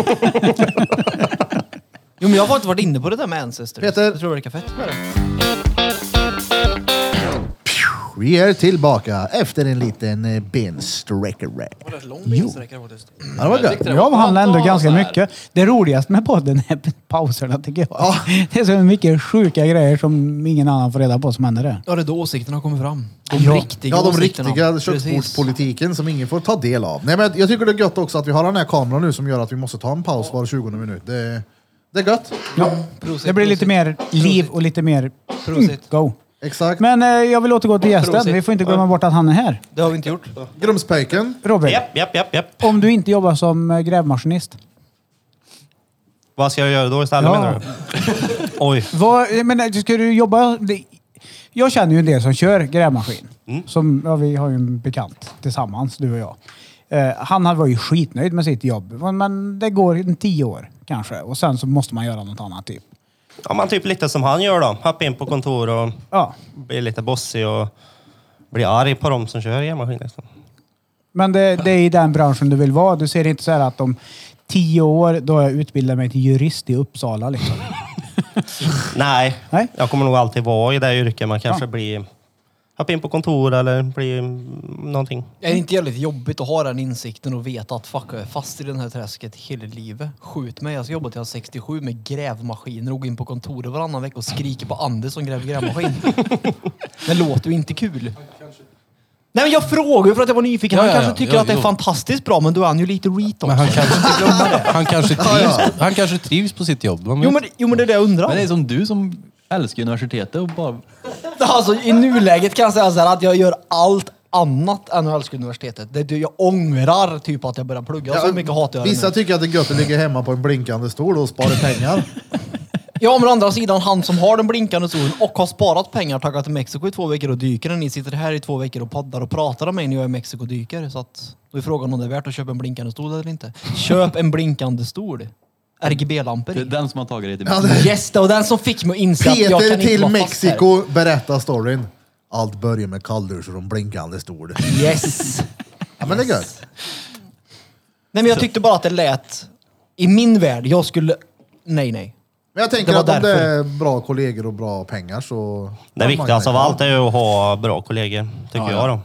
H: jo, men jag har inte varit inne på det där med Ancestors.
E: Peter.
H: Jag tror det verkar fett med det.
E: Vi är tillbaka efter en liten eh, bensträckare.
H: Var det lång bensträckare faktiskt?
E: Ja, det var gött.
F: Ja, det handlar ändå
I: skönt att
F: ganska
I: ha så här.
F: mycket. Det roligaste med podden är pauserna tycker jag. Det är så mycket sjuka grejer som ingen annan får reda på som händer där.
H: Ja, det är då åsikterna kommer fram. De
F: Ja.
H: riktiga
E: Ja, de
H: åsikterna.
E: riktiga
H: Precis.
E: köksbordspolitiken som ingen får ta del av. Nej, men jag tycker det är gött också att vi har den här kameran nu som gör att vi måste ta en paus var 20 minut. Det, det är gött.
H: Prosit,
F: Det blir lite
H: prosit,
F: mer liv och lite mer
H: Prosit.
F: go.
E: Exakt.
F: Men eh, jag vill återgå till gästen.
H: Prosit.
F: Vi får inte glömma bort att han är här.
H: Det har vi inte gjort.
E: Grumspöjken.
F: Robin,
G: Japp, japp, japp, japp.
F: om du inte jobbar som eh, grävmaskinist,
G: Vad ska jag göra då istället
F: Ja.
G: menar du? Oj.
F: vad, jag menar, ska du jobba... det- Jag känner ju en del som kör grävmaskin.
G: Mm.
F: Som, ja, vi har ju en bekant tillsammans, du och jag. Eh, han var ju skitnöjd med sitt jobb. Men det går en tio år kanske och sen så måste man göra något annat typ.
G: Ja, men typ lite som han gör då. Hoppa in på kontor och
F: Ja.
G: bli lite bossig och bli arg på dem som kör grävmaskin. Liksom.
F: Men det, det är i den branschen du vill vara. Du ser inte så här att om tio år, då har jag utbildat mig till jurist i Uppsala liksom.
G: Nej,
F: Nej.
G: jag kommer nog alltid vara i det yrket. Man kanske blir... Hoppa in på kontor eller bli mm, någonting.
H: Är det inte jävligt jobbigt att ha den insikten och veta att fuck, jag är fast i den här träsket hela livet. Skjut mig, jag ska jobba till jag är 67 med grävmaskiner och gå in på kontoret varannan vecka och skrika på Anders som gräver grävmaskin. det låter ju inte kul. Nej men jag frågar ju för att jag var nyfiken.
C: Ja,
H: han
C: ja,
H: kanske
C: ja.
H: tycker
C: Jo,
H: att det är
C: jo.
H: fantastiskt bra men då är han ju lite reet
C: Men
H: också.
C: han kanske, han, kanske trivs, han kanske trivs på sitt jobb. Man
H: Jo
C: vet.
H: men, jo men det är det jag undrar.
I: Men det är som du som älskar universitetet och bara...
H: Alltså i nuläget kan jag säga så här att jag gör allt annat än att älska universitetet. Det, det- jag ångrar typ att jag började plugga. Så mycket hatar jag det
E: Vissa
H: nu.
E: tycker att det är gött att ligga hemma på en blinkande stol och spara pengar.
H: Ja, men å andra sidan, han som har den blinkande solen och har sparat pengar tackat till Mexiko i två veckor och dyker när ni sitter här i två veckor och poddar och pratar om mig när jag är i Mexiko och dyker. Så att då är frågan om det är värt att köpa en blinkande stol eller inte. Köp en blinkande stol. RGB-lampor
I: Det är
H: i.
I: den som har tagit dig till
E: Ja,
I: mig.
E: det-
H: Yes, det var den som fick mig att inse att jag
E: Peter
H: kan inte
E: till
H: vara fast här.
E: Mexiko berättar storyn. Allt börjar med kalldusch och de blinkande stol.
H: Yes.
E: Ja, men det är gött.
H: Nej, men jag tyckte bara att det lät... I min värld, jag skulle... Nej, nej.
E: Men jag tänker
H: Det var
E: att om det
H: därför.
E: är bra kollegor och bra pengar så...
G: Det
E: Ja,
G: viktigaste
E: man
G: av
E: kan-
G: allt är ju att ha bra kollegor, tycker jag då.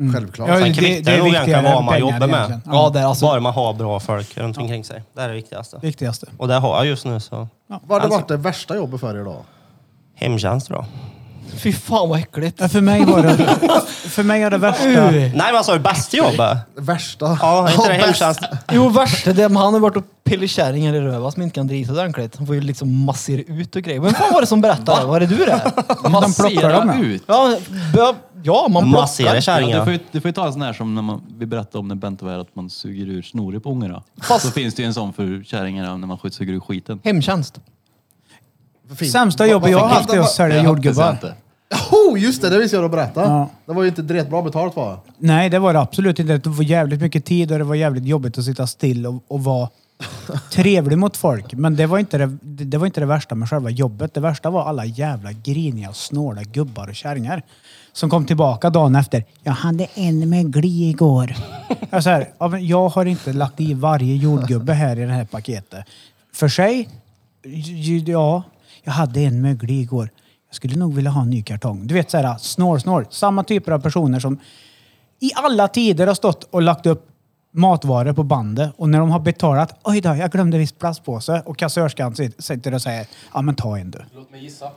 H: Mm.
E: Självklart.
F: Ja,
G: Sen kvittar det nog egentligen
F: viktigare
G: vad
F: än
G: man
F: pengar
G: jobbar med.
F: egentligen. Ja.
H: Ja, det är alltså...
G: Bara man har bra folk runt omkring sig. Det är det viktigaste.
F: Viktigaste.
G: Och det har jag just nu så...
E: Vad
H: Alltså-
E: har det varit det värsta jobbet för er då?
G: Hemtjänst då.
H: Fy fan vad äckligt.
F: Ja, för mig var det... För mig är det värsta...
G: Nej men alltså det bästa jobbet?
E: Värsta?
G: Ja, inte det
E: bäst-
G: hemtjänst.
H: Jo, värst är det men han har varit och pillat kärringar i röva som inte kan drita ordentligt. Han får ju liksom massera ut och grejer. Vem fan var det som berättade? Var det du det?
I: De
F: plockar dem, ja.
I: ut.
H: Ja, bö- ja man
G: Massera
H: plockar.
I: Ja, du, får
G: kärringar.
I: ju, du får ju ta en sån här som när man, vi berättade om när Bente var här, att man suger ur snoret på ungarna.
H: Fast-
I: Så finns det ju en sån för kärringar när man skjuter- suger ur skiten.
H: Hemtjänst.
E: Fint.
F: Sämsta jobbet jag har haft är att sälja
I: hoppas jag
F: jordgubbar.
I: inte.
E: Jo, Oh, just det, det visste jag att berätta.
F: Ja.
E: Det var ju inte dretbra betalt va?
F: Nej, det var det absolut inte. Det var jävligt mycket tid och det var jävligt jobbigt att sitta still och, och vara trevlig mot folk. Men det var, inte det, det var inte det värsta med själva jobbet. Det värsta var alla jävla griniga, snåla gubbar och kärringar som kom tillbaka dagen efter. Jag hade en med gli igår. Jag, så här, "Ja, men jag har inte lagt i varje jordgubbe här i det här paketet. För sig, j- ja, jag hade en med gli igår. Jag skulle nog vilja ha en ny kartong. Du vet så här, snår, snår. Samma typer av personer som i alla tider har stått och lagt upp matvaror på bandet och när de har betalat, oj då, jag glömde visst plastpåse och kassörskan sit- sitter och säger, ja men ta en du.
C: Låt mig gissa.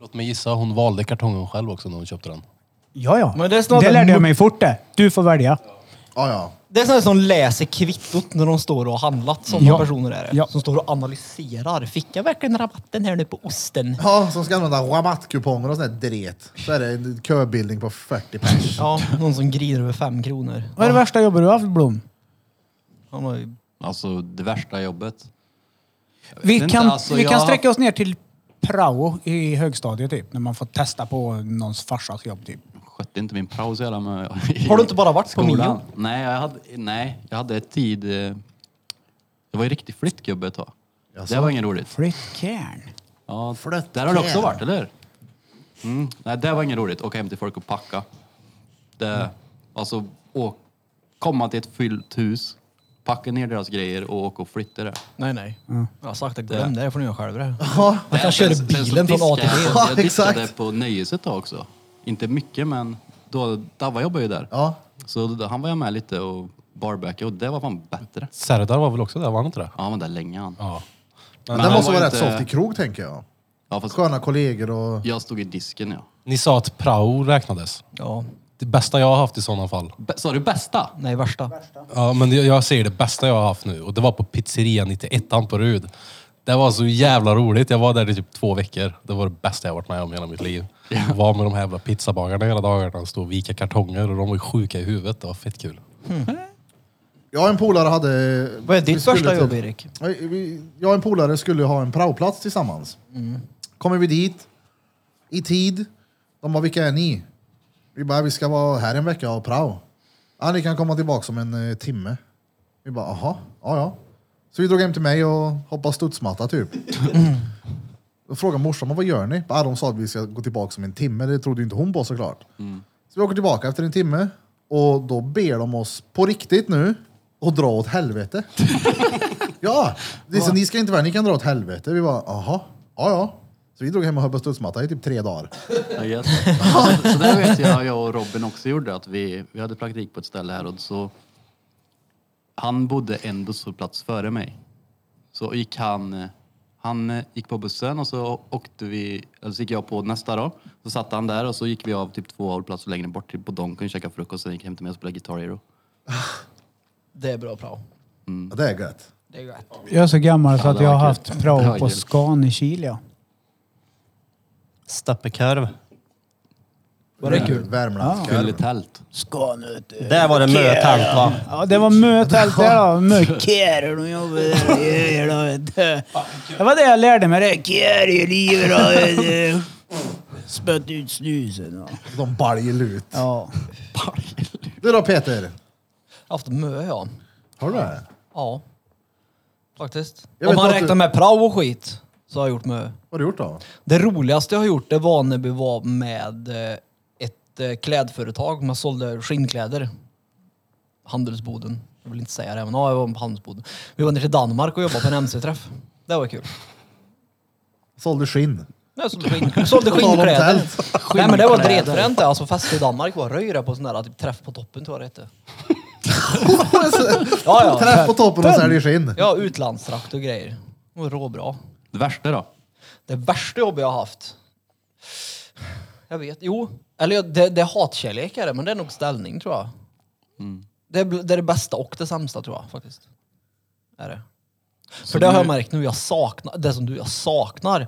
C: Låt mig gissa, hon valde kartongen själv också när hon köpte den.
F: Ja, ja.
H: Men det är snarare
F: det lärde jag
H: mot-
F: mig fort det. Du får välja.
E: Ja, ja.
H: Det är sådana som läser kvittot när de står och har handlat. Sådana
F: Ja.
H: personer är det.
F: Ja.
H: Som står och analyserar. Fick jag verkligen rabatten här nu på osten?
E: Ja, som ska använda rabattkuponger och sån där dret. Så är det en köbildning på 40 pers.
H: Ja, någon som griner över fem kronor.
F: Vad är det värsta jobbet du har haft Blom?
H: Han har ju...
I: Alltså det värsta jobbet.
F: Vi
I: inte,
F: kan,
I: alltså,
F: vi
I: jag
F: kan
I: har-
F: sträcka oss ner till prao i högstadiet typ, när man får testa på någons farsas jobb typ.
I: Skötte inte min prao så jävla med
H: Har du inte bara varit på
I: skolan?
H: Mio?
I: Nej, jag hade, nej, jag hade ett tid... eh, Det var ju riktigt flyttgubbe ett tag. Det var inget roligt.
F: Flyttkärn.
I: Ja, där har det också varit, eller? Mm. Nej, det var inget roligt. Åka hem till folk och packa.
H: Mm.
I: Det, alltså, å, komma till ett fyllt hus, packa ner deras grejer och åka och flytta det.
H: Nej, nej. Jag har sagt att glöm
I: Det-
H: det. Det får ni göra själva det.
E: Ja,
H: Man kan köra bilen från A till B.
E: Ja,
I: Jag diskade
E: exakt.
I: på Nöjeset då också. Inte mycket, men då, Davva jobbade ju där.
E: ja.
I: Så då- han var jag med lite och barbackade och det var fan bättre.
C: Serdar var väl också där, var han inte det?
I: Ja, han var där länge han.
C: Ja.
E: Men
I: han
E: det måste
I: var
E: vara rätt
I: inte-
E: soft i krog tänker jag.
I: Ja, fast
E: Sköna kollegor och...
I: jag stod i disken ja.
C: Ni sa att prao räknades.
H: Ja.
C: Det bästa jag har haft i sådana fall.
I: Bä- Sa du bästa?
H: Nej, värsta.
C: Ja, men jag- jag säger det bästa jag har haft nu och det var på pizzeria 91 på Rud. Det var så jävla roligt. Jag var där i typ två veckor. Det var det bästa jag varit med om i hela mitt liv. Jag var med de här jävla pizzabagarna hela dagarna och stod och vika kartonger och de var ju sjuka i huvudet. Det var fett kul.
E: Jag och en polare hade...
H: Vad är
E: vi
H: ditt
E: skulle typ-
H: värsta
E: till-
H: jobb, Erik?
E: Nej, vi- Jag och en polare skulle ha en praoplats tillsammans. Kommer vi dit, i tid. De bara, vilka är ni? Vi bara, vi ska vara här en vecka och prao. Ja, ni kan komma tillbaka om en eh, timme. Vi bara, aha, ja ja. Så vi drog hem till mig och hoppade studsmatta typ. Då frågade morsan, "Men vad gör ni? Bara, de sa att vi ska gå tillbaka om en timme. Det trodde ju inte hon på såklart. Så vi åker tillbaka efter en timme och då ber de oss på riktigt nu och dra åt helvete. Ja, det är så, ni ska inte vara ni kan dra åt helvete. Vi bara, aha, ja ja. Så vi drog hem och höll på studsmatta i typ tre dagar.
I: Ja, yes. så, så där vet jag, jag och Robin också gjorde att vi, vi hade praktik på ett ställe här och så han bodde en busshållplats före mig. Så gick han, han gick på bussen och så åkte vi, eller så gick jag på nästa då. Så satt han där och så gick vi av typ två hållplatser längre bort till på Donken, käkade frukost, sen gick jag hem till mig och spelade Guitar Hero.
H: Det är bra prao. Mm.
E: Ja, det är gött.
H: Det är gött.
F: Jag är så gammal så
I: Fan,
F: att
I: det
F: jag
I: var
F: har
I: kul.
F: haft
I: Det
F: prao
I: var
F: på
I: kul.
F: Scan i Chile. ja.
G: Steppekorv.
H: Var det kul?
I: Fyllde
E: Värmlandskorv.
I: tält.
G: Där var det mötält va?
F: Ja, det var mötet där då. Mökär, de jobbade där. Ja, ja, ja. Det var det jag lärde mig. det. Kär i livet då. Spött ut snusen. då.
E: De baljer ut.
F: Ja.
E: Du då Peter?
H: haft mö, ja.
E: Har du det?
H: Ja. Faktiskt.
E: Jag
H: Om
E: vet
H: man
E: att du-
H: räknar med prao och skit så har jag gjort mö.
E: Vad har du gjort då?
H: Det roligaste jag har gjort det var när vi var med eh, ett eh, klädföretag. Man sålde skinnkläder. Handelsboden. Jag vill inte säga det, men ja, jag var på Handelsboden. Vi var ner till Danmark och jobbade på en MC-träff. Det var kul.
E: Sålde skinn.
H: Jag sålde, skinn, sålde
E: På tal om
H: skinnkläder.
E: tält.
H: Nej men det var dretfränt det. Alltså fest i Danmark var röjra på sån där typ, träff på toppen tror jag det hette. Ja, ja.
E: Träff på toppen och säljer skinn.
H: Ja, utlandstrakt och grejer. Det var råbra.
I: Det värsta då?
H: Det värsta jobb jag har haft? Jag vet, jo. Eller jag- det, det är hatkärlek är det, men det är nog ställning tror jag. Det, är, bl- det är det bästa och det sämsta tror jag faktiskt. Är det. För det har jag märkt nu, jag saknar, det som du, jag saknar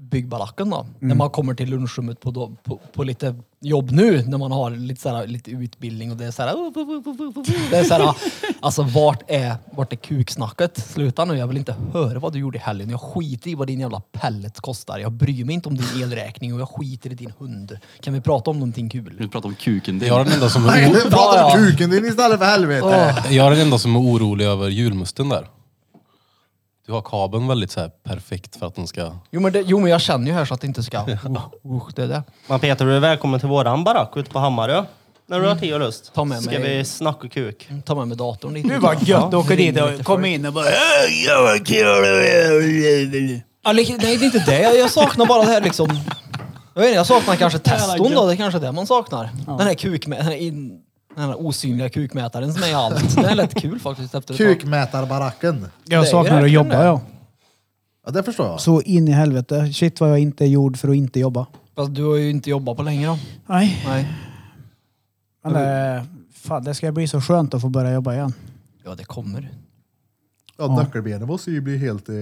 H: byggbaracken då. När man kommer till lunchrummet på, då- på, på lite jobb nu, när man har lite, så här, lite utbildning och det är så här... Det är så här alltså vart är, vart är kuksnacket? Sluta nu, jag vill inte höra vad du gjorde i helgen. Jag skiter i vad din jävla pellet kostar. Jag bryr mig inte om din elräkning och jag skiter i din hund. Kan vi prata om någonting kul?
I: Nu pratar om kuken. Det
C: Jag är den enda som är,
E: Nej, nu pratar
H: Ja,
E: om
H: ja.
E: kuken din istället för helvete.
C: jag är, den enda som är orolig över julmusten där. Du har kabeln väldigt så här perfekt för att den ska...
H: Jo men, det, jo, men jag känner ju här så att det inte ska... Uh, uh, det är det.
G: Men Peter, du är välkommen till våran barack ute på Hammarö. När du har tid och lust.
H: Ta med
G: Ska
H: mig-
G: vi snacka kuk?
H: Mm, Ta med mig datorn dit.
F: Nu var gött att åka dit och komma in och bara... "Hej, jag var kul."
H: Ja, li- nej, det är inte det. Jag, jag saknar bara det här liksom... Jag, vet inte, jag saknar kanske teston då. Det är kanske är det man saknar. Den här kukmä- den här, in- den här osynliga kukmätaren som är i allt. Det är lätt kul faktiskt. Efter ett tag.
E: Kukmätarbaracken.
H: Det
F: Jag
H: är
F: saknar att
H: verkligen
F: jobba
H: det.
F: ja.
E: Ja, det förstår jag.
F: Så in i helvete. Shit vad jag inte är gjord för att inte jobba.
H: Fast du har ju inte jobbat på länge då.
F: Nej.
H: Nej.
F: Men det, fan, det ska bli så skönt att få börja jobba igen.
H: Ja, det kommer.
E: Ja, nackelbenen måste ju bli helt eh,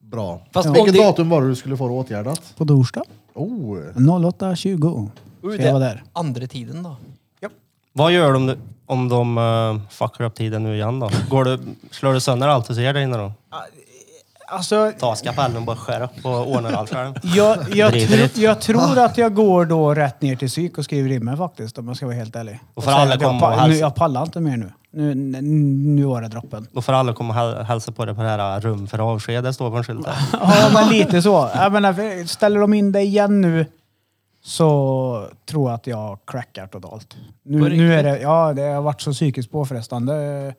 E: bra.
H: Fast om
E: Vilket
H: det-
E: datum var det du skulle få det åtgärdat?
F: På torsdag
E: Oh,
F: 08.20
H: Oj,
F: ska jag vara där.
H: Andra tiden då.
G: Vad gör de om de uh, fuckar upp tiden nu igen då? Går du, slår du sönder allt du ser där inne då?
F: Alltså,
G: Ta skapellen och bara skär upp och ordnar allt själv.
F: jag, jag,
G: Driver
F: tro,
G: ut.
F: jag tror att jag går då rätt ner till psyk och skriver in mig faktiskt om jag ska vara helt ärlig.
G: Och får
F: säger
G: alla
F: att jag
G: komma och
F: pa-
G: hälsa.
F: nu, Jag pallar inte mer nu. Nu, nu, nu var det droppen.
G: Då får alla komma och häl- hälsa på dig på det här eh, rum för avsked, det står på en skylt där.
F: Ja, men lite så. Jag menar, för ställer de in det igen nu så tror jag att jag crackar totalt.
H: På
F: Nu,
H: riktigt?
F: nu är det, ja, det har varit så psykiskt påfrestande.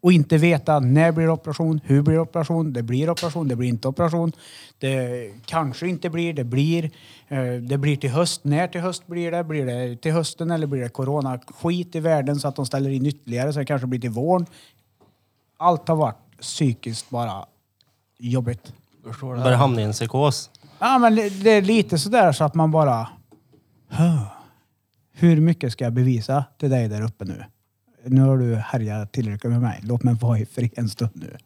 F: Och inte veta när blir det operation, hur blir det operation, det blir operation, det blir inte operation. Det kanske inte blir, det blir. Eh, Det blir till höst, när till höst blir det? Blir det till hösten eller blir det corona-skit i världen så att de ställer in ytterligare så det kanske blir till våren? Allt har varit psykiskt bara jobbigt.
G: Börjar hamna i en psykos.
F: Ja, men det- det är lite sådär så att man bara... "Huh. Hur mycket ska jag bevisa till dig där uppe nu? Nu har du härjat tillräckligt med mig. Låt mig vara i fri en stund nu.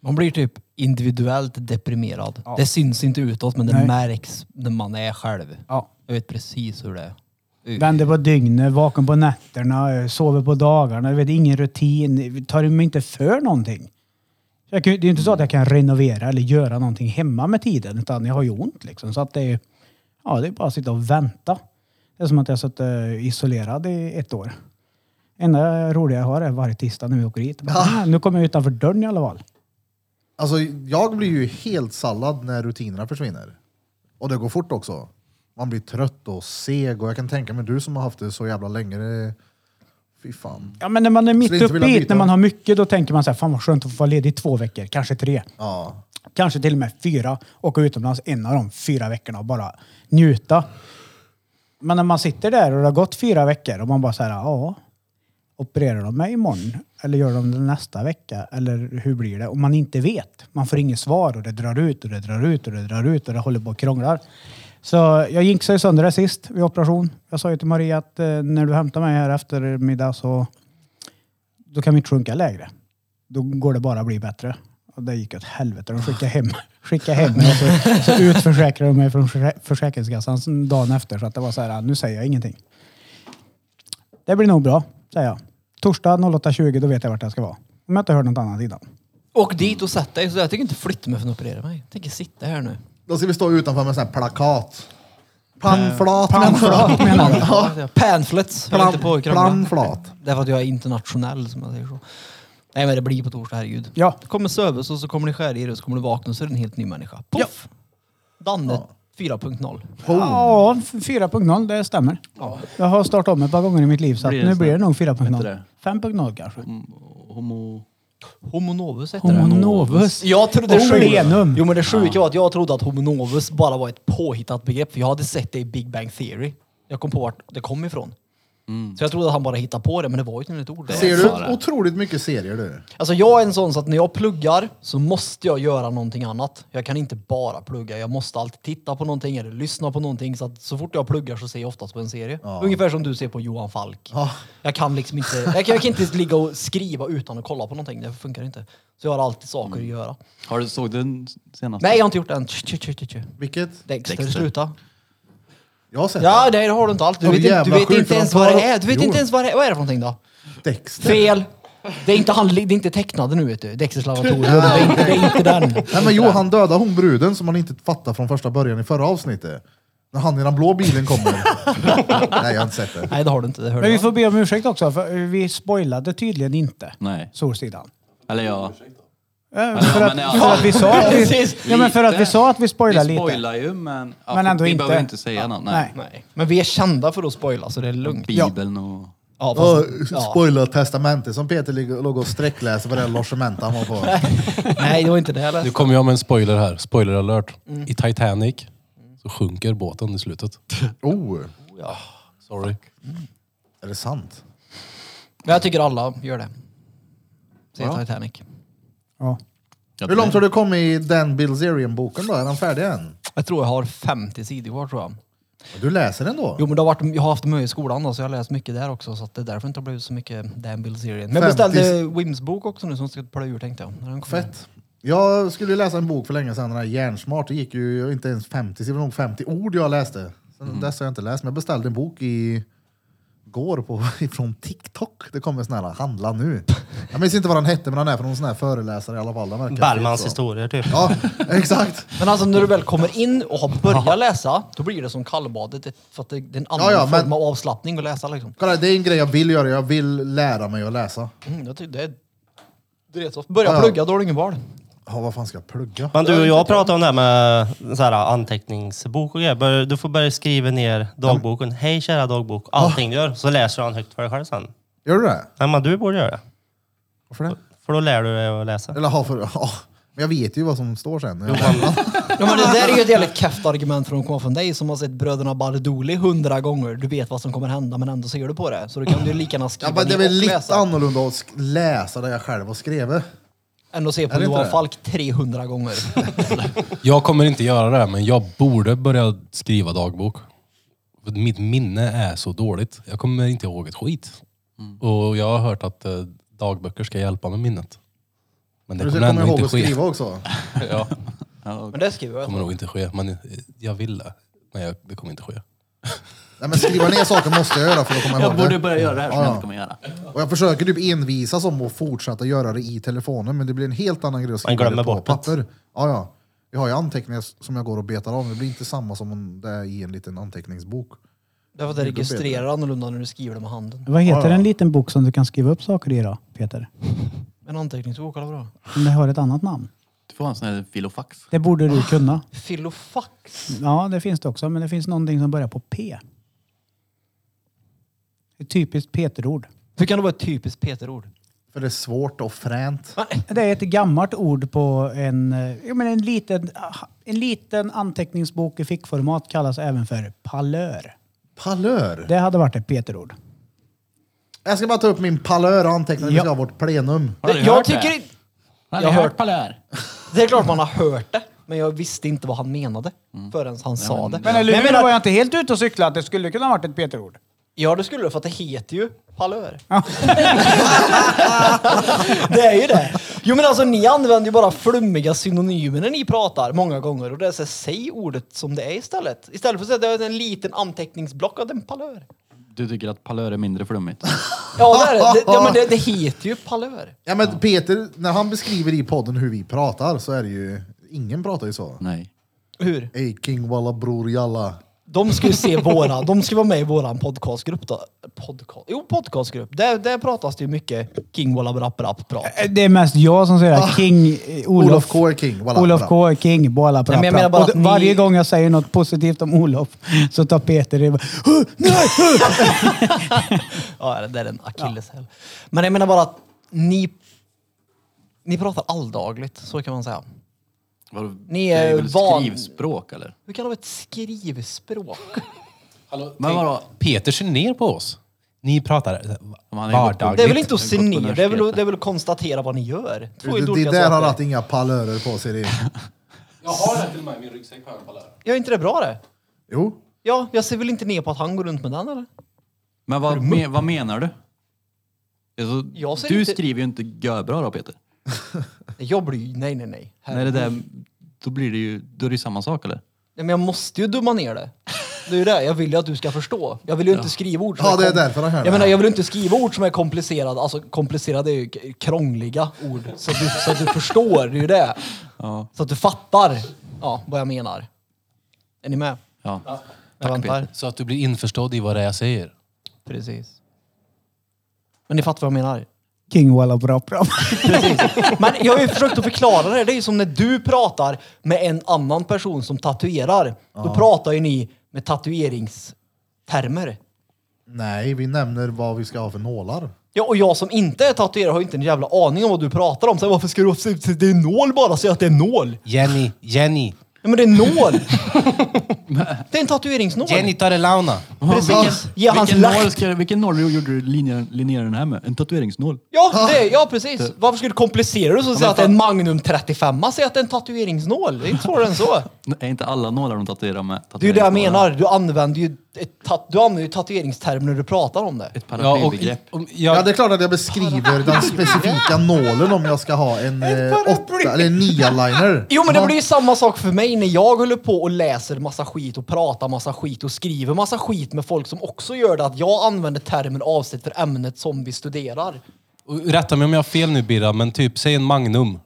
H: Man blir typ individuellt deprimerad. Det syns inte utåt men det
F: Nej.
H: märks när man är själv.
F: Ja.
H: Jag vet precis hur det är.
F: Vänder på dygnet, vaken på nätterna, eh, sover på dagarna. Jag vet, ingen rutin. Tar mig inte för någonting. Jag kan, ju- det är ju inte så att jag kan renovera eller göra någonting hemma med tiden. Utan jag har ju ont liksom. Så att det är, ja, det är bara att sitta och vänta. Det är som att jag har suttit eh, isolerad i ett år. enda roliga jag har är varje tisdag när vi åker hit. Bara, "Ah, Nu kommer jag utanför dörren i alla fall.
E: Alltså, jag blir ju helt sallad när rutinerna försvinner. Och det går fort också. Man blir trött och seg och jag kan tänka mig du som har haft det så jävla länge. det- Fy fan.
F: Ja, men när man är mitt
E: inte
F: uppe
E: vilja
F: i det,
E: byta.
F: när man har mycket, då tänker man så här, fan vad skönt att få vara ledig i två veckor, kanske tre.
E: Ja.
F: kanske till och med fyra, åka utomlands en av de fyra veckorna och bara njuta. Men när man sitter där och det har gått fyra veckor och man bara så här, ja, opererar de mig imorgon? Eller gör de det nästa vecka? Eller hur blir det? Och man inte vet. Man får inget svar och det drar ut och det drar ut och det drar ut och det håller på och krånglar. Så jag jinxade ju sönder det sist vid operation. Jag sa ju till Maria att eh, när du hämtar mig här efter middag så då kan vi inte sjunka lägre. Då går det bara bli bättre. Och det gick åt helvete. De skickade hem, skickade hem mig och så, så utförsäkrade de mig från försäk- Försäkringskassan sen dagen efter. Så att det var så här, "Ah, nu säger jag ingenting. Det blir nog bra, säger jag. Torsdag 08.20, då vet jag vart jag ska vara. Om jag inte hör något annat innan.
H: Och dit och sätt dig. Så jag tänker inte flytta mig för att operera mig. Jag tänker sitta här nu.
E: Då ska vi stå utanför med sån här plakat. Pannflat
F: Pamflat menar du?
H: Pamphlets höll inte på att krångla.
E: Plamflat.
H: Därför att jag är internationell som jag säger så. Nej men det blir på torsdag, herregud.
F: Ja.
H: Det kommer sövas och så kommer det skära i det och så kommer det vakna och så är det en helt ny människa. Poff! Danne 4.0.
F: Ja, 4.0, det stämmer. Jag har startat om ett par gånger i mitt liv så att
I: Blir det
F: nu
I: så?
F: blir det nog
I: Heter
F: 4.0.
I: det? Mm.
F: 5.0 kanske.
I: Homo...
H: Homonovus heter det.
F: Homonovus.
H: Jag trodde det
F: Olenum.
H: Jo men det sjuka var att jag trodde att homonovus bara var ett påhittat begrepp. För jag hade sett det i Big Bang Theory. Jag kom på vart det kom ifrån. Så jag trodde att han bara hittade på det, men det var ju inte ett ord.
E: Ser
I: Sara.
E: du otroligt mycket serier du?
H: Alltså jag är en sån så att när jag pluggar så måste jag göra någonting annat. Jag kan inte bara plugga. Jag måste alltid titta på någonting eller lyssna på någonting. Så att så fort jag pluggar så ser jag oftast på en serie. Ungefär som du ser på Johan Falk. Jag kan liksom inte, jag kan, jag kan inte ligga och skriva utan att kolla på någonting. Det funkar inte. Så jag har alltid saker att göra.
I: Har du, såg du den senaste?
H: Nej, jag har inte gjort det än. Tch, tch, tch, tch, tch.
E: Vilket?
H: Dexter,
I: Dexter.
H: sluta.
E: Jag har sett
H: Ja, nej det har du inte alls. Du
E: Åh,
H: vet, inte, du
E: jävla
H: vet
E: sjukt,
H: inte
E: för
H: ens
E: de
H: vad
E: tar-
H: det är. Du vet
E: Jo.
H: inte ens vad det är. Vad är det för någonting då?
E: Dexter.
H: Fel! Det är inte, han, det är inte tecknade nu vet du. Dexters laboratorium. Det är inte, det är inte den.
E: Nej men jo, han dödade hon bruden som han inte fattade från första början i förra avsnittet. När han i den blå bilen kommer. Nej, jag har inte sett det.
H: Nej, det har du inte. Det hörde
F: Men vi
H: jag.
F: får be om ursäkt också, för vi spoilade tydligen inte
I: Nej.
F: Solsidan.
I: Eller ja.
F: Eh, För att,
I: men ja.
F: för att vi sa att vi,
H: Precis.
F: ja, men för att vi
I: Lite.
F: sa att vi spoilar
I: vi
F: lite.
I: spoilar ju men... ja,
F: Men
I: för
F: ändå
I: vi
F: inte.
I: behöver inte säga något. Nej.
F: Nej.
H: Nej. Men vi är kända för att spoila, så det är lugnt.
I: Bibeln och...
H: Ja,
E: Och
H: fast, ja.
E: spoiler testamentet som Peter ligger- låg och sträckläste på det här logementet han var på.
H: Nej, det var inte det jag
C: Nu
H: läste.
C: kommer jag med en spoiler här. Spoiler alert.
E: Mm.
C: I Titanic så sjunker båten i slutet.
E: Oh,
C: Sorry.
E: är det sant?
H: Men jag tycker alla gör det. Se Titanic.
F: Ja.
E: Hur långt har du kommit i Dan Bilzerian-boken då? Är den färdig än?
H: Jag tror jag har 50 sidor kvar tror jag.
E: Du läser den då?
H: Jo men det har varit, jag har haft möje i skolan då, så jag har läst mycket där också så att det är därför inte har blivit så mycket Dan Bilzerian. Men
E: 50
H: jag beställde Wims bok också nu som ska plöja ur tänkte jag. När den kommer.
E: Fett. Jag skulle ju läsa en bok för länge sedan, den här Järnsmart. Det gick ju inte ens 50, det var nog 50 ord jag läste. Sen dess har jag inte läst, men jag beställde en bok i går på, ifrån TikTok. Det kom en sån här, handla nu. Jag minns inte vad den hette, men han är från någon sån här föreläsare i alla fall. Den verkar fet,
G: Bergmans
E: så.
G: historier typ.
E: Ja, exakt.
H: Men alltså när du väl kommer in och har börjat läsa, då blir det som kallbadet. det- För att det, det är en annan
E: Ja, ja, men-
H: form av avslappning att läsa liksom.
E: Kolla, det är en grej jag vill göra. Jag vill lära mig att läsa.
H: Mm, jag tycker det är... Du vet, så börja
E: Ja, ja.
H: plugga, då har du ingen val.
E: Ja, vad fan ska jag plugga?
G: Men du och jag pratade om det här med äh, så här, anteckningsbok och grejer. Bör- Du får börja skriva ner dagboken. Hej kära dagbok, allting du gör. Så läser du den högt för dig själv sen.
E: Gör du det?
G: Nej men du borde göra det.
E: Varför det?
G: För då lär du dig att läsa.
E: Eller ha för... Ja, men jag vet ju vad som står sen. Jag,
H: Ja, men det där är ju ett jävligt kefft argument från att komma från dig som har sett bröderna Bardoli hundra gånger. Du vet vad som kommer hända men ändå ser du på det. Så då kan du lika gärna skriva
E: ja, men det är
H: ner
E: väl
H: och
E: lite
H: läsa.
E: annorlunda att sk- läsa det jag själv har skrivit.
H: Än att se
E: Är
H: på
E: det inte
H: Johan
E: det?
H: Falk 300 gånger.
C: Jag kommer inte göra det, men jag borde börja skriva dagbok. För Mitt minne är så dåligt. Jag kommer inte ihåg ett skit.
E: Mm.
C: Och jag har hört att eh, dagböcker ska hjälpa med minnet. Men det
E: Du
C: kommer
E: kommer
C: ändå
E: ihåg
C: inte
E: att
C: ske.
E: skriva också.
C: Ja,
H: Men det skriver
C: det
H: jag.
C: kommer nog inte ske. Men eh, jag ville. Men jag, det kommer inte ske.
E: Nej, men skriva ner saker måste jag göra för att komma ihåg
I: Jag borde
E: det.
I: börja göra det här som
E: Ja.
I: jag inte kommer göra.
E: Och jag försöker typ envisas om att fortsätta göra det i telefonen, men det blir en helt annan grej att skriva det
G: glömmer
E: på
G: bort det.
E: papper. Ja, ja. Jag har ju anteckningar som jag går och betar av, men det blir inte samma som om det är i en liten anteckningsbok.
H: Därför att det registrerar annorlunda när du skriver det med handen.
F: Vad heter en liten bok som du kan skriva upp saker i då, Peter?
H: En anteckningsbok, eller vadå?
F: Om det har ett annat namn.
I: Du får ha en sån här filofax.
F: Det borde du kunna.
H: Filofax?
F: Ja, det finns det också, men det finns någonting som börjar på P. Ett typiskt Peter-ord.
H: Hur kan det vara ett typiskt Peter-ord?
E: För det är svårt och fränt.
F: Det är ett gammalt ord på en, eh, jo, men en, liten, en liten anteckningsbok i fickformat kallas även för pallör.
E: Palör!
F: Det hade varit ett Peter-ord.
E: Jag ska bara ta upp min palör och anteckna när vi
F: Ja.
E: ska ha vårt plenum.
I: Har du
H: jag
I: hört
H: tycker...
I: det?
H: inte-
I: Har
H: Jag
I: jag
H: har
I: hört
H: hört-
I: Palär?
H: Det är klart man har hört det, men jag visste inte vad han menade
I: Mm.
H: förrän han sa det.
F: Men eller
H: jag
F: hur,
H: menar-
F: var jag inte helt ute och cyklade? Det skulle kunna ha varit ett Peter-ord.
H: Ja, det skulle du, för att det heter ju palör. det är ju det. Jo, men alltså ni använder ju bara flummiga synonymer när ni pratar många gånger. Och det är så här, säg ordet som det är istället. Istället för att säga att det är en liten anteckningsblock av en palör.
I: Du tycker att Palör är mindre flummigt?
H: Ja, det är det. det. Ja, men det, det heter ju palör.
E: Ja men Peter, när han beskriver i podden hur vi pratar så är det ju, ingen pratar ju så.
I: Nej.
H: Hur?
E: Ey king walla bror jalla.
H: De ska ju se våra, de ska vara med i våran podcastgrupp då. Podcast, jo, podcastgrupp. Där, där pratas det ju mycket king walla brapp brapp prat.
F: Eh, Det är mest jag som säger det. King, eh, Olof,
E: Olof K är king, walla
F: Olof
E: bra.
F: K är king, bola,
H: Nej, men jag menar bara att ni-
F: Varje gång jag säger något positivt om Olof så tar Peter det. bara, "Huh, Nej! huh."
H: Ja, det där är en akilleshäl. Men jag menar bara att ni, ni pratar alldagligt, så kan man säga.
I: Vadå?
H: Ni
I: Det
H: är
I: är väl
H: van-
I: skrivspråk eller?
H: Hur kan det vara ett skrivspråk?
I: Men vadå?
C: Peter ser ner på oss. Ni pratar
I: Man har ju gått på-
C: vardagligt.
I: Det
H: Det är väl inte att se
I: Jag har gått på
H: ner, det är väl,
I: universitetet.
H: det är väl att konstatera vad ni gör. Två helt
E: Det, det
H: olika
E: där har
H: saker.
E: haft inga palörer på sig. Det.
C: Jag har den till och med i min ryggsäck. har jag på läraren.
H: Ja, är inte det bra det?
E: Jo,
H: Ja, jag ser väl inte ner på att han går runt med den eller?
I: Men vad, me, vad menar du? Alltså,
H: Jag ser
I: du
H: inte-
I: skriver ju inte görbra då Peter.
H: Nej, Jag blir ju, nej nej nej.
I: Nej, det där, då blir det ju då är det ju samma sak eller?
H: Nej, men jag måste ju dumma ner det. Det är ju det, jag vill ju att du ska förstå. Jag vill ju inte skriva ord som
E: Ja, det är
H: kom-
E: därför han gör det.
H: jag menar, jag vill inte skriva ord som är komplicerade. Alltså komplicerade är ju k- krångliga ord. Så att du, så att du förstår, det är ju det. Så att du fattar ja, vad jag menar. Är ni med?
I: Ja.
H: Jag väntar.
I: Peter.
C: Så att du blir införstådd i vad det är jag säger.
H: Precis. Men ni fattar vad jag menar.
F: King Walla bra bra.
H: Men jag har ju försökt att förklara det. Det är ju som när du pratar med en annan person som tatuerar. Då pratar ju ni med tatueringstermer.
E: nej, vi nämner vad vi ska ha för nålar.
H: Ja, och jag som inte är tatuerare har ju inte en jävla aning om vad du pratar om. Så här, varför ska du absolut säga att det är nål bara? Säg att det är nål.
C: Jenny, Jenny,
H: Ja, men det är nål. det är en tatueringsnål.
C: Jenny Torrelauna.
H: Precis. Ge hans
I: vilken, nål
H: lack.
I: ska, vilken nål gjorde du linjer- linjera den här med? En tatueringsnål?
H: Ja, det, är- ja, precis. Varför skulle du komplicera det och så säga att det är en Magnum 35 Säg att det är en tatueringsnål. Det är inte svårare än så.
I: Är inte alla nålar de tatuerar med
H: Det är ju det jag
I: tatueringsnålar?
H: menar. Du använder ju, ett ta- du använder ju tatueringstermer när du pratar om det.
I: Ett
C: Ja, och,
I: paraplybegrepp.
C: om-
E: Ja,
C: jag,
E: det är klart att jag beskriver den specifika nålen om jag ska ha en eh, åtta eller en nia liner.
H: Jo men det blir ju samma sak för mig när jag håller på och läser massa skit och pratar massa skit och skriver massa skit med folk som också gör det att jag använder termen avsett för ämnet som vi studerar.
C: och rätta mig om jag har fel nu Birra, men typ säg en Magnum.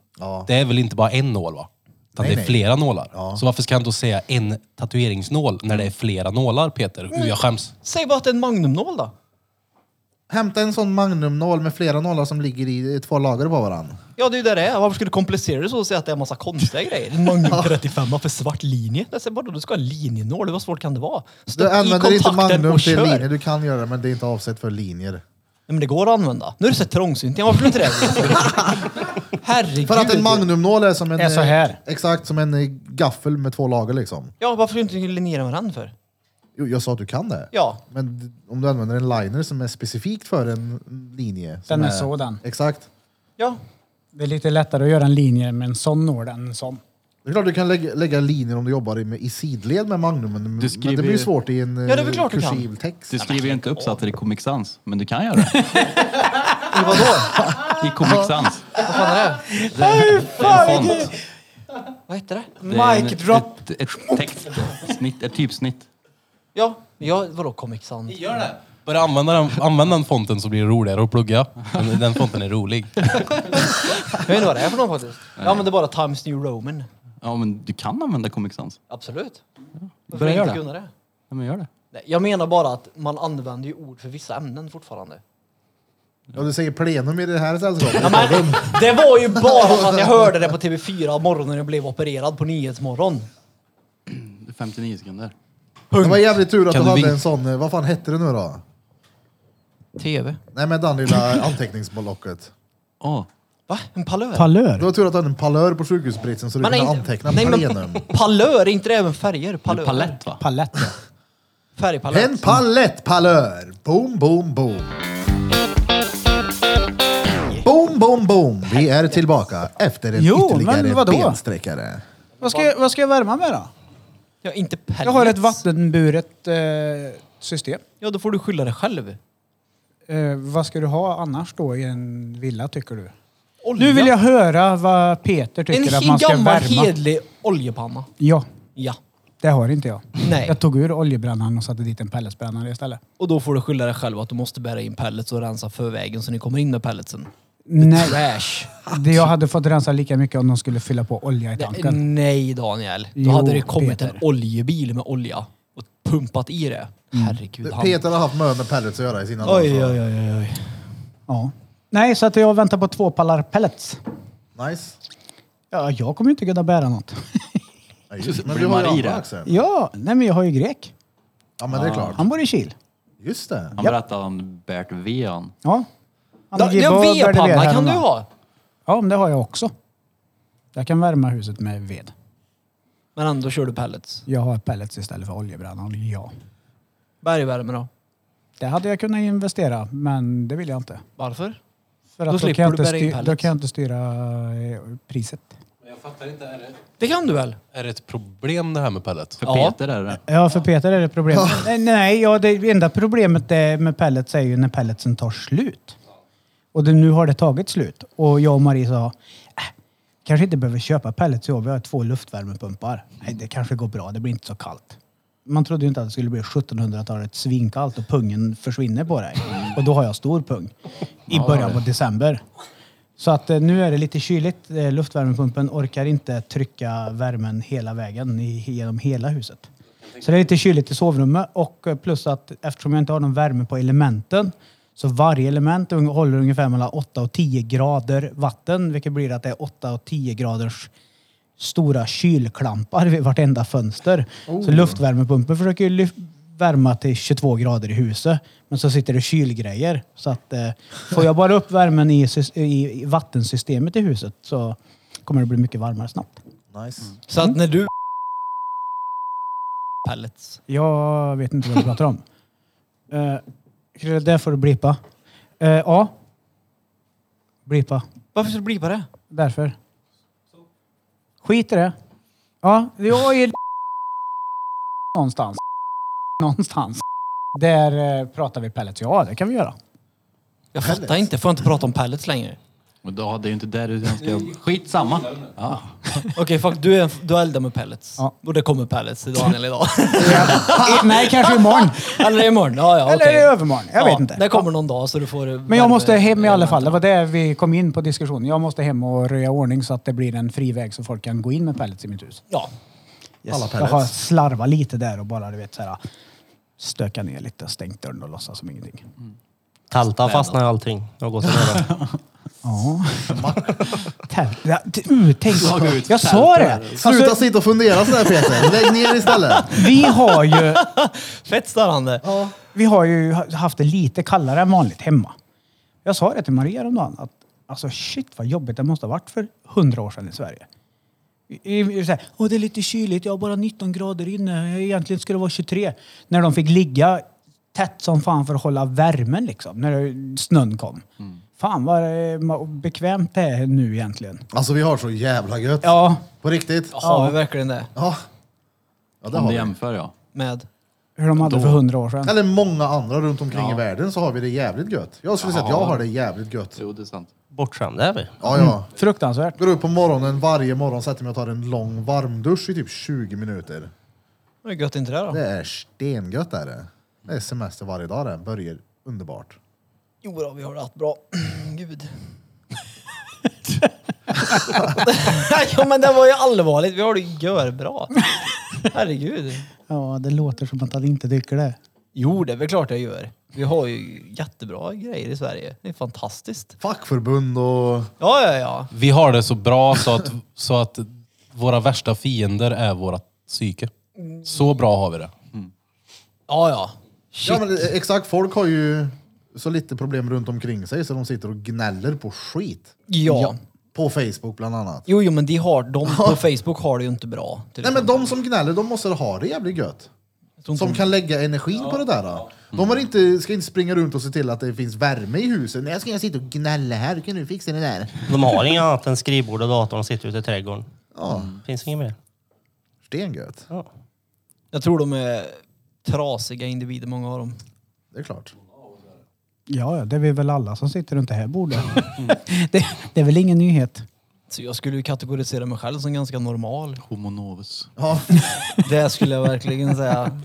C: Det är väl inte bara en nål va? Utan det är
E: nej.
C: flera nålar. Så varför ska han då säga en tatueringsnål när det är flera nålar Peter? Uh, jag skäms.
H: Säg bara att det är en magnumnål då.
E: Hämta en sån magnumnål med flera nålar som ligger i två lager på varandra.
H: Ja det är ju det det är. Varför skulle du komplicera det så och säga att det är en massa konstiga grejer? En Magnum 35 för svart linje. Jag säger bara du ska ha linjenål. Vad svårt kan det vara?
E: Du
H: Stopp i
E: använder inte
H: kontakten
E: magnum
H: och
E: till
H: kör.
E: linjer. Du kan göra det, men det är inte avsett för linjer.
H: Nej, men det går att använda. Nu är du så trångsynt. Ja, Varför skulle inte det? Herregud.
E: För att en magnumnål är som en...
F: Är så
E: eh,
F: här.
E: Exakt, som en eh, gaffel med två lager liksom.
H: Ja, varför skulle du inte linjera med den för?
E: Jo, jag sa att du kan det.
H: Ja.
E: Men d- om du använder en liner som är specifikt för en linje. som
F: Den är sådan.
E: Exakt.
H: Ja.
F: Det är lite lättare att göra en linje med en sån nål än en sån.
E: Det är klart du kan lägga, lägga linjer om du jobbar i, med, i sidled med magnum, men,
I: Du
E: men
I: skriver
E: det blir ju
I: ju-
E: svårt i en eh,
H: Ja, det är väl klart du kan.
E: kursiv text.
I: Du skriver ju inte uppsatser i Comic Sans, men du kan göra det.
H: Eller vadå?
I: I Comic Sans.
H: Vad fan är det?
I: Det är en font.
H: Vad heter det?
I: Det är en-
F: Mic drop.
I: Ett, ett textsnitt, ett typsnitt.
H: Ja, ja vadå Comic Sans?
C: Gör det. Börja använda den, använda den fonten så blir det roligare att plugga. Den, den fonten är rolig.
H: Jag vet inte vad det är för någon faktiskt. Jag använder bara Times New Roman.
I: Ja, men du kan använda Comic Sans.
H: Absolut. Varför
I: Börja
H: inte
I: göra det.
H: kunna det?
I: Ja, men gör det.
H: Nej, jag menar bara att man använder ju ord för vissa ämnen fortfarande.
E: Ja, du säger plenum i det här sällskapet.
H: Det var ju bara för att jag hörde det på TV4 morgonen när jag blev opererad på Nyhetsmorgon.
I: 59 sekunder.
E: det var jävligt tur att
C: Kan
E: du
C: du
E: hade
C: vin-
E: en sån, eh, vad fan hette det nu då?
H: TV.
E: Nej men den lilla anteckningsblocket.
I: Åh,
H: Va? En palör?
E: Det var
F: Palör?
E: tur att du hade en palör på sjukhusbritsen så du
H: Men
E: kunde
H: är inte-
E: anteckna
H: nej, men-
E: plenum.
H: Palör, är inte det även färger? Palör.
I: en palett va?
F: Palett. ja.
H: Färgpalett.
E: En palettpalör! Boom, boom, boom! Boom, boom, boom! Vi är tillbaka efter en
F: Jo, men
E: ytterligare
F: vadå?
E: bensträckare.
F: Vad ska, jag- vad ska jag värma med då?
H: Ja, inte pellets.
F: Jag har ett vattenburet eh, system.
H: Ja, då får du skylla dig själv.
F: Eh, vad ska du ha annars då i en villa tycker du?
H: Olja.
F: Nu vill jag höra vad Peter
H: En
F: tycker att
H: he-
F: man ska
H: gammal
F: värma.
H: hedlig oljepanna.
F: Ja,
H: Ja.
F: det har inte jag.
H: Nej.
F: Jag tog ur oljebrännaren och satte dit en pelletsbrännare istället.
H: Och då får du skylla dig själv att du måste bära in pellets och rensa förvägen så ni kommer in med pelletsen.
F: Nej,
H: Trash.
F: det jag hade fått rensa lika mycket om de skulle fylla på olja i tanken.
H: Nej Daniel. Då
F: Jo,
H: hade det kommit
F: Peter.
H: en oljebil med olja och pumpat i det.
F: Mm.
H: Herregud. Han...
E: Peter har haft med med pellets att göra i sina
H: Oj,
E: dagar. så-
H: oj, oj, oj, oj.
F: Ja. Nej, så att jag väntar på två pallar pellets.
E: Nice.
F: Ja, jag kommer ju inte kunna bära något.
E: Ja, just, men
I: Blir
E: du har ju
I: man i
E: andra
I: det?
E: också.
F: Ja, nej men jag har ju grek.
E: Ja, men det är klart.
F: Han bor i Kil.
E: Just det.
I: Han berättade om Bert Veon.
F: Ja. Han
H: Da,
F: gick och
H: ja,
F: bärde ved
H: vedpanna kan du
F: häromdagen.
H: ha.
F: Ja, men det har jag också. Jag kan värma huset med ved.
H: Men ändå kör du pellets.
F: Jag har pellets istället för oljebrännaren, ja.
H: Bergvärme då.
F: Det hade jag kunnat investera, men det vill jag inte.
H: Varför?
F: För
H: Då
F: att då,
H: slipper
F: kan jag inte
H: du bära in
F: styra,
H: pallets.
F: då kan jag inte styra eh, priset.
C: Jag fattar inte, är det,
H: Det kan du väl?
C: är det ett problem det här med pellet?
I: För
H: Ja.
I: Peter är det.
F: Ja, för Peter är det problem. nej, nej ja, det enda problemet är med pellets är ju när pelletsen tar slut. Och det, nu har det tagit slut. Och jag och Marie sa, äh, kanske inte behöver köpa pellets i år. Vi har två luftvärmepumpar. Nej, det kanske går bra. Det blir inte så kallt. Man trodde ju inte att det skulle bli 1700-talet svinkallt och pungen försvinner på dig. Och då har jag stor pung. I början på december. Så att eh, nu är det lite kyligt. Eh, Luftvärmepumpen orkar inte trycka värmen hela vägen i, genom hela huset. Så det är lite kyligt i sovrummet och eh, plus att eftersom jag inte har någon värme på elementen så varje element un- håller ungefär mellan 8 och 10 grader vatten vilket blir att det är 8 och 10 graders stora kylklampar vid vartenda fönster. Så
E: Oh.
F: luftvärmepumpen försöker ju lyf- värma till 22 grader i huset. Men så sitter det kylgrejer. Så att eh, får jag bara upp värmen i, sys- i, i vattensystemet i huset så kommer det bli mycket varmare snabbt.
E: Nice.
F: Mm.
H: Så att när du... Pellets.
F: Jag vet inte vad du pratar om. Eh, Krille, det får du blipa. Eh, ja. Blipa.
H: Varför ska det bli på det?
F: Därför. Skit i det. Ja, jag är någonstans. Någonstans. Där eh, pratar vi pellets. Ja, det kan vi göra.
H: Jag fattar inte. Får jag inte prata om pellets längre?
I: Och då hade ju inte där utan ska... Skitsamma. Ja.
H: Okej, fuck. Du, är, du eldar med pellets.
F: Ja.
H: Och det kommer pellets till Daniel idag.
F: I- Nej, kanske imorgon.
H: Eller imorgon. Ja, ja,
F: Eller
H: okej.
F: i övermorgon. Jag vet inte.
H: Det kommer eh, någon dag så du får...
F: Men jag måste hem i alla fall. Det
H: Det
F: var det vi kom in på diskussionen. Jag måste hem och röja ordning så att det blir en fri väg så folk kan gå in med pellets i mitt hus.
H: Ja.
E: Alla
F: Jag har
E: pellets.
F: slarvat lite där och bara du vet så här stöka ner lite, stängt dörren och låtsas som ingenting.
G: Tälta fastnar i allting. Jag går till det.
F: Ja. Tält. Ja, t- uh, tänk på. Jag sa det!
E: Sluta
F: Alltså,
E: sitta och fundera sådär Peter. Lägg ner istället.
F: vi har ju
H: Fett störande.
F: vi har ju haft det lite kallare än vanligt hemma. Jag sa det till Maria häromdagen att alltså shit vad jobbigt det måste ha varit för hundra år sedan i Sverige. I, i, så här, Åh, det är lite kyligt, jag har bara 19 grader inne. Jag Egentligen skulle det vara 23. När de fick ligga tätt som fan för att hålla värmen liksom, när snön kom. Fan vad eh, ma- bekvämt det är nu egentligen.
E: Alltså vi har så jävla gött.
F: Ja,
E: På riktigt.
H: Har vi verkligen det?
E: Ja. Ja, det
I: Om
E: har
I: du
E: vi.
I: jämför ja.
H: Med?
F: hur de hade för hundra år sedan.
E: Eller många andra runt omkring i världen så har vi det jävligt gött. Jag skulle säga att jag har det jävligt gött.
I: Jo, det är sant.
G: Bortskämda är vi.
E: Ja, ja.
F: Fruktansvärt.
E: Går upp på morgonen varje morgon, sätter mig och tar en lång varmdusch i typ 20 minuter.
H: Det är gött inte det då?
E: Det är stengött är det. Det är semester varje dag det. Börjar underbart.
H: Jo då, vi har det allt bra. Gud. ja men det var ju allvarligt. Vi har det gör bra. Herregud.
F: Ja, det låter som att han inte tycker det.
H: Jo, det är väl klart jag gör. Vi har ju jättebra grejer i Sverige. Det är fantastiskt.
E: Fackförbund och...
H: Ja, ja, ja.
C: Vi har det så bra så att, så att våra värsta fiender är vårat psyke. Så bra har vi det.
H: Ja, ja. Shit.
E: Ja, men eh, exakt, folk har ju så lite problem runt omkring sig så de sitter och gnäller på skit.
H: Ja.
E: På Facebook bland annat.
H: Jo, jo, men de har, de på Facebook har det ju inte bra. till
E: Nej men
H: exempel.
E: de som gnäller, de måste ha det jävligt gött.
H: Jag tror inte
E: Som
H: de-
E: kan lägga energi på det där. Då. De har inte, ska inte springa runt och se till att det finns värme i huset. Nej, ska jag sitta och gnälla här? Kan du fixa det där?
G: De har inget annat än skrivbord och datorn och sitter ute i trädgården.
E: Ja,
G: Finns inget mer.
E: stengött.
G: Ja.
H: Jag tror de är trasiga individer, många av dem.
E: Det är klart.
F: Ja, ja, det är vi väl alla som sitter runt det här bordet.
H: Mm.
F: det, det är väl ingen nyhet.
H: Så jag skulle ju kategorisera mig själv som ganska normal.
I: Homo novus.
E: Ja,
H: Det skulle jag verkligen säga.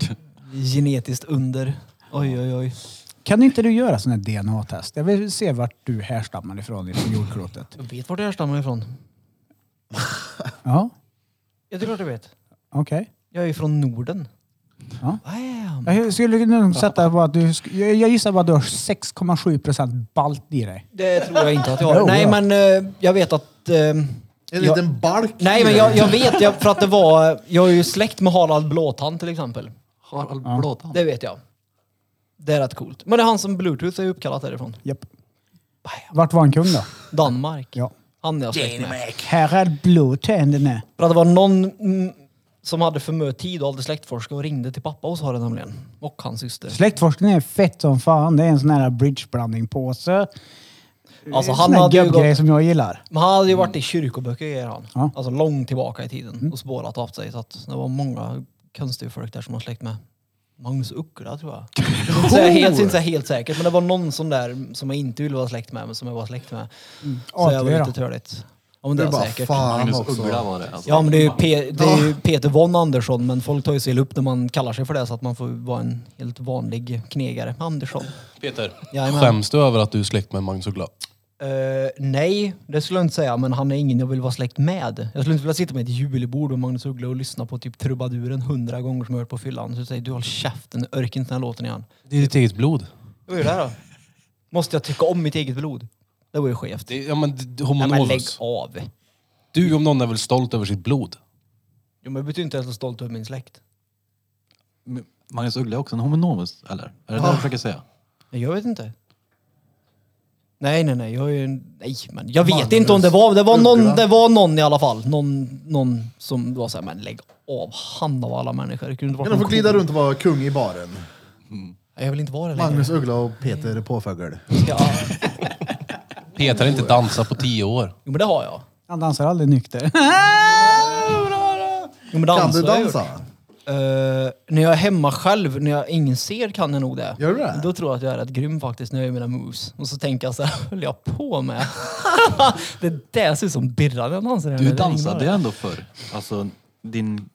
H: Genetiskt under. Oj, oj, oj.
F: Kan inte du göra sån här DNA-test? Jag vill se vart du härstammar ifrån i jordklotet.
H: Jag vet vart jag härstammar ifrån.
F: Ja,
H: Ja, det är klart jag vet.
F: okej.
H: Jag är ju från Norden.
F: Ja.
H: Wow.
F: Jag skulle nog sätta på att du... sk- Jag jag gissar på att du har 6,7 procent balt i dig.
H: Det tror jag inte att jag har.
F: Jo,
H: Nej,
F: ja.
H: men eh, jag vet att... eh,
E: en
H: jag,
E: liten balk.
H: nej, men jag, jag vet jag, för att det var... Jag är ju släkt med Harald Blåtand till exempel.
I: Harald Blåtand.
H: Det vet jag. Det är rätt coolt. Men det är han som Bluetooth är uppkallat därifrån.
F: Japp. Vart var han kung då?
H: Danmark.
F: Ja.
H: Han är jag släkt med.
F: Harald Blåtänderna.
H: För att det var någon mm, som hade för mycket tid och hade släktforskning och ringde till pappa och sa det nämligen. Och hans syster.
F: Släktforskning är fett som fan. Det är en sån här bridgeblandingpåse.
H: Alltså
F: Sån
H: han
F: här
H: hade ju gått
F: gubbgrej som jag gillar.
H: Men han hade ju
E: Mm.
H: varit i kyrkoböcker är han.
F: Ja.
H: Alltså långt tillbaka i tiden och spårat av sig. Så att det var många konstiga folk där som har släkt med. Magnus Uggla tror jag. Så jag är helt, inte så helt säkert men det var någon sån där som jag inte ville vara släkt med men som jag var släkt med. Så jag
F: ATV
H: var
F: då.
H: lite törligt. Ja men
E: Det
H: det
E: är
H: var
E: bara
H: säkert.
E: fan
I: Magnus
E: också.
I: Uggla var det. Alltså.
H: Ja men det är ju, Pe- det är ju Peter von Andersson men folk tar ju sig illa upp när man kallar sig för det så att man får vara en helt vanlig knegare. Andersson.
C: Peter,
H: Jajamän.
C: skäms du över att du är släkt med Magnus Uggla?
H: Eh, nej, det skulle jag inte säga, men han är ingen jag vill vara släkt med. Jag skulle inte vilja sitta med ett julbord och Magnus Uggla och lyssna på typ trubaduren hundra gånger som jag hört på fyllan. Så säger du håll käften, örk inte den här låten igen.
C: Det är ditt eget blod.
H: Vad är det här då? Måste jag tycka om mitt eget blod? Det var ju skevt.
C: Det är, ja, men, d-
H: Nej
C: homo
H: men lägg
C: novus.
H: av.
C: Du om någon är väl stolt över sitt blod?
H: Jo, men jag betyder inte att jag är så stolt över min släkt.
I: Magnus Uggla är också en homonovus, eller? Är det det du försöker säga?
H: Nej, Jag vet inte. Nej, nej, nej. Jag är ju... en- Nej, men jag vet inte om det var... Det var, någon, det var någon i alla fall. Någon, någon som var såhär, men lägg av. Han av alla människor. Det kunde inte varit
E: Kan de få
H: någon
E: glida
H: cool.
E: runt och vara kung i baren?
H: Nej, Jag vill inte vara det längre.
E: Magnus Uggla och Peter Påfågel.
H: Ja.
C: Peter har inte dansat på tio år.
H: Jo men det har jag.
F: Han dansar aldrig nykter.
H: Jo, men
E: Kan
H: dans
E: du
H: har jag gjort.
E: dansa?
H: Eh, när jag är hemma själv, när jag ingen ser kan jag nog det.
E: Gör du det?
H: Då tror jag att jag är rätt grym faktiskt när jag gör mina moves. Och så tänker jag så här, höll jag på med? det där ser ut som Birra när jag dansar. här
I: Du
H: nu. Det
I: dansade
H: ringer.
I: ändå förr. Alltså, din,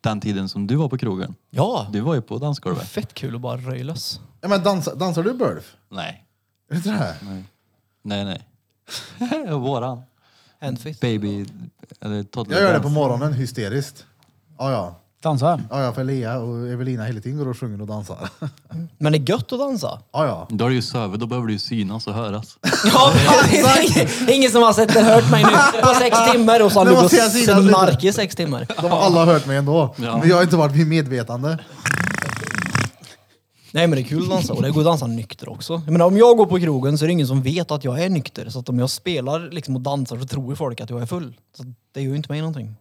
I: den tiden som du var på krogen.
H: Ja.
I: Du var ju på dansgolvet.
H: Fett kul att bara röja lös.
E: Ja, men dansa, dansar du Burf?
I: Nej.
E: Är det inte det här?
I: Nej, nej. Våran.
H: Handfist.
I: Baby... Eller toddler
E: Jag gör det på
I: dance.
E: morgonen hysteriskt. Ja, ja.
F: Dansar?
E: Ja, ja, för Lea och Evelina hela tiden går och sjunger och dansar.
H: Men det är gött att dansa.
E: Ja, ja.
I: Då har du ju sovit, då behöver du ju synas och höras.
H: Ja, ingen som har sett eller hört mig nu på sex timmar och så har
E: Det
H: han
E: måste jag
H: legat
E: säga,
H: och
E: lite.
H: snarkat i sex timmar.
E: De har alla hört mig ändå.
I: Ja.
E: Men jag har inte varit vid medvetande.
H: Nej men det är kul att dansa och det går att dansa nykter också. Jag menar, om jag går på krogen så är det ingen som vet att jag är nykter. Så att om jag spelar liksom, och dansar så tror ju folk att jag är full. Så att det gör ju inte mig någonting.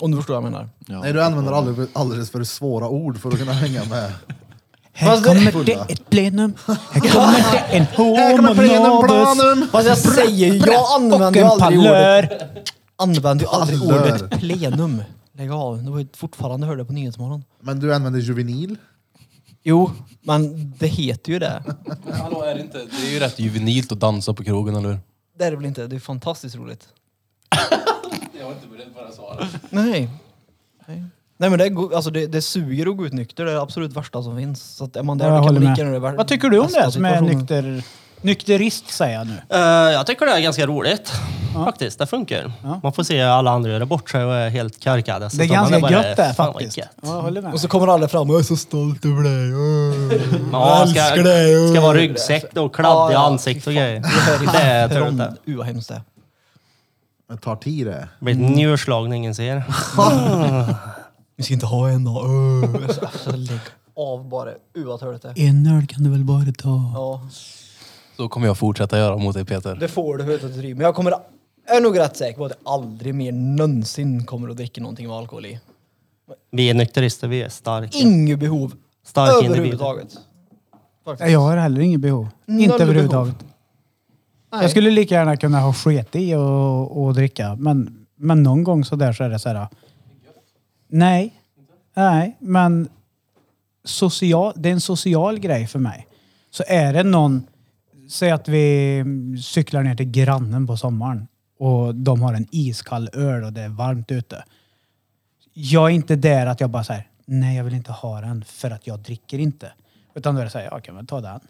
H: Om du förstår vad jag menar.
I: Ja.
E: Nej, du använder alldeles, alldeles för svåra ord för att kunna hänga med.
F: Här
H: Fast det-
F: kommer det ett plenum. Här kommer det en
E: Här kommer plenen,
F: homonadus.
E: planen!
H: Fast jag säger ju, jag
F: Och
H: använder
F: en
H: ju aldrig ordet,
F: pallör.
H: använder ju aldrig
E: Pallör.
H: ordet plenum. Lägg av, det var ju fortfarande hörde jag på Nyhetsmorgon.
E: Men du använder juvenil.
H: Jo, men det heter ju det.
C: Hallå, är det inte? Det är ju rätt juvenilt att dansa på krogen, eller hur?
H: Det är det väl inte? Det är fantastiskt roligt.
C: Jag var inte beredd på det svaret.
H: Nej. Nej. Nej men det, är go- alltså det, det suger att gå ut nykter, det är det absolut värsta som finns. Så att är man där
F: Jag
H: då kan
F: håller
H: man lika gärna
F: med.
H: det vär-
F: Vad tycker du om
H: bästa
F: det som är
H: situationen.
F: nykter, nykterist säger jag nu?
G: Eh, jag tycker det är ganska roligt. Faktiskt, det funkar. Man får se alla andra göra bort sig och är helt karkade. Så
F: Det är
G: tar man
F: ganska
G: bara,
F: gött det
G: "Fan, vad
F: faktiskt. Ja,
G: gött."
F: jag håller med.
H: Och så kommer alla fram och jag är så stolt över dig. åh.
G: Ja, ska,
H: älskar dig.
G: ska vara ryggsäck och
H: Ja,
G: kladd i
H: ja,
G: ansiktet och
H: fy fan.
G: grejer. Det är tror jag inte.
H: Ron- Uh vad hemskt det är.
E: Det tar tid det.
G: Det blir ett njurslag när ingen ser.
H: Vi ska inte ha en dag. uh. Alltså, alltså, Lägg av bara. Uh vad törligt det är.
F: En öl kan du väl bara ta?
H: Ja,
C: Så kommer jag fortsätta göra mot dig, Peter.
H: det får du utan att du driver. Men jag kommer... Jag är nog rätt säker på att jag aldrig mer någonsin kommer att dricka någonting med alkohol i.
G: Vi är nykterister, vi är starka.
H: Inget behov
G: Stark individ.
H: överhuvudtaget. Faktiskt.
F: Nej, Jag har heller inget behov.
H: Noll
F: Inte
H: behov.
F: överhuvudtaget.
H: Nej.
F: Jag skulle lika gärna kunna ha sket i och, och dricka, men, men någon gång så där så är det så här. Nej, nej, men social, det är en social grej för mig. Så är det någon, säg att vi cyklar ner till grannen på sommaren och de har en iskall öl och det är varmt ute. Jag är inte där att jag bara säger nej jag vill inte ha den för att jag dricker inte. Utan då är det så här, jag kan väl ta den.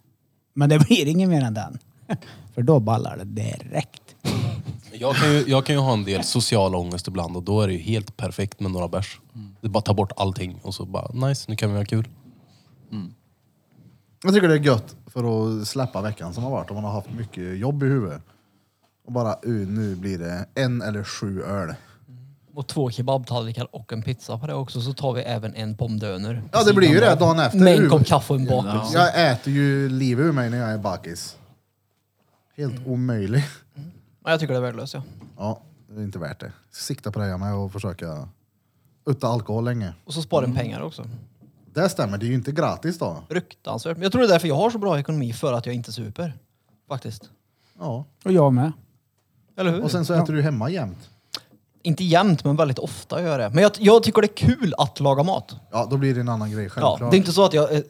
F: Men det blir ingen mer än den. För då ballar det direkt.
C: Jag kan, ju, jag kan ju ha en del social ångest ibland och då är det ju helt perfekt med några bärs.
H: Mm.
C: Det är bara att ta bort allting och så bara, nice, nu kan vi ha kul.
E: Jag tycker det är gött för att släppa veckan som har varit om man har haft mycket jobb i huvudet. Och bara, uh, nu blir det en eller sju öl.
H: Och två kebabtallrikar och en pizza på det också. Så tar vi även en pomdöner.
E: Ja, det blir ju det dagen efter.
H: Med en
E: Ur-
H: kopp kaffe och en bakelse.
E: Jag äter ju livet ur mig när jag är bakis. Helt omöjlig.
H: Ja, jag tycker det är värdelöst ja.
E: Ja, det är inte värt det. Sikta på det här med och försöka utan alkohol länge.
H: Och så sparar den pengar också.
E: Det stämmer, det är ju inte gratis då.
H: Fruktansvärt. Men jag tror det är därför jag har så bra ekonomi, för att jag inte super. Faktiskt.
E: Ja.
F: Och jag med.
H: Eller hur?
E: Och sen så äter du hemma jämt.
H: Inte jämt, men väldigt ofta gör jag det. Men jag, jag tycker det är kul att laga mat.
E: Ja, då blir det en annan grej
H: Ja,
E: självklart.
H: det är inte så att jag eh,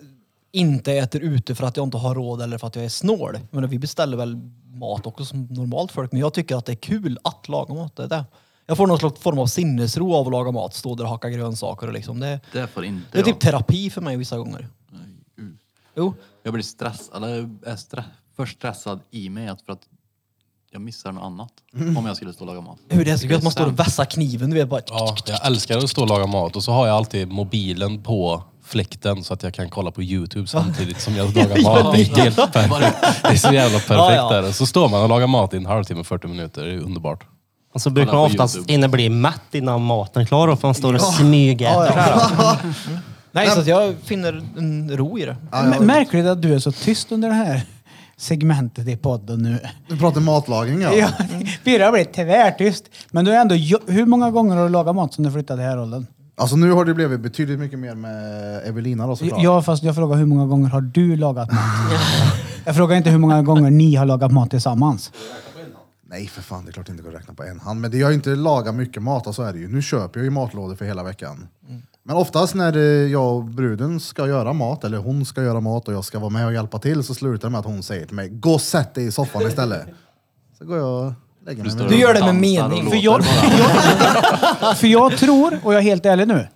H: inte äter ute för att jag inte har råd eller för att jag är snål. Men vi beställer väl mat också som normalt folk. Men jag tycker att det är kul att laga mat. Det är det. Jag får någon slags form av sinnesro av att laga mat. Stå där och hacka grönsaker och liksom. Det,
I: Det får inte
H: det är typ
I: jag.
H: terapi för mig vissa gånger. Jo.
I: Jag blir stressad, eller är stre- för stressad i mig att- för att jag missar något annat. Om jag skulle stå och laga mat.
H: Hur det är så
I: Det är
H: gött. Man står och
I: sant.
H: vässar kniven. Du vet bara...
C: Ja, jag älskar att stå och laga mat och så har jag alltid mobilen på fläkten så att jag kan kolla på Youtube samtidigt som jag lagar mat. Det är, helt perfekt. det är så jävla perfekt.
H: Ja, ja.
C: Där. Och Så står man och lagar mat i en halvtimme, 40 minuter. Det är underbart.
G: Och så brukar
I: Kolla
G: man
I: på
G: oftast
I: YouTube.
G: inne bli mätt innan maten är klar och för man står och smygäter.
H: Nej, så att jag finner en ro i det.
F: M- Märkligt att du är så tyst under det här segmentet i podden nu.
E: Du pratar matlagning ja.
F: Ja, Birra har blivit tvärtyst. Men du är ändå... jo- Hur många gånger har du lagat mat sedan du flyttade här rollen?
E: Alltså nu har det blivit betydligt mycket mer med Evelina då såklart.
F: Ja, fast jag frågar hur många gånger har du lagat mat? Jag frågar inte hur många gånger ni har lagat mat tillsammans.
E: Nej för fan, det är klart det inte går att räkna på en hand. Men det jag inte lagar mycket mat, så är det ju. Nu köper jag ju matlådor för hela veckan. Men oftast när eh, jag och bruden ska göra mat, eller hon ska göra mat och jag ska vara med och hjälpa till, så slutar det med att hon säger till mig, gå och sätt dig i soffan istället. Så går jag och lägger mig.
I: står
E: med
I: och
H: Du gör det med
I: dansar och
H: mening.
I: låter
F: För jag, för jag tror, och jag är helt ärlig nu,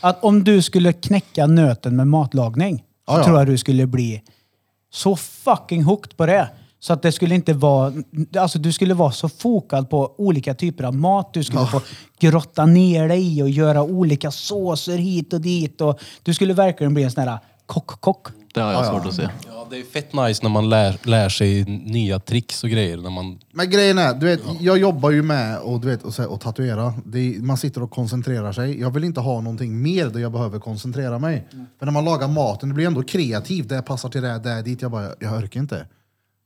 F: att om du skulle knäcka nöten med matlagning så
E: Ja, ja.
F: tror jag du skulle bli så fucking hooked på det. Så att det skulle inte vara... Alltså du skulle vara så fokad på olika typer av mat. Du skulle få grotta ner dig i och göra olika såser hit och dit. Och du skulle verkligen bli en sån här kock-kock.
I: Det har jag svårt att se.
C: Ja, det är fett nice när man lär, lär sig nya tricks och grejer. När man,
E: Men grejen är, du vet, jag jobbar ju med och, du vet, och, så här, och tatuera. Det är, man sitter och koncentrerar sig. Jag vill inte ha någonting mer där jag behöver koncentrera mig. För när man lagar maten, det blir ändå kreativt. Det passar till det, här, det här, dit. Jag bara, jag orkar inte.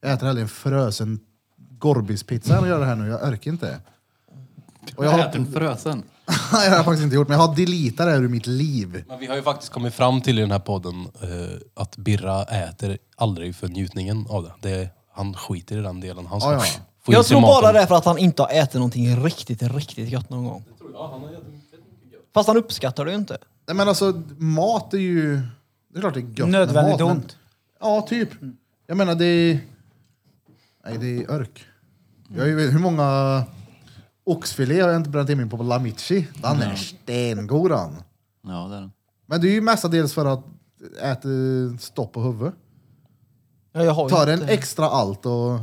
E: Jag äter hellre en frösen Gorbispizza än att göra det här nu. Jag orkar inte. Och jag,
I: Jag
E: har,
I: äter en frösen.
E: Nej, det har jag faktiskt inte gjort, men jag har deletat det här ur mitt liv.
C: men vi har ju faktiskt kommit fram till i den här podden eh, att Birra äter aldrig för njutningen av det. det är, han skiter i den delen. Han ska
E: Ja, ja.
C: få i
H: jag
C: sig
H: tror
C: maten.
H: bara det är för att han inte har ätit någonting riktigt, riktigt gött någon gång. Fast han uppskattar det ju inte.
E: Nej, men alltså, mat är ju... Det är klart det är gött med mat,
F: Nödvändigt
E: men-
F: ont.
E: Ja, typ.
F: Mm.
E: Jag menar, det är... Nej, det är örk. Jag vet, hur många oxfilé har jag inte bränt in mig på på Lamichi? Den är stengod den.
I: Ja, det är den.
E: Men det är ju mestadels för att äta stopp på huvudet.
H: Ja, jag har ju
E: Tar en
H: inte-
E: extra allt och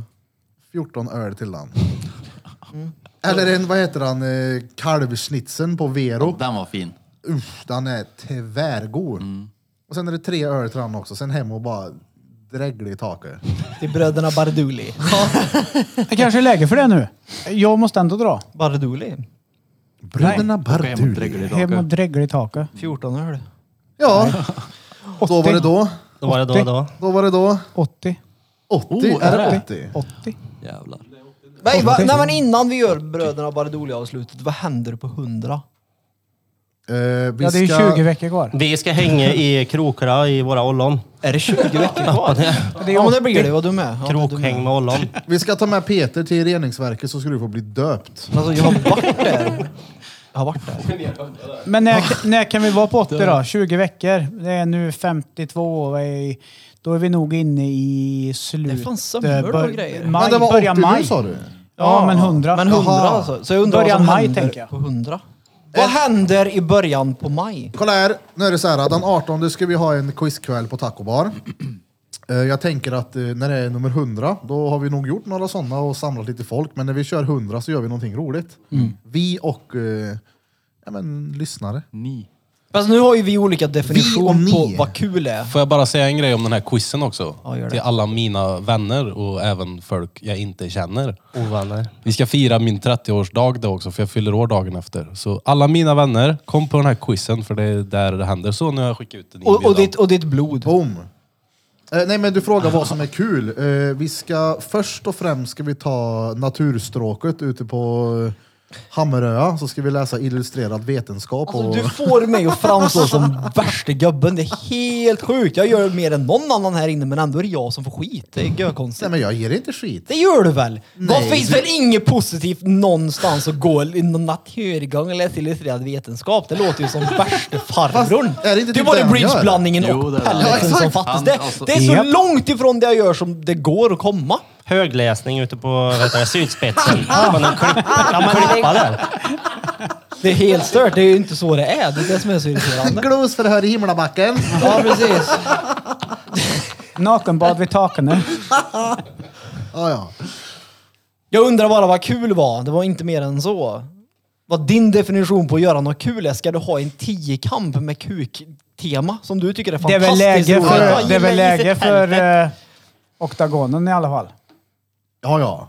E: 14 öl till den.
F: Mm.
E: Eller en, vad heter han, eh, kalvschnitzeln på Vero.
I: Den var fin.
E: Uff, den är tvärgod.
F: Mm.
E: Och sen är det tre öl till den också, sen hem och bara dreglig i taket.
H: till bröderna Barduli.
F: Det kanske är läge för det nu. Jag måste ändå dra.
H: Barduli?
E: Bröderna
I: Skämt
E: Bartuli.
I: dräglig
F: Hem och
I: drake.
F: dregla i taket.
H: 14 öl.
E: Ja, då var det då.
G: Då var det då och då.
E: Då var det då.
F: 80.
E: 80, är det 80?
F: 80.
I: Jävlar.
H: Nej, va, nej men innan vi gör bröderna Bardoli-avslutet, vad händer på 100?
E: Eh, vi
F: Ja, det är
E: ska-
F: ju 20 veckor kvar.
G: Vi ska hänga i krokarna i våra ollon.
H: Är det 20 veckor kvar?
F: Det är
H: ja men det
F: 80.
H: blir det, vad dum är. Ja, du
G: Krokhäng
H: med.
G: med ollon.
E: Vi ska ta med Peter till reningsverket så ska du få bli döpt.
H: Alltså jag har varit där. Jag har varit där.
F: Men när, när kan vi vara på 80 då? 20 veckor? Det är nu 52 och vi- då är vi nog inne i slutet...
H: Det är fan semlor och
F: bör-
H: grejer.
F: Maj,
E: Men det var 80
F: början maj.
E: nu sa du?
F: Ja, men 100.
H: Men 100
E: Jaha.
H: alltså. Så jag undrar vad
F: Början
H: som
F: maj,
H: händer
F: tänker jag.
H: på 100. Vad händer i början på maj?
E: Kolla här, nu är det så här. Den 18 ska vi ha en quizkväll på Taco Bar. Eh, Jag tänker att eh, när det är nummer 100, då har vi nog gjort några sådana och samlat lite folk. Men när vi kör 100 så gör vi någonting roligt. Vi och eh, ja, men, lyssnare.
I: Ni.
H: Fast nu har ju vi olika definition
E: ni.
H: på vad kul är.
C: Får jag bara säga en grej om den här quizen också?
H: Ja, gör det.
C: Till alla mina vänner och även folk jag inte känner.
G: Ovänner.
C: Vi ska fira min 30-årsdag då också, för jag fyller år dagen efter. Så alla mina vänner, kom på den här quizen, för det är där det händer. Så nu har jag skickat ut en
H: Och,
C: inbjudan.
H: och, ditt, och ditt blod.
E: Boom! Eh, nej men du frågar vad som är kul. Eh, vi ska först och främst ska vi ta naturstråket ute på eh, Hammaröa så ska vi läsa illustrerad vetenskap.
H: Alltså,
E: och...
H: du får mig att framstå som värsta gubben. Det är helt sjukt. Jag gör mer än någon annan här inne men ändå är det jag som får skit. Det är görkonstigt.
E: Nej men jag ger inte skit.
H: Det gör du väl?
E: Nej.
H: Vad finns väl inget positivt någonstans att gå i någon naturgång eller läsa illustrerad vetenskap? Det låter ju som värsta farbrorn.
E: Fast är det inte
H: det är
E: typ
H: både
E: det han gör?
H: bridgeblandningen
I: Jo,
H: och
I: det är det.
E: Ja,
H: pelleten
E: exakt.
H: som fattas.
I: Han-
H: Det,
I: alltså-
H: det är så
F: Japp.
H: långt ifrån det jag gör som det går att komma.
G: Högläsning ute på vet du, Sydspetsen. På någon klipp, klippa där.
H: Det är helt stört. Det är ju inte så det är. Det är det som är så irriterande.
E: Glosförhör i Himlabacken.
H: Ja, precis.
F: Nakenbad vid taken eh. nu.
E: Ja, ja.
H: Jag undrar bara vad kul var. Det var inte mer än så. Vad din definition på att göra något kul är. Ska du ha en tiokamp med kuktema som du tycker är
F: Det är väl
H: fantastiskt
F: läge
H: roligt? Vad
F: för, det är
H: gillar
F: väl
H: i
F: läge
H: sitt
F: för
H: helvete?
F: eh, oktagonen i alla fall.
E: Ja, ja.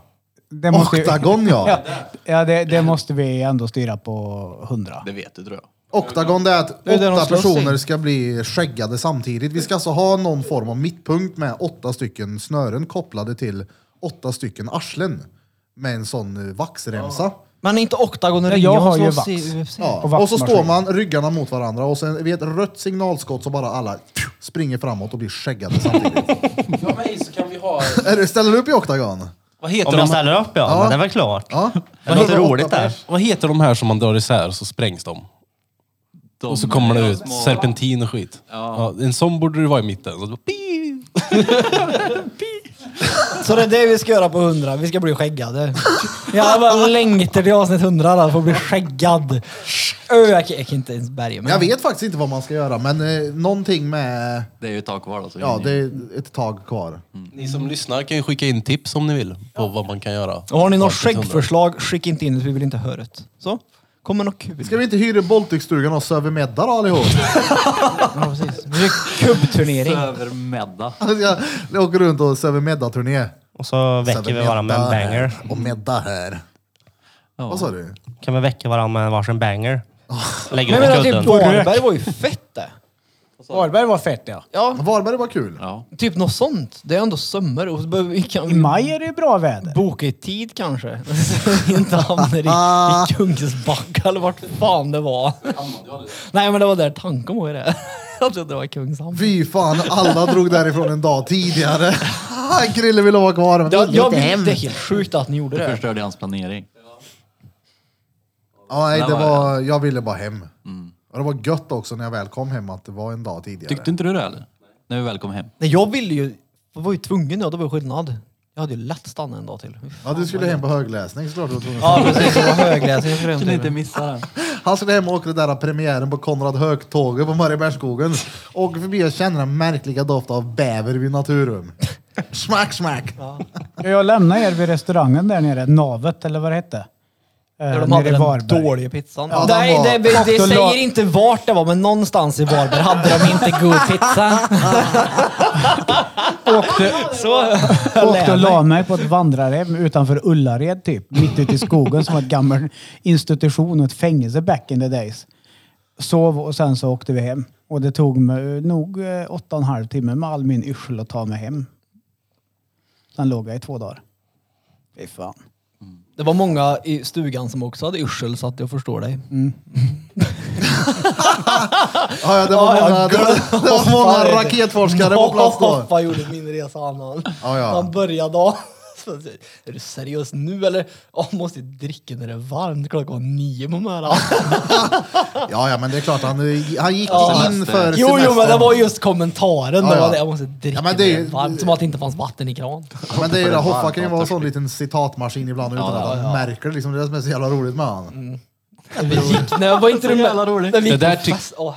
F: Det ju-
E: Oktagon ja.
F: Ja, ja det, det måste vi ändå styra på 100.
I: Det vet du tror jag.
E: Oktagon det är att
H: Det är där de
E: åtta
H: slåss
E: personer
H: i.
E: ska bli skäggade samtidigt. Vi ska alltså ha någon form av mittpunkt med åtta stycken snören kopplade till åtta stycken arslen. Med en sån eh, vaxremsa.
H: Men inte oktagon och
F: Nej,
H: ringen
F: jag har
H: som
F: ju
H: slåss
F: vax.
H: i UFC.
E: Ja.
F: Och vaxmaskin.
E: Och, så står man ryggarna mot varandra och sen vid ett rött signalskott så bara alla springer framåt och blir skäggade samtidigt.
C: Ja, men så kan vi ha...
E: Är det- Ställer du upp i oktagon?
C: Vad heter,
G: Om jag
C: de,
G: ställer upp ja, men det är väl klart.
E: Ja.
G: Det låter roligt där.
C: vad heter de här som man drar isär och så sprängs de?
I: De
C: Och så kommer det
I: är
C: ut
I: små-
C: serpentin och skit. Ja. en sån borde det vara i mitten. Så det bara, pi!
H: Så det är det vi ska göra på 100. Vi ska bli skäggade. Jag bara längtar till avsnitt 100 där, för att bli skäggad. Ö, Jag kan jag kan inte ens bärga mig.
E: Jag vet faktiskt inte vad man ska göra men eh, någonting med...
I: Det är ju ett tag kvar alltså.
E: Ja, det är ett tag kvar.
G: Mm.
C: Ni som lyssnar kan ju skicka in tips om ni vill på Mm. vad man kan göra.
H: Och har ni något
C: Avsnitt 100.
H: skäggförslag, skicka inte in det, vi vill inte höra det. Så, kommer något kul.
E: Ska vi inte hyra Balticstugan och söva middag då allihop?
H: Ja, precis. Vi kör Kubbturnering.
I: Över medda.
E: Jag åker runt och söver middag-turné.
G: Och så väcker vi varandra med en banger.
E: Och middag här. Vad sa du?
G: Kan vi väcka varandra med varsin banger? Lägga
H: Men jag
G: under
H: menar, typ
G: kudden.
H: Varberg var ju fett det.
F: Varberg var fett ja.
H: Ja,
E: Varberg var kul.
I: Ja.
H: typ något sånt. Det är ändå sommar och så behöver vi kan
F: I maj är det ju bra väder.
H: boka i tid kanske. Så vi inte hamnar i, i Kungsbacka eller vart fan det var. Nej men det var där tanken var ju det. Jag trodde det var i Kungshamn.
E: Fy fan, alla drog därifrån en dag tidigare. Krille ville vara kvar. Men
H: Jag, jag,
E: gick
H: vet-
E: hem.
H: det är helt sjukt att ni gjorde
I: Det
H: det.
I: förstörde hans planering.
E: Ja, nej, det
I: Där var
E: var, jag ville bara hem.
H: Mm.
E: Och det var gött också när jag väl kom hem att det var en dag tidigare.
I: Tyckte inte du det eller? När vi väl kom hem.
H: Nej, jag ville ju, jag var ju tvungen ja, det var ju skillnad. Jag hade ju lätt stannat en dag till. Fy
E: Ja,
H: fan,
E: du skulle
H: vad
E: hem på högläsning såklart. du var tvungen.
H: Ja precis, det var högläsning. Jag skulle hem
I: Kunde
H: till
I: inte
H: det.
I: missa den.
E: Han skulle hem och åka den där premiären på Konrad Höök-tåget på Mariebergsskogen. Åker förbi och känner den märkliga doften av bäver vid Naturum. Smack, smack!
F: Jag lämnade er vid restaurangen där nere, Navet eller vad det hette. Eh,
H: Där de
F: nere
H: hade
F: i
H: den
F: Varberg.
H: dåliga pizzan.
E: Ja, den
H: Nej,
E: var-
H: det, det, det
F: Cocktail-
H: säger inte vart det var, men någonstans i Varberg hade de inte god pizza.
F: Åkte,
H: Så,
F: åkte och la mig på ett vandrarhem utanför Ullared typ. Mitt ute i skogen som var en gammal institution och ett fängelse back in the days. Sov och sen så åkte vi hem. Och det tog mig nog eh, åtta och en halv timme med all min yrsel att ta mig hem. Sen låg jag i två dagar. Fy fan.
H: det var många i stugan som också hade yrsel, så att jag förstår dig.
E: Mm. Ja, ja, det var
H: Ja,
E: många,
H: ja,
E: det var, det var
H: Fan,
E: många
H: är det.
E: raketforskare på plats då.
H: Pappa gjorde min resa annan.
E: Ja, ja.
H: Han började då. Så jag säger, Är du seriös nu eller? Jag måste ju dricka när det är varmt. Klockan var nio på morgonen.
E: Ja, ja, men det är klart, han, eh, han gick
H: Ja.
E: in för
H: Jo, jo, men det
E: semestern.
H: var just kommentaren.
E: Ja,
H: då,
E: ja.
H: det, Jag måste dricka
E: Ja, men
H: när
E: det
H: det
E: är
H: är
E: ju-
H: varmt. Som att det inte fanns vatten i kran.
E: Men det är ju det, Hoffa kan ju vara en sån liten citatmaskin ibland utan
I: ja,
E: att han märker det. Liksom, det är det som är så jävla roligt med han.
H: Vi gick, nej, var inte det jävla roligt.
C: Det där, tyck,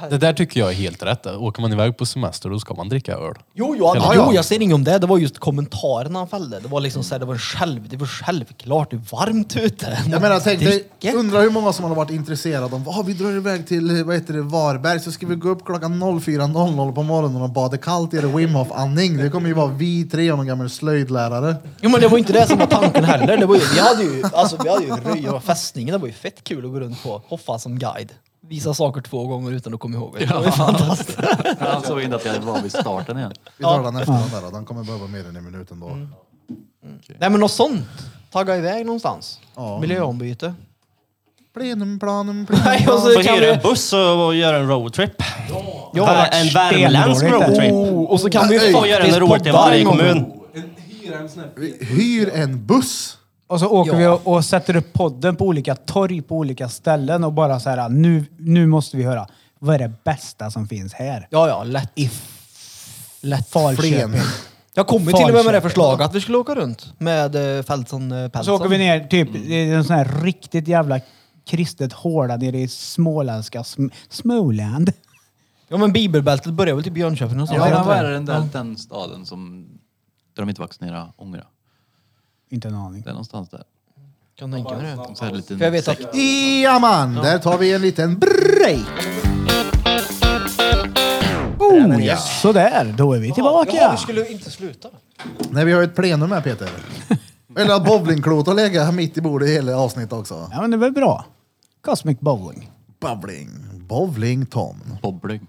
C: det där tycker jag är helt rätt. Åker man iväg på semester då ska man dricka öl.
H: Jo, jo, han,
C: Ja,
E: ja.
H: jo, jag säger inget om det. Det var just kommentarerna han fällde. Det var liksom såhär, det var en själv, det var självklart, det är varmt ute.
E: Jag menar, tänk dig,
H: Dricka.
E: undrar hur många som har varit intresserade om ah, vi drar iväg till eh, vad heter det, Varberg så ska vi gå upp klockan 04.00 på morgonen och bada kallt i er Wim Hof andning Det kommer ju vara vi tre och någon gammal slöjdlärare.
H: Jo men det var inte det som var tanken heller. Det var ju, vi hade ju, alltså, vi hade ju röja och fästningen, det var ju fett kul att gå runt på. Hoffa som guide. Visa saker två gånger utan att komma ihåg det. Det var ju fantastiskt.
I: Han såg inte att jag var vid starten igen.
E: Vi drar den efter den där, då. den kommer behöva mer än en minut ändå.
H: Nej men något sånt. Tagga iväg någonstans.
E: Ja.
H: Miljöombyte.
E: Plenum, planum, plenum,
F: Nej, och så-
E: planum.
G: Får
F: kan
G: hyra
F: vi-
G: en buss och, och göra en roadtrip.
F: Ja,
G: en
F: stenroligt.
G: värmländsk roadtrip.
H: Oh, och så kan vi
E: Nej,
G: Får göra en
H: faktiskt
G: roadtrip i
H: podda
G: varje
H: en gång.
G: kommun.
E: Hyr en buss.
F: Och så åker
H: Ja.
F: vi och, och sätter upp podden på olika torg på olika ställen och bara så här, nu, nu måste vi höra. Vad är det bästa som finns här?
H: Ja, ja, lätt. lätt
E: Flen.
H: Falköping. Jag kom ju till och med med det
F: Falköping.
H: förslaget att vi skulle åka runt med eh, Fältson eh, Pälsson.
F: Så åker vi ner typ
H: Mm.
F: i en sån här riktigt jävla kristet håla nere i småländska sm Småland.
H: Ja men bibelbältet börjar väl typ i Jönköping och så.
I: Ja, men vad är det den, där, den staden som... Där de inte vaccinerar ångra.
F: Inte en aning.
I: Det är någonstans där.
H: Kan tänka mig det.
I: Så här liten
H: För jag vet att
E: Ja man, där tar vi en liten break. Oh, ja.
F: Sådär, då är vi tillbaka.
H: Jaha, vi skulle inte sluta.
E: Nej, vi har ju ett plenum här Peter. Eller att bowlingklot har legat mitt i bordet i hela avsnittet också.
F: Ja men det var bra. Cosmic Bowling.
E: Bowling. Bowling Tom.
I: bobbling.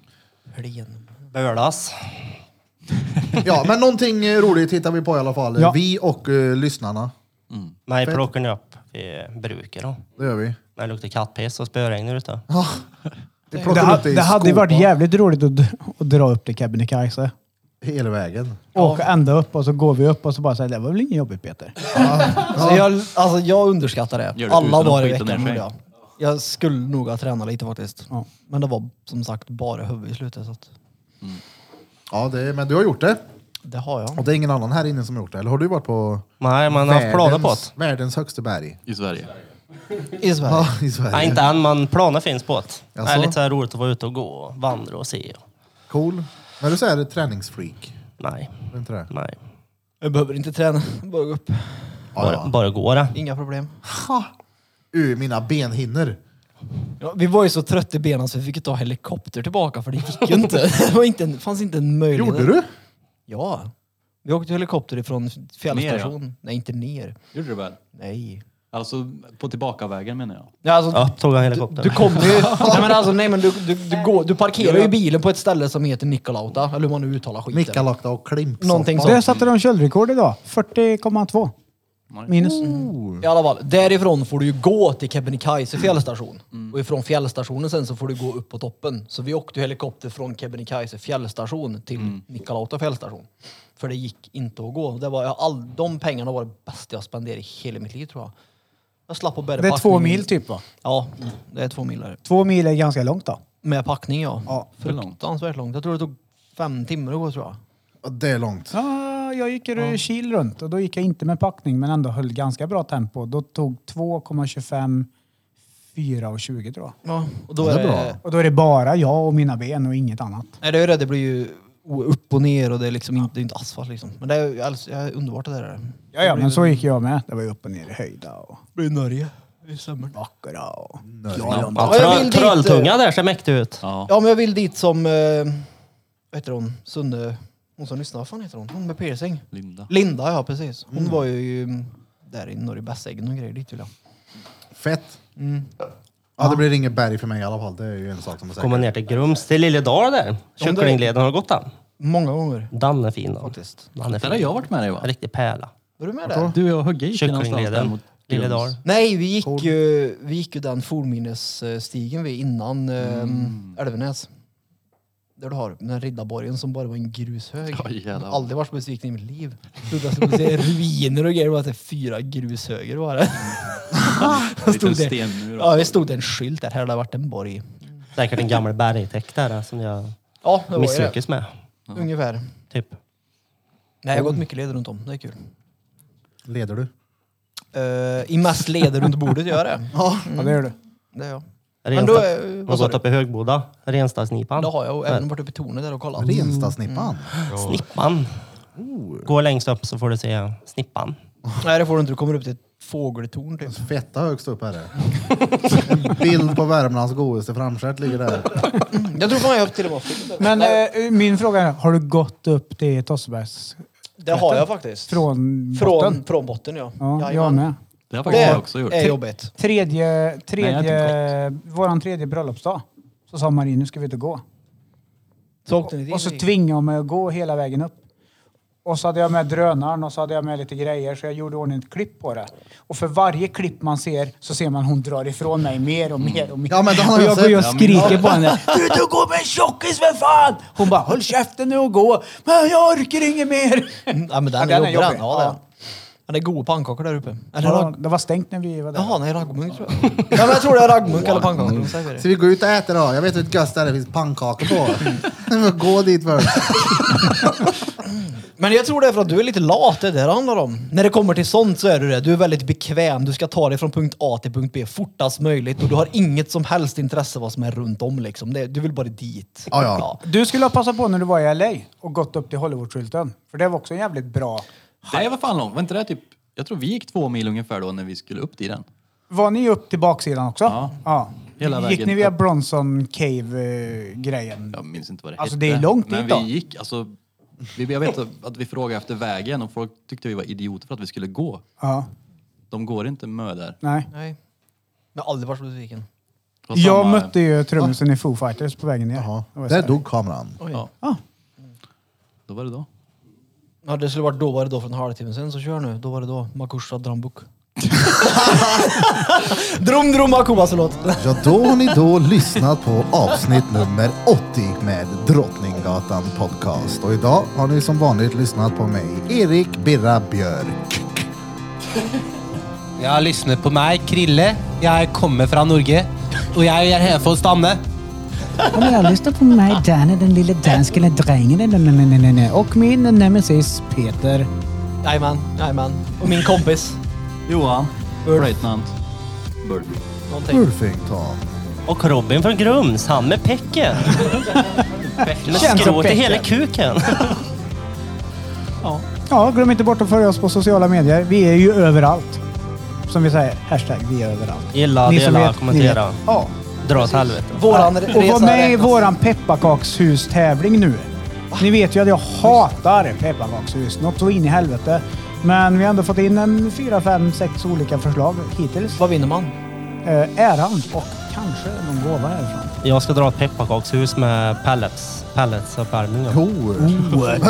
H: Plen.
G: Bölas.
E: Ja, men någonting eh, roligt hittar vi på i alla fall.
F: Ja.
E: Vi och eh, lyssnarna.
G: Mig plockar ni upp i brukar då.
E: Det gör vi.
G: När det luktar kattpiss och spöregn ute.
E: Ja. Vi
F: Det,
E: plockar
F: ha,
E: upp i
F: det hade ju varit
E: skopan
F: jävligt roligt att, d- att dra upp till Kebnekaise.
E: Hela vägen.
F: Åka ända upp och så går vi upp och så bara säger det var väl inget jobbigt Peter.
H: Så jag, alltså jag underskattar det.
I: Gör det utan
H: Alla
I: att
H: dagar i
I: skita ner
H: veckan
I: sig.
H: gjorde jag. Jag skulle nog ha tränat lite faktiskt.
F: Ja.
H: Men det var som sagt bara huvud i slutet. Så att
E: Ja, det, men du har gjort det.
H: det har
E: Och
H: jag.
E: det är ingen annan här inne som har gjort det. Eller har du varit på
G: Nej, man har haft planer på det.
E: världens högsta berg?
I: I Sverige.
H: I Sverige.
E: Ja, i
G: Nej,
E: Sverige.
G: inte än, men planer finns på det. Det är
E: Jaså?
G: lite så här roligt att vara ute och gå och vandra och se.
E: Cool. När du säger träningsfreak,
G: Nej,
E: är det inte det?
G: nej.
H: Jag behöver inte träna. Bara gå upp.
G: Bara, bara gå det.
H: Inga problem.
E: Ur mina benhinnor.
H: Ja, vi var ju så trötta i benen så vi fick ju ta helikopter tillbaka för det gick ju inte. Det var inte en, fanns inte en möjlighet.
E: Gjorde du?
H: Ja. Vi åkte helikopter ifrån fjällstation.
I: Ner,
H: Nej, inte ner.
I: Gjorde du väl?
H: Nej.
I: Alltså på tillbakavägen menar jag.
H: Ja, alltså,
G: Upp tog han helikopter.
H: Du kommer ju... nej men alltså, nej men du, du, du, går, du parkerar ju bilen på ett ställe som heter Nikolauta, eller hur man nu uttalar skiten.
E: Mikkalakta och Klimp.
H: Någonting
F: Där
H: sånt.
F: satte de köldrekord idag. 40,2. Minus.
H: I alla fall, därifrån får du ju gå till Kebnekaise fjällstation. Och ifrån fjällstationen sen så får du gå upp på toppen. Så vi åkte ju helikopter från Kebnekaise fjällstation till Nikolauta fjällstation. För det gick inte att gå. Det var, jag, all, de pengarna var det bästa jag spenderade i hela mitt liv tror jag. Jag slapp att bära
F: Det är två
H: packning.
F: mil typ va?
H: Ja, det är två mil där.
F: Två mil är ganska långt då.
H: Med packning ja.
F: Ja.
H: Fruktansvärt långt. Jag tror det tog fem timmar att gå tror jag.
E: Ja, Det är långt.
F: Ja, jag gick ja. kil runt och då gick jag inte med packning men ändå höll ganska bra tempo. Då tog 2,25 4,20 tror jag.
H: Ja, och då
E: Ja, det
H: är
E: är
H: det...
E: bra.
F: Och då är det bara jag och mina ben och inget annat.
H: Nej, det är det. Det blir ju o- upp och ner och det är liksom inte, det är inte asfalt liksom. Men det är, ju alls- jag är underbart det där. är.
F: Ja, ja, men så gick jag med. Det var ju upp och ner i höjda och
H: Det blir Norge i sommar.
F: vackra och...
G: Ja,
H: Ja, jag vill
G: tröll,
H: dit.
G: trölltunga där ser mäktig ut.
I: Ja.
H: Ja, men jag vill dit som... Eh, vad heter hon? Sunne... Hon som lyssnar, vad fan heter hon? Hon med piercing.
I: Linda.
H: Linda, ja precis. Hon var ju mm, där i Norge, Bässäggen och grejer. Dit vill jag.
E: Fett.
F: Mm.
E: Ja, det blir inget berg för mig i alla fall. Det är ju en sak som är
G: Kommer
E: säker.
G: ner till Grums, till Liljedal där. Kycklingleden har gått den.
H: Många gånger
G: Den är fin. den.
H: faktiskt.
G: Den är
I: Där har
G: fin.
I: jag varit med dig va?
G: En riktig pärla.
H: Var du med där?
I: Du och jag Hugge gick ju någonstans där
G: Kycklingleden,
I: mot
G: Liljedal.
I: Grums.
H: Nej, vi gick, ju, vi gick ju den fornminnesstigen vi innan eh, Älvenäs. Där du har den här riddarborgen som bara var en grushög.
I: Ja, jävlar.
H: Jag har aldrig varit så besviken i mitt liv. Trodde jag skulle se ruiner och grejer. Det var alltså fyra grushöger var det.
I: En
H: Stod
I: liten
H: det.
I: stenmur.
H: Ja, det stod en skylt där. Här har det varit en borg.
G: Säkert en gammal bergtäkt där eh, som jag
H: Ja, det var ju det.
G: misslyckas med.
H: Ungefär.
G: Typ.
H: Nej, jag har gått mycket leder runt om. Det är kul.
E: Leder du?
H: Eh, I mest leder runt bordet gör jag det. Mm.
F: Ja, det gör du.
H: Det, är jag. Men då,
G: Rensta,
H: eh,
G: hon har
H: vad sa
G: gått
H: du?
G: upp i Högboda, Renstadsnipan.
H: det har jag och även varit uppe i tornet där och kollat.
F: Mm.
E: Renstadsnippan.
G: Snippan. Gå längst upp så får du se snippan.
H: Nej, det får du inte. Du kommer upp till ett fågeltorn typ.
E: Alltså, Fetta högst upp är det. En bild på Värmlands godaste framstjärt ligger där.
H: Jag tror fan jag till och med fick det.
F: Men eh, min fråga är, har du gått upp till Tossebergs
H: Det har jag faktiskt.
F: från, botten?
H: Från, från botten ja.
F: Ja, jag
H: Jajamän.
F: med.
I: Det har
H: Det
I: faktiskt jag också gjort.
H: är jobbigt.
F: Tredje,
I: Nej, jag
F: tredje, våran tredje bröllopsdag. Så sa Marie, nu ska vi ut och gå.
H: Så åkte ni dit.
F: Och så tvingade hon mig att gå hela vägen upp. Och så hade jag med drönaren och så hade jag med lite grejer så jag gjorde i ordning ett klipp på det. Och för varje klipp man ser så ser man hon drar ifrån mig mer och mer och
E: Mm.
F: mer.
E: Ja, men det har
F: och
E: jag
F: jag går
E: sett.
F: ju och
E: Ja,
F: skriker på henne. Du, du går med en tjockis för fan! Hon bara håll käften nu och gå. Men jag orkar inget mer.
H: Ja, men den
F: Ja,
H: är
F: den är
H: jobbig. den.
F: jobbig.
H: Ja, det är
F: Ja.
H: den. Den är god pannkakor där uppe. Eller
F: Ja,
H: ragg...
F: det var stängt när vi var där.
H: Jaha, nej, raggmunk tror jag. ja, men jag tror det är raggmunk eller pannkakor. de säger
E: Ska
H: det.
E: vi gå ut och äta då? Jag vet ett gött ställe det finns pannkakor på.
F: Mm.
E: Men gå dit först.
H: Men jag tror det är för att du är lite lat, det är det det handlar om. När det kommer till sånt så är du det. Du är väldigt bekväm, du ska ta dig från punkt A till punkt B fortast möjligt och du har inget som helst intresse vad som är runt om liksom. Det, du vill bara dit.
E: Ja, ja.
F: Du skulle ha passat på när du var i LA och gått upp till Hollywoodskylten. För det var också en jävligt bra...
I: Det var fan långt. Var inte det typ... Jag tror vi gick två mil ungefär då när vi skulle upp till den.
F: Var ni upp till baksidan också?
I: Ja. Hela
F: Gick
I: vägen
F: ni via
I: upp.
F: Bronson Cave-grejen?
I: Jag minns inte vad det
F: Alltså,
I: hette.
F: det är långt
I: Men
F: dit då.
I: vi gick, alltså... Vi, jag vet att vi frågade efter vägen och folk tyckte vi var idioter för att vi skulle gå.
F: Ja.
I: De går inte mö där.
F: Nej.
H: Nej. Jag har aldrig varit så besviken.
I: Det var
F: Jag
I: samma-
F: mötte ju trummisen i Foo Fighters på vägen ner.
E: Ja,
F: Det var så
E: där
F: här.
E: dog kameran.
I: Ja.
F: Ah.
I: Då var det då.
H: Ja, det skulle varit då var det då för en halvtimme sen, så kör nu. Då var det då. Makusha Drambuk. drum Drum Makuba, förlåt.
E: Ja, då har ni då lyssnat på avsnitt nummer 80 med Drottninggatan Podcast. Och idag har ni som vanligt lyssnat på mig, Erik Birra Björk.
G: Jag lyssnar på mig, Krille. Jag kommer från Norge. Och jag är här för att stanna.
K: Om jag lyssnar på mig, Danne, den lille danskele drängen, nej, nej, nej, nej, nej, och min nemesis Peter.
H: Jajamän, jajamän. Och min kompis.
I: Johan. Löjtnant. Burp.
H: Någonting.
E: Ulfington.
G: Och Robin från Grums, han med pecken. med skrot i hela kuken.
F: Ja, glöm inte bort att följa oss på sociala medier. Vi är ju överallt. Som vi säger, hashtag vi är överallt.
G: Gilla,
F: Ni som
G: dela,
F: vet,
G: kommentera.
F: ni vet. Ja.
G: Dra åt helvete.
H: Våran
F: Och var
H: resa
F: med i
H: räknas.
F: våran pepparkakshustävling nu. Ni vet ju att jag hatar pepparkakshus. Något så in i helvete. Men vi har ändå fått in en fyra, fem, sex olika förslag hittills.
H: Vad vinner man?
F: Eh, äran och kanske någon gåva härifrån.
G: Jag ska dra ett pepparkakshus med pellets. Pelletsuppvärmning. ja.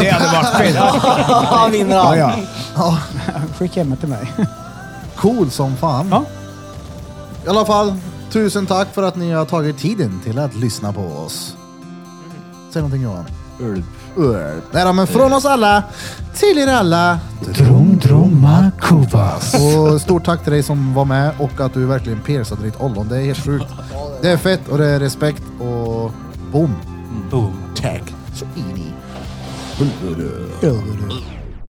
F: Det hade varit fett.
H: Han vinner
F: Ja,
H: han.
F: ja. Skicka hem det till mig.
E: Cool som fan.
F: Ja.
E: I alla fall, tusen tack för att ni har tagit tiden till att lyssna på oss. Säg någonting Johan.
I: Ulv.
E: Ulf. Nej då, men från oss alla till er alla.
K: Drum drumma kubas.
E: Och stort tack till dig som var med och att du verkligen piercade ditt ollon. Det är helt sjukt. Det är fett och det är respekt och boom.
G: Boom.
E: Tack så in i.
F: Överallt.